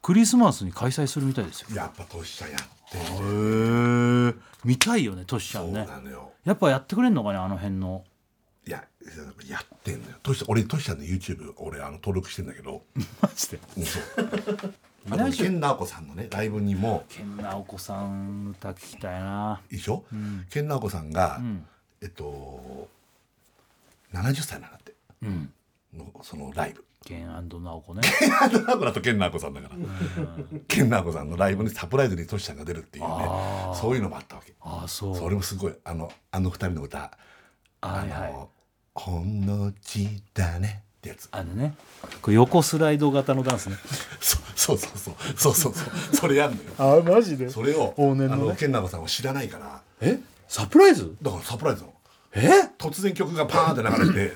Speaker 1: クリスマスに開催するみたいですよ
Speaker 2: やっぱトシちゃんやって
Speaker 1: へえ見たいよねトシちゃ
Speaker 2: そうん
Speaker 1: ね
Speaker 2: なのよ
Speaker 1: やっぱやってくれんのかねあの辺の
Speaker 2: いややってんのよトシちゃん俺トシちゃんの YouTube 俺あの登録してんだけど
Speaker 1: マジで
Speaker 2: うんそうあと健直子さんのねライブにも
Speaker 1: 健直子さん歌聞きたいな
Speaker 2: 一緒、健直子さんが、
Speaker 1: ん
Speaker 2: えっと70歳なんだって
Speaker 1: うん
Speaker 2: のそのライブ (laughs)
Speaker 1: 健直子ね
Speaker 2: あと直子だと健直子さんだから健直子さんのライブにサプライズにトシちゃんが出るっていうね
Speaker 1: あー
Speaker 2: そういうのもあったわけ
Speaker 1: ああそう
Speaker 2: それもすごいあのあの二人の歌あ
Speaker 1: はい
Speaker 2: の、
Speaker 1: はい
Speaker 2: ほんのちだねってやつ
Speaker 1: あのねこう横スライド型のダンスね
Speaker 2: そそうそうそうそうそうそうそれやんのよ
Speaker 1: あマジで
Speaker 2: それを
Speaker 1: 往年のね
Speaker 2: あの健永さんは知らないから
Speaker 4: えサプライズ
Speaker 2: だからサプライズなの
Speaker 4: え
Speaker 2: 突然曲がパーンって流れ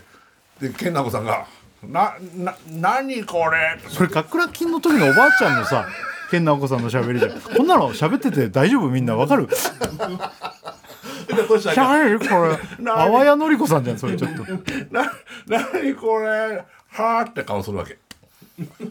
Speaker 2: て
Speaker 1: (laughs)
Speaker 2: で健永さんが「なな何これ?」
Speaker 1: それかっくらきんの時のおばあちゃんのさ健直子さんのしゃべりじゃんこんなの喋ってて大丈夫みんなわかる
Speaker 2: でトシさん
Speaker 1: しゃ (laughs)
Speaker 2: が
Speaker 1: べるこれあわやのりこさんじゃんそれちょ (laughs) っと
Speaker 2: な何これはーって顔するわけ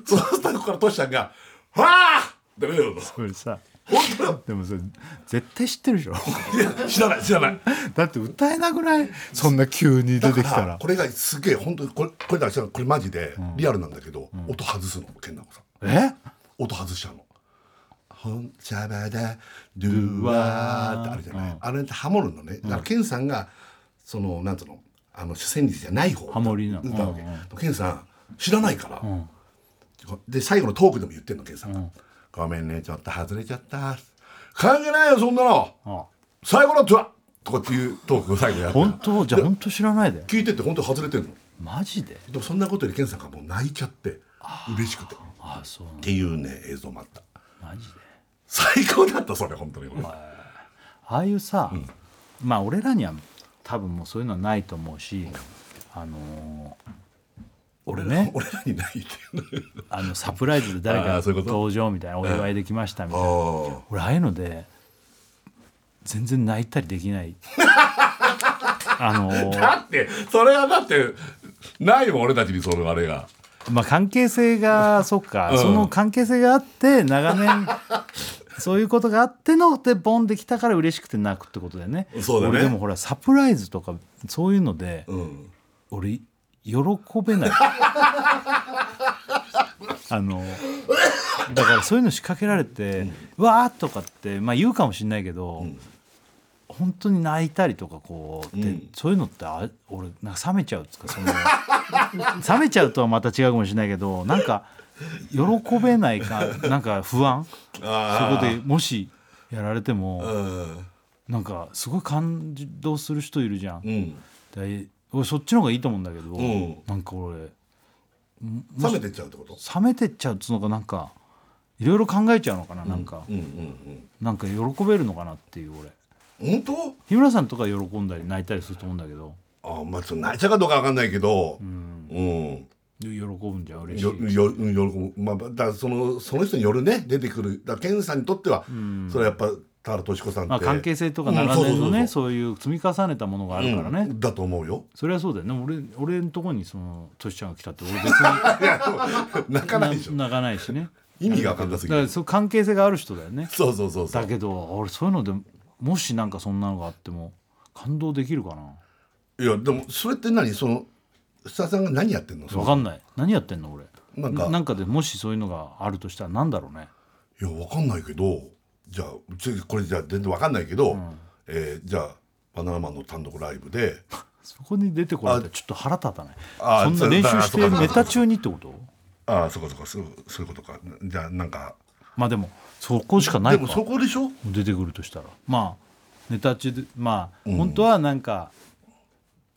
Speaker 2: そうしたらここからトシちゃんが「はあ!」って言うの
Speaker 1: これさ
Speaker 2: 本当だ
Speaker 1: でもそれ絶対知ってるでしょ
Speaker 2: いや知らない知らない
Speaker 1: だって歌えなくないそんな急に出てきたら
Speaker 2: これがすげえ本当にこれこれだからこれマジでリアルなんだけど、音外すの健太子さん
Speaker 1: え
Speaker 2: 音外しちゃうの「ほんちゃばだドゥワー」ってあるじゃない、あれってハモるのねだから健さんがそのなんつうのあの主旋律じゃない方
Speaker 1: ハモリな
Speaker 2: 歌うわけ、
Speaker 1: う
Speaker 2: うん健さん知らないから、で最後のトークでも言ってんの健さんが、ごめんねちょっと外れちゃった」関係ないよそんなの
Speaker 1: あ
Speaker 2: 最後のドゥワッとかっていうトークを最後やって
Speaker 1: 本当じゃあ本当知らないで
Speaker 2: 聞いてて本当外れてんの
Speaker 1: マジで
Speaker 2: でもそんなことより健さんがもう泣いちゃって嬉しくてっ
Speaker 1: あそうなの
Speaker 2: ていうね映像もあった
Speaker 1: マジで
Speaker 2: 最高だったそれ本当に俺
Speaker 1: ああいうさ、まあ俺らには多分もうそういうのはないと思うしあのー俺ね
Speaker 2: 俺らにないっていう
Speaker 1: あのサプライズで誰
Speaker 2: あ
Speaker 1: か
Speaker 2: ーそういうこと
Speaker 1: 登場みたいなお祝いできましたみたいな
Speaker 2: あ
Speaker 1: 俺ああいうので全然泣いたりできない (laughs) あのー
Speaker 2: だってそれはだってないもん俺たちにそのあれが
Speaker 1: まあ関係性がそっか、
Speaker 2: うん
Speaker 1: その関係性があって長年そういうことがあってのでボンできたから嬉しくて泣くってことだよね
Speaker 2: そうだね
Speaker 1: 俺でもほらサプライズとかそういうので、
Speaker 2: うん
Speaker 1: 俺喜べ
Speaker 2: (laughs)
Speaker 1: ないあのだからそういうの仕掛けられて「わー」とかって、まあ、言うかもしれないけど、本当に泣いたりとかこうで、
Speaker 2: うん
Speaker 1: そういうのってあ俺なんか冷めちゃうっつうかその (laughs) 冷めちゃうとはまた違うかもしれないけどなんか喜べないかなんか不安そ
Speaker 2: あ
Speaker 1: こでもしやられても、
Speaker 2: うん
Speaker 1: なんかすごい感動する人いるじゃん
Speaker 2: う。ん
Speaker 1: で俺そっちの方がいいと思うんだけど、
Speaker 2: ん
Speaker 1: なんか俺冷
Speaker 2: 冷めてっちゃうってこと
Speaker 1: めてっちゃうっつうのかなんかいろいろ考えちゃうのかな、なんか
Speaker 2: うんうん
Speaker 1: なんか喜べるのかなっていう俺
Speaker 2: うん本
Speaker 1: 日村さんとか喜んだり泣いたりすると思うんだけど、
Speaker 2: 当あまあちょっと泣いちゃうかどうかわかんないけどう、
Speaker 1: うんん、喜ぶんじゃん嬉し
Speaker 2: よ
Speaker 1: い
Speaker 2: ようん喜ぶまあだからそのその人によるね出てくるだから健さんにとっては、それはやっぱ田原俊子さんって、
Speaker 1: まあ、関係性とか長年のね、そういう積み重ねたものがあるからね、
Speaker 2: うんだと思うよ (laughs)
Speaker 1: それはそうだよね俺俺のとこにそのトシちゃんが来たって俺別に
Speaker 2: いや泣かないでしょ
Speaker 1: な泣かないしね
Speaker 2: 意味が分かんなす
Speaker 1: だ
Speaker 2: ぎ
Speaker 1: から
Speaker 2: る
Speaker 1: そう関係性がある人だよね
Speaker 2: そうそうそうそ
Speaker 1: だ
Speaker 2: う
Speaker 1: けど俺そういうのでもしなんかそんなのがあっても感動できるかない
Speaker 2: やでもそれって何その須田さんが何やってんのその
Speaker 1: 分かんない何やってんの俺
Speaker 2: なんか
Speaker 1: なんかでもしそういうのがあるとしたらなんだろうね
Speaker 2: いや分かんないけどじゃあ次これじゃあ全然分かんないけど、えーじゃあバナナマンの単独ライブで
Speaker 1: そこに出てこられたらちょっと腹立たない
Speaker 2: あ
Speaker 1: そんな練習し
Speaker 2: そ
Speaker 1: て
Speaker 2: うだ
Speaker 1: ネタ中にってこと
Speaker 2: ああそうかそうかそうそういうことかじゃあなんか
Speaker 1: まあでもそこしかな
Speaker 2: で
Speaker 1: い
Speaker 2: も
Speaker 1: か
Speaker 2: そこでしょ
Speaker 1: 出てくるとしたらまあネタ中でまあ、本当はなんか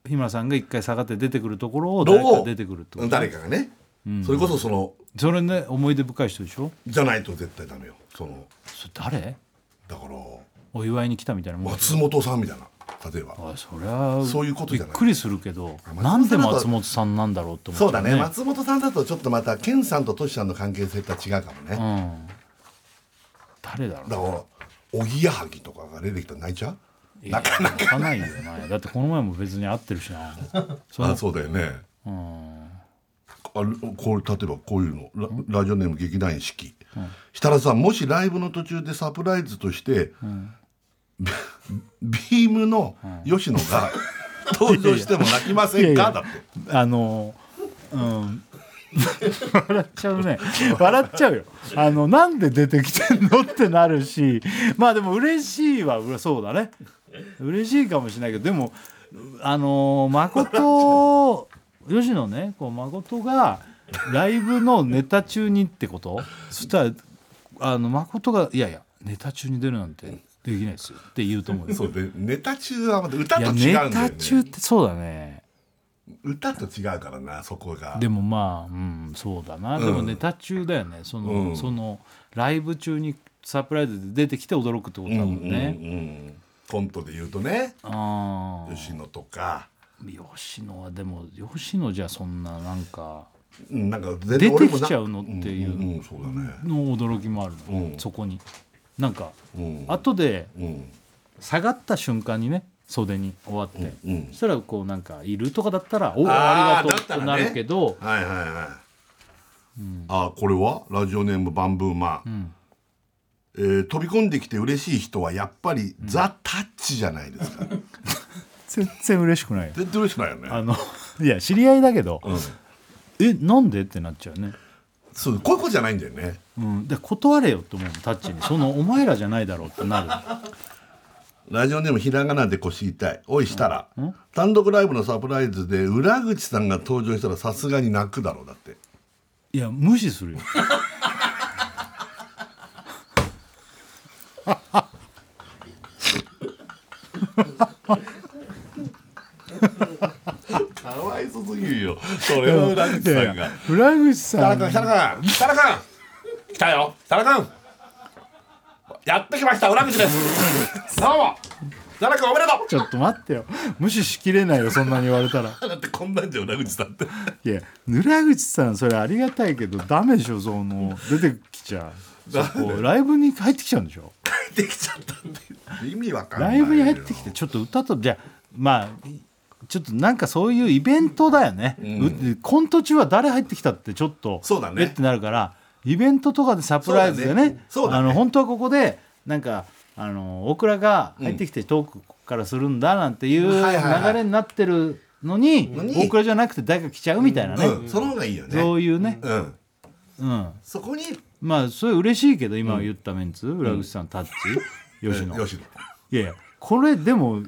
Speaker 1: 日村さんが一回下がって出てくるところを誰か出てくるってこと
Speaker 2: 誰かがね、それこそその
Speaker 1: それね思い出深い人でしょ
Speaker 2: じゃないと絶対ダメよその
Speaker 1: それ誰
Speaker 2: だから
Speaker 1: お祝いに来たみたいなもん
Speaker 2: 松本さんみたいな例えば
Speaker 1: あそりゃ
Speaker 2: そういうことじゃない
Speaker 1: びっくりするけど
Speaker 2: あ松本さんだと
Speaker 1: なんで松本さんなんだろうって思っちゃ
Speaker 2: そうだね松本さんだとちょっとまた健さんとトシさんの関係性とは違うかもね、
Speaker 1: うん誰だろう
Speaker 2: だからおぎやはぎとかが出てきたら泣いちゃう
Speaker 1: いや泣かないよなだってこの前も別に会ってるしなそ
Speaker 2: あ
Speaker 1: の
Speaker 2: そうだよね
Speaker 1: うん
Speaker 2: あこれ例えばこういうのララジオネーム劇団四季、設楽さんもしライブの途中でサプライズとして、ビビームの吉野が
Speaker 1: (laughs)
Speaker 2: 登場しても泣きませんか
Speaker 1: いやいや
Speaker 2: だって
Speaker 1: あのうん笑っちゃうね笑っちゃうよあのなんで出てきてんのってなるしまあでも嬉しいはうらそうだね嬉しいかもしれないけどでもあの誠吉野ねこう誠がライブのネタ中にってことそしたらあの誠が「いやいやネタ中に出るなんてできないですよ」って言うと思うよ。
Speaker 2: そうでネタ中はまた歌
Speaker 1: い
Speaker 2: と違う
Speaker 1: や
Speaker 2: んだよ
Speaker 1: ネ
Speaker 2: ね
Speaker 1: タ中ってそうだね
Speaker 2: 歌と違うからなそこが
Speaker 1: でもまあ、うん、そうだな、
Speaker 2: うん
Speaker 1: でもネタ中だよねその,、
Speaker 2: うん
Speaker 1: そのライブ中にサプライズで出てきて驚くってこと
Speaker 2: うん
Speaker 1: だ
Speaker 2: う
Speaker 1: も
Speaker 2: んうん
Speaker 1: ね、
Speaker 2: んコントで言うとね
Speaker 1: ああ
Speaker 2: 吉野とか、
Speaker 1: 吉野はでも吉野じゃそんななんか
Speaker 2: うん、なんか
Speaker 1: 出て
Speaker 2: 俺も
Speaker 1: き
Speaker 2: な
Speaker 1: ちゃうのってい
Speaker 2: うんうんう
Speaker 1: うん
Speaker 2: そうだね
Speaker 1: の驚きもあるの、
Speaker 2: うん
Speaker 1: そこになんか
Speaker 2: うん
Speaker 1: 後で
Speaker 2: うん
Speaker 1: 下がった瞬間にね袖に終わって、
Speaker 2: うん
Speaker 1: そしたらこうなんかいるとかだったら「おお
Speaker 2: あー
Speaker 1: あり
Speaker 2: だ
Speaker 1: がとう」っ
Speaker 2: ってた
Speaker 1: な
Speaker 2: らね
Speaker 1: るけど、
Speaker 2: はいはいはい、あこれはラジオネームバンブーマン、
Speaker 1: ん
Speaker 2: えー飛び込んできて嬉しい人はやっぱりザ・タッチじゃないです
Speaker 1: (laughs)
Speaker 2: か、
Speaker 1: 全然嬉しくないよ
Speaker 2: 絶対嬉しくないよね
Speaker 1: あのいや知り合いだけど、
Speaker 2: うん、
Speaker 1: えなんでってなっちゃうね、
Speaker 2: そうこういうことじゃないんだよね
Speaker 1: うん、で断れよって思うのタッチにそのお前らじゃないだろうってな
Speaker 2: ラジオネームひらがなで腰痛いおいしたら、単独ライブのサプライズで裏口さんが登場したらさすがに泣くだろうだって
Speaker 1: るいや無
Speaker 2: (laughs)
Speaker 1: 視するよ
Speaker 2: かわいそすぎるよそれは裏口さんが
Speaker 1: 浦口さ
Speaker 2: 北田君北
Speaker 1: ん
Speaker 2: 田君北田君来たよ北田君やってきました裏口ですどうも北田君おめでと
Speaker 1: ちょっと待ってよ無視しきれないよそんなに言われたら
Speaker 2: うだってこんなんじゃ裏口さんって
Speaker 1: いや浦口さんそれありがたいけどダメでしょその出てきちゃうそこライブに入ってきちゃうんでしょ
Speaker 2: できちゃったんで意味わかんな
Speaker 1: ラ
Speaker 2: い
Speaker 1: イ
Speaker 2: よ
Speaker 1: ブに入ってきてちょっと歌とじゃあまあちょっとなんかそういうイベントだよね、うコント中は誰入ってきたってちょっと
Speaker 2: そうだね
Speaker 1: えってなるからイベントとかでサプライズ
Speaker 2: そ
Speaker 1: でね
Speaker 2: うだねそうだね
Speaker 1: あの本当はここでなんかあの大倉が入ってきてトークここからするんだなんていう
Speaker 2: うんはいはいはい
Speaker 1: 流れになってるのに
Speaker 2: に
Speaker 1: 大倉じゃなくて誰か来ちゃうみたいなね、
Speaker 2: うんその方がいいよ
Speaker 1: そ
Speaker 2: ね
Speaker 1: ういうね、
Speaker 2: うん
Speaker 1: うん、
Speaker 2: そこに
Speaker 1: まあそれ嬉しいけど今言ったメンツ、浦口さんタッチ、吉野
Speaker 2: 吉
Speaker 1: いやいやこれでも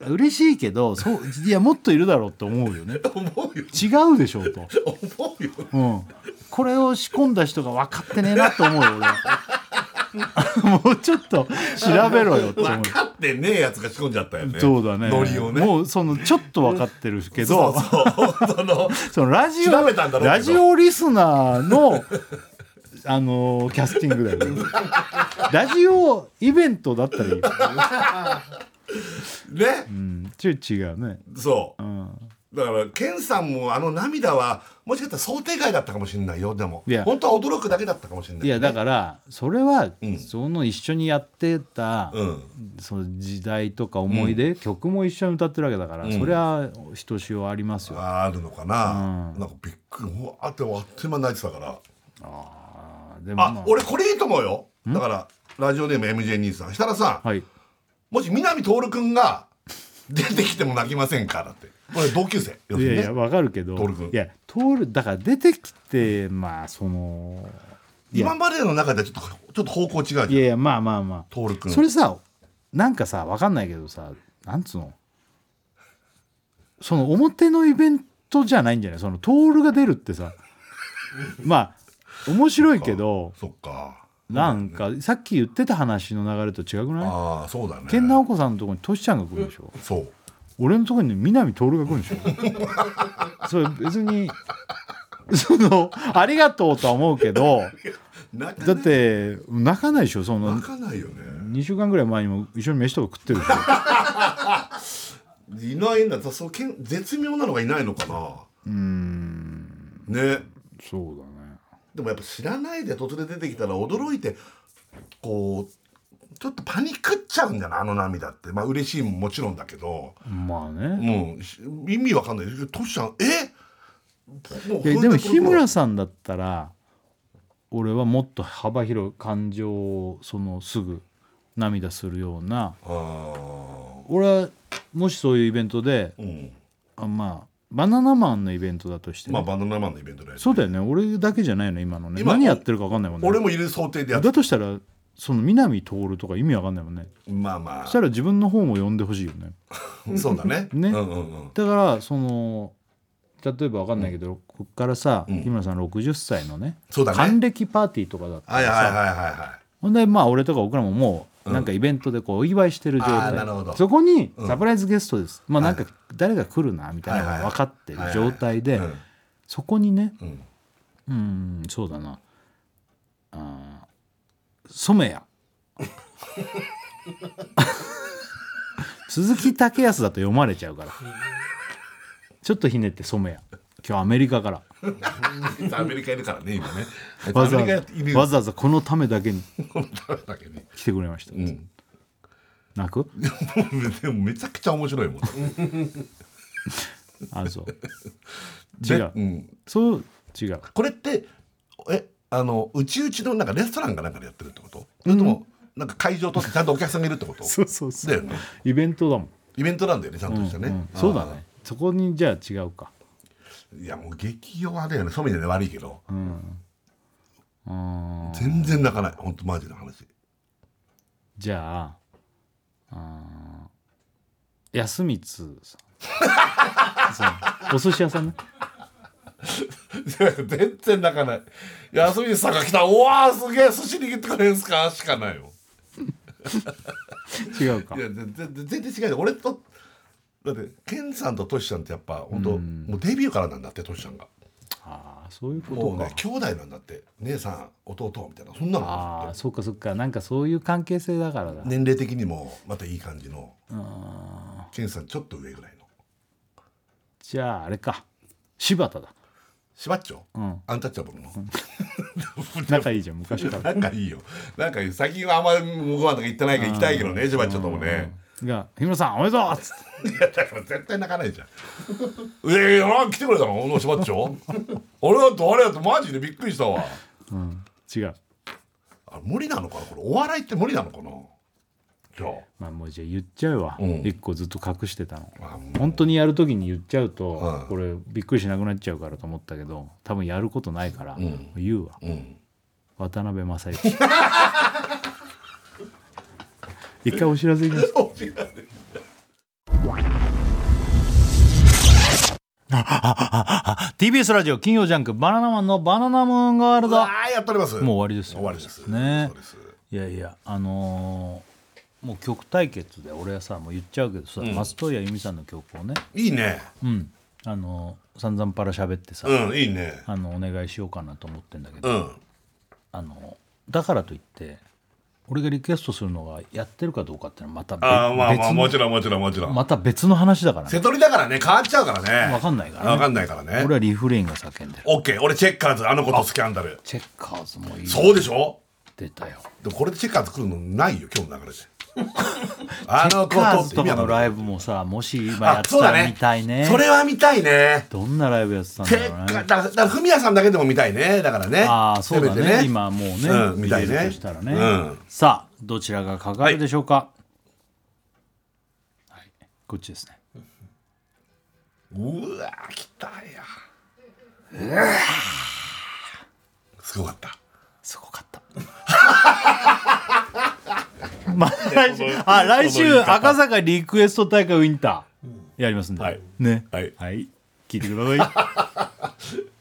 Speaker 1: 嬉しいけどそういやもっといるだろうと思うよね
Speaker 2: 野 (laughs) 思うよ
Speaker 1: 違うでしょうと、
Speaker 2: 思うよ
Speaker 1: うん、これを仕込んだ人が分かってねえなと思うよ俺 (laughs) もうちょっと調べろよって思う
Speaker 2: 分かってねえやつが仕込んじゃったよね
Speaker 1: そうだね
Speaker 2: ノリをね
Speaker 1: もうそのちょっと分かってるけ
Speaker 2: そ
Speaker 1: ど
Speaker 2: うそうその
Speaker 1: そのラジオ
Speaker 2: 調べたんだろうけど
Speaker 1: ラジオリスナーのあのーキャスティングだよねラジオイベントだったらいいよ、
Speaker 2: ね
Speaker 1: うん、ちょい違うね、
Speaker 2: そう
Speaker 1: うん、
Speaker 2: だから健さんもあの涙はもしかしたら想定外だったかもしれないよでも
Speaker 1: いや
Speaker 2: 本当は驚くだけだったかもしれない、
Speaker 1: いやだからそれは
Speaker 2: うん
Speaker 1: その一緒にやってた、
Speaker 2: うん
Speaker 1: その時代とか思い出、曲も一緒に歌ってるわけだから、そりゃひとしおありますよ。
Speaker 2: あるのかな、
Speaker 1: うん
Speaker 2: なんかびっくりもうあってあっという間に泣いてたから
Speaker 1: あーでも、
Speaker 2: あ、
Speaker 1: まあ
Speaker 2: 俺これいいと思うよだからラジオネーム MJ 兄さん設楽さん
Speaker 1: はい
Speaker 2: もし南徹君が出てきても泣きませんかだってこれ同級生要
Speaker 1: い
Speaker 2: する
Speaker 1: や
Speaker 2: に
Speaker 1: い
Speaker 2: ね
Speaker 1: やわかるけど
Speaker 2: 徹君
Speaker 1: いや徹だから出てきてまあそのいや
Speaker 2: 今までの中ではちょっとちょっと方向違うじゃん
Speaker 1: いやいやまあまあまあ
Speaker 2: 徹君
Speaker 1: それさなんかさわかんないけどさなんつうのその表のイベントじゃないんじゃないそのトールが出るってさまあ面白いけど
Speaker 2: そっか
Speaker 1: なんかさっき言ってた話の流れと違くない
Speaker 2: ああそうだね
Speaker 1: 健直子さんのとこにトシちゃんが来るでしょ
Speaker 2: そう
Speaker 1: 俺のとこに南徹が来るでし
Speaker 2: (laughs)
Speaker 1: ょそれ別にそのありがとうとは思うけど
Speaker 2: 泣か
Speaker 1: だ
Speaker 2: ない
Speaker 1: って泣かないでしょその
Speaker 2: 泣かないよね
Speaker 1: 2週間ぐらい前にも一緒に飯とか食ってるでしょ
Speaker 2: いないんだそのけん絶妙なのがいないのかなうんね
Speaker 1: そうだね
Speaker 2: でもやっぱ知らないで突然出てきたら驚いてこうちょっとパニックっちゃうんじゃないあの涙ってまあ嬉しいももちろんだけど
Speaker 1: まあ
Speaker 2: も
Speaker 1: ね
Speaker 2: うし意味わかんないトシちゃんえも
Speaker 1: いやでも日村
Speaker 2: さ
Speaker 1: さんだったら俺はもっと幅広い感情をそのすぐ涙するようなん
Speaker 2: あ
Speaker 1: 俺はもしそういうイベントで
Speaker 2: ーうん
Speaker 1: あまあバナナマンのイベントだとしてね、
Speaker 2: まあバナナマンのイベントで
Speaker 1: そうだよね俺だけじゃないの今のね
Speaker 2: 今
Speaker 1: 何やってるか分かんないもんね
Speaker 2: 俺もいる想定でやって
Speaker 1: だとしたらその南徹とか意味分かんないもんね
Speaker 2: まあまあ
Speaker 1: そしたら自分の方も呼んでほしいよね
Speaker 2: そうだね
Speaker 1: ね
Speaker 2: うんうんうん
Speaker 1: だからその例えばわかんないけど、こっからさ、
Speaker 2: うん
Speaker 1: 日村さん60歳のね
Speaker 2: そうだね
Speaker 1: 還暦パーティーとかだった
Speaker 2: は
Speaker 1: ら
Speaker 2: い
Speaker 1: さ、
Speaker 2: はいはいはいはい
Speaker 1: ほんでまあ俺とか僕らももうなんかイベントでこうお祝いしてる状
Speaker 2: あ
Speaker 1: 態、
Speaker 2: ーなるほど
Speaker 1: そこに
Speaker 2: うん
Speaker 1: サプライズゲストです、まあなんか
Speaker 2: は
Speaker 1: 誰が来るなみたいな
Speaker 2: はい
Speaker 1: の
Speaker 2: はい
Speaker 1: が分かってる状態で、
Speaker 2: はいはい
Speaker 1: そこにね
Speaker 2: うん
Speaker 1: うんそうだなあー染谷鈴木武康だと読まれちゃうからちょっとひねって染谷今日アメリカから
Speaker 2: うんアメリカいるからね今ね
Speaker 1: わざ
Speaker 2: ア
Speaker 1: わ
Speaker 2: メリカいる
Speaker 1: ざわざわざこのためだけに
Speaker 2: このためだけに
Speaker 1: 来てくれました、
Speaker 2: うん (laughs)
Speaker 1: 泣く
Speaker 2: もうでもめちゃくちゃ面白いもん
Speaker 1: あそう
Speaker 2: (laughs) で
Speaker 1: 違う
Speaker 2: うん
Speaker 1: そう違う
Speaker 2: これってえあのうちうちのなんかレストランかなんかでやってるってことそれともなんか会場とってちゃんとお客さんがいるってこと
Speaker 1: そうそうそ
Speaker 2: だ
Speaker 1: う
Speaker 2: よね
Speaker 1: イベントだもん、
Speaker 2: イベントなんだよねちゃんとしたね、
Speaker 1: うんそうだねそこにじゃあ違うか
Speaker 2: あーいやもう激弱だよねそういう意味でね悪いけど、
Speaker 1: うんあー
Speaker 2: 全然泣かない本当マジの話 (laughs)
Speaker 1: じゃああー安光さ
Speaker 2: (laughs)
Speaker 1: んそうお寿司屋さんね
Speaker 2: 全然泣かない休みさんが来たら「うわーすげえ寿司握ってくれんすか?」しかないよ
Speaker 1: 違うか
Speaker 2: いや全然全然違うよ俺とだってケンさんとトシちゃんってやっぱ本当もうデビューからなんだってトシちゃんが
Speaker 1: ああそういうこと
Speaker 2: もう
Speaker 1: か
Speaker 2: ね兄弟なんだって姉さん弟みたいなそんなの
Speaker 1: ああそうかそうかなんかそういう関係性だからだ、
Speaker 2: 年齢的にもまたいい感じのケンさんちょっと上ぐらいの
Speaker 1: じゃああれか柴田だ
Speaker 2: しばっちょ、
Speaker 1: ん
Speaker 2: アンタッチャブルの、
Speaker 1: 仲いいじゃん昔か
Speaker 2: な
Speaker 1: ら
Speaker 2: んかいいよなんか最近はあんまりご飯とか行ってないから行きたいけどねしばっちょともね、
Speaker 1: が「日村さんおめでとう!」っつって
Speaker 2: いやだから絶対泣かないじゃん「いやいやなんか来てくれたのこのしばっちょ俺だってあれやってマジでびっくりしたわ
Speaker 1: 違う
Speaker 2: あ無理なのかなこれお笑いって無理なのかなじゃあ
Speaker 1: まあもうじゃあ言っちゃうわ、
Speaker 2: うん
Speaker 1: 一個ずっと隠してたの
Speaker 2: あも
Speaker 1: 本当にやる時に言っちゃうと、
Speaker 2: はい
Speaker 1: これびっくりしなくなっちゃうからと思ったけど多分やることないから、
Speaker 2: ん
Speaker 1: 言うわ
Speaker 2: ううん
Speaker 1: 渡辺正行 (laughs) 一回お知らせいきますあ TBS ラジオ金曜ジャンク「バナナマンのバナナムーンガールド」
Speaker 2: ああやっております
Speaker 1: もう終わりですよ
Speaker 2: 終わりです
Speaker 1: ね
Speaker 2: そうです
Speaker 1: いやいやあのーもう曲対決で俺はさもう言っちゃうけどさ、松任谷由実さんの曲をね、
Speaker 2: いいね
Speaker 1: うん、あのー散々パラ喋ってさ、
Speaker 2: うんいいね
Speaker 1: あのお願いしようかなと思ってんだけど、
Speaker 2: うん
Speaker 1: あのだからといって俺がリクエストするのがやってるかどうかってのはまたべ
Speaker 2: ああまあまあ
Speaker 1: 別
Speaker 2: も
Speaker 1: の
Speaker 2: ちろんもちろんもちろん、
Speaker 1: また別の話だからね
Speaker 2: 瀬戸利だからね変わっちゃうからね
Speaker 1: わかんないからね
Speaker 2: わかんないから
Speaker 1: 俺
Speaker 2: ね
Speaker 1: はリフレインが叫んでる
Speaker 2: オッケー俺チェッカーズあの子とスキャンダル
Speaker 1: チェッカーズもいい
Speaker 2: そうでしょ
Speaker 1: 出たよ
Speaker 2: でもこれでチェッカーズ来るのないよ今日の
Speaker 1: (laughs)
Speaker 2: 流れであの子
Speaker 1: カー
Speaker 2: とっ
Speaker 1: ズ
Speaker 2: て
Speaker 1: と
Speaker 2: 意味
Speaker 1: か
Speaker 2: わか
Speaker 1: の
Speaker 2: んない
Speaker 1: ライブもさもし今や
Speaker 2: あ
Speaker 1: っ
Speaker 2: そう
Speaker 1: た
Speaker 2: だ
Speaker 1: ら
Speaker 2: ね
Speaker 1: 見たいね
Speaker 2: それは見たいね
Speaker 1: どんなライブやってたん
Speaker 2: チ
Speaker 1: だ
Speaker 2: ェ
Speaker 1: ろう
Speaker 2: ッカー
Speaker 1: ね
Speaker 2: だからフミヤさんだけでも見たいねだからね
Speaker 1: ああそうだ
Speaker 2: せ
Speaker 1: ね
Speaker 2: めて
Speaker 1: 今もうね、
Speaker 2: うん見たい
Speaker 1: 見れる
Speaker 2: ね
Speaker 1: としたらね、
Speaker 2: うん
Speaker 1: さあどちらがかかるでしょうかはい、こっちですね
Speaker 2: うわー来たやすごかった
Speaker 1: すごかった。 (laughs) まあ、来週、あ、来週、赤坂リクエスト大会ウィンター。やりますんで。
Speaker 2: はい
Speaker 1: ね、
Speaker 2: はい
Speaker 1: はい。聞いてください。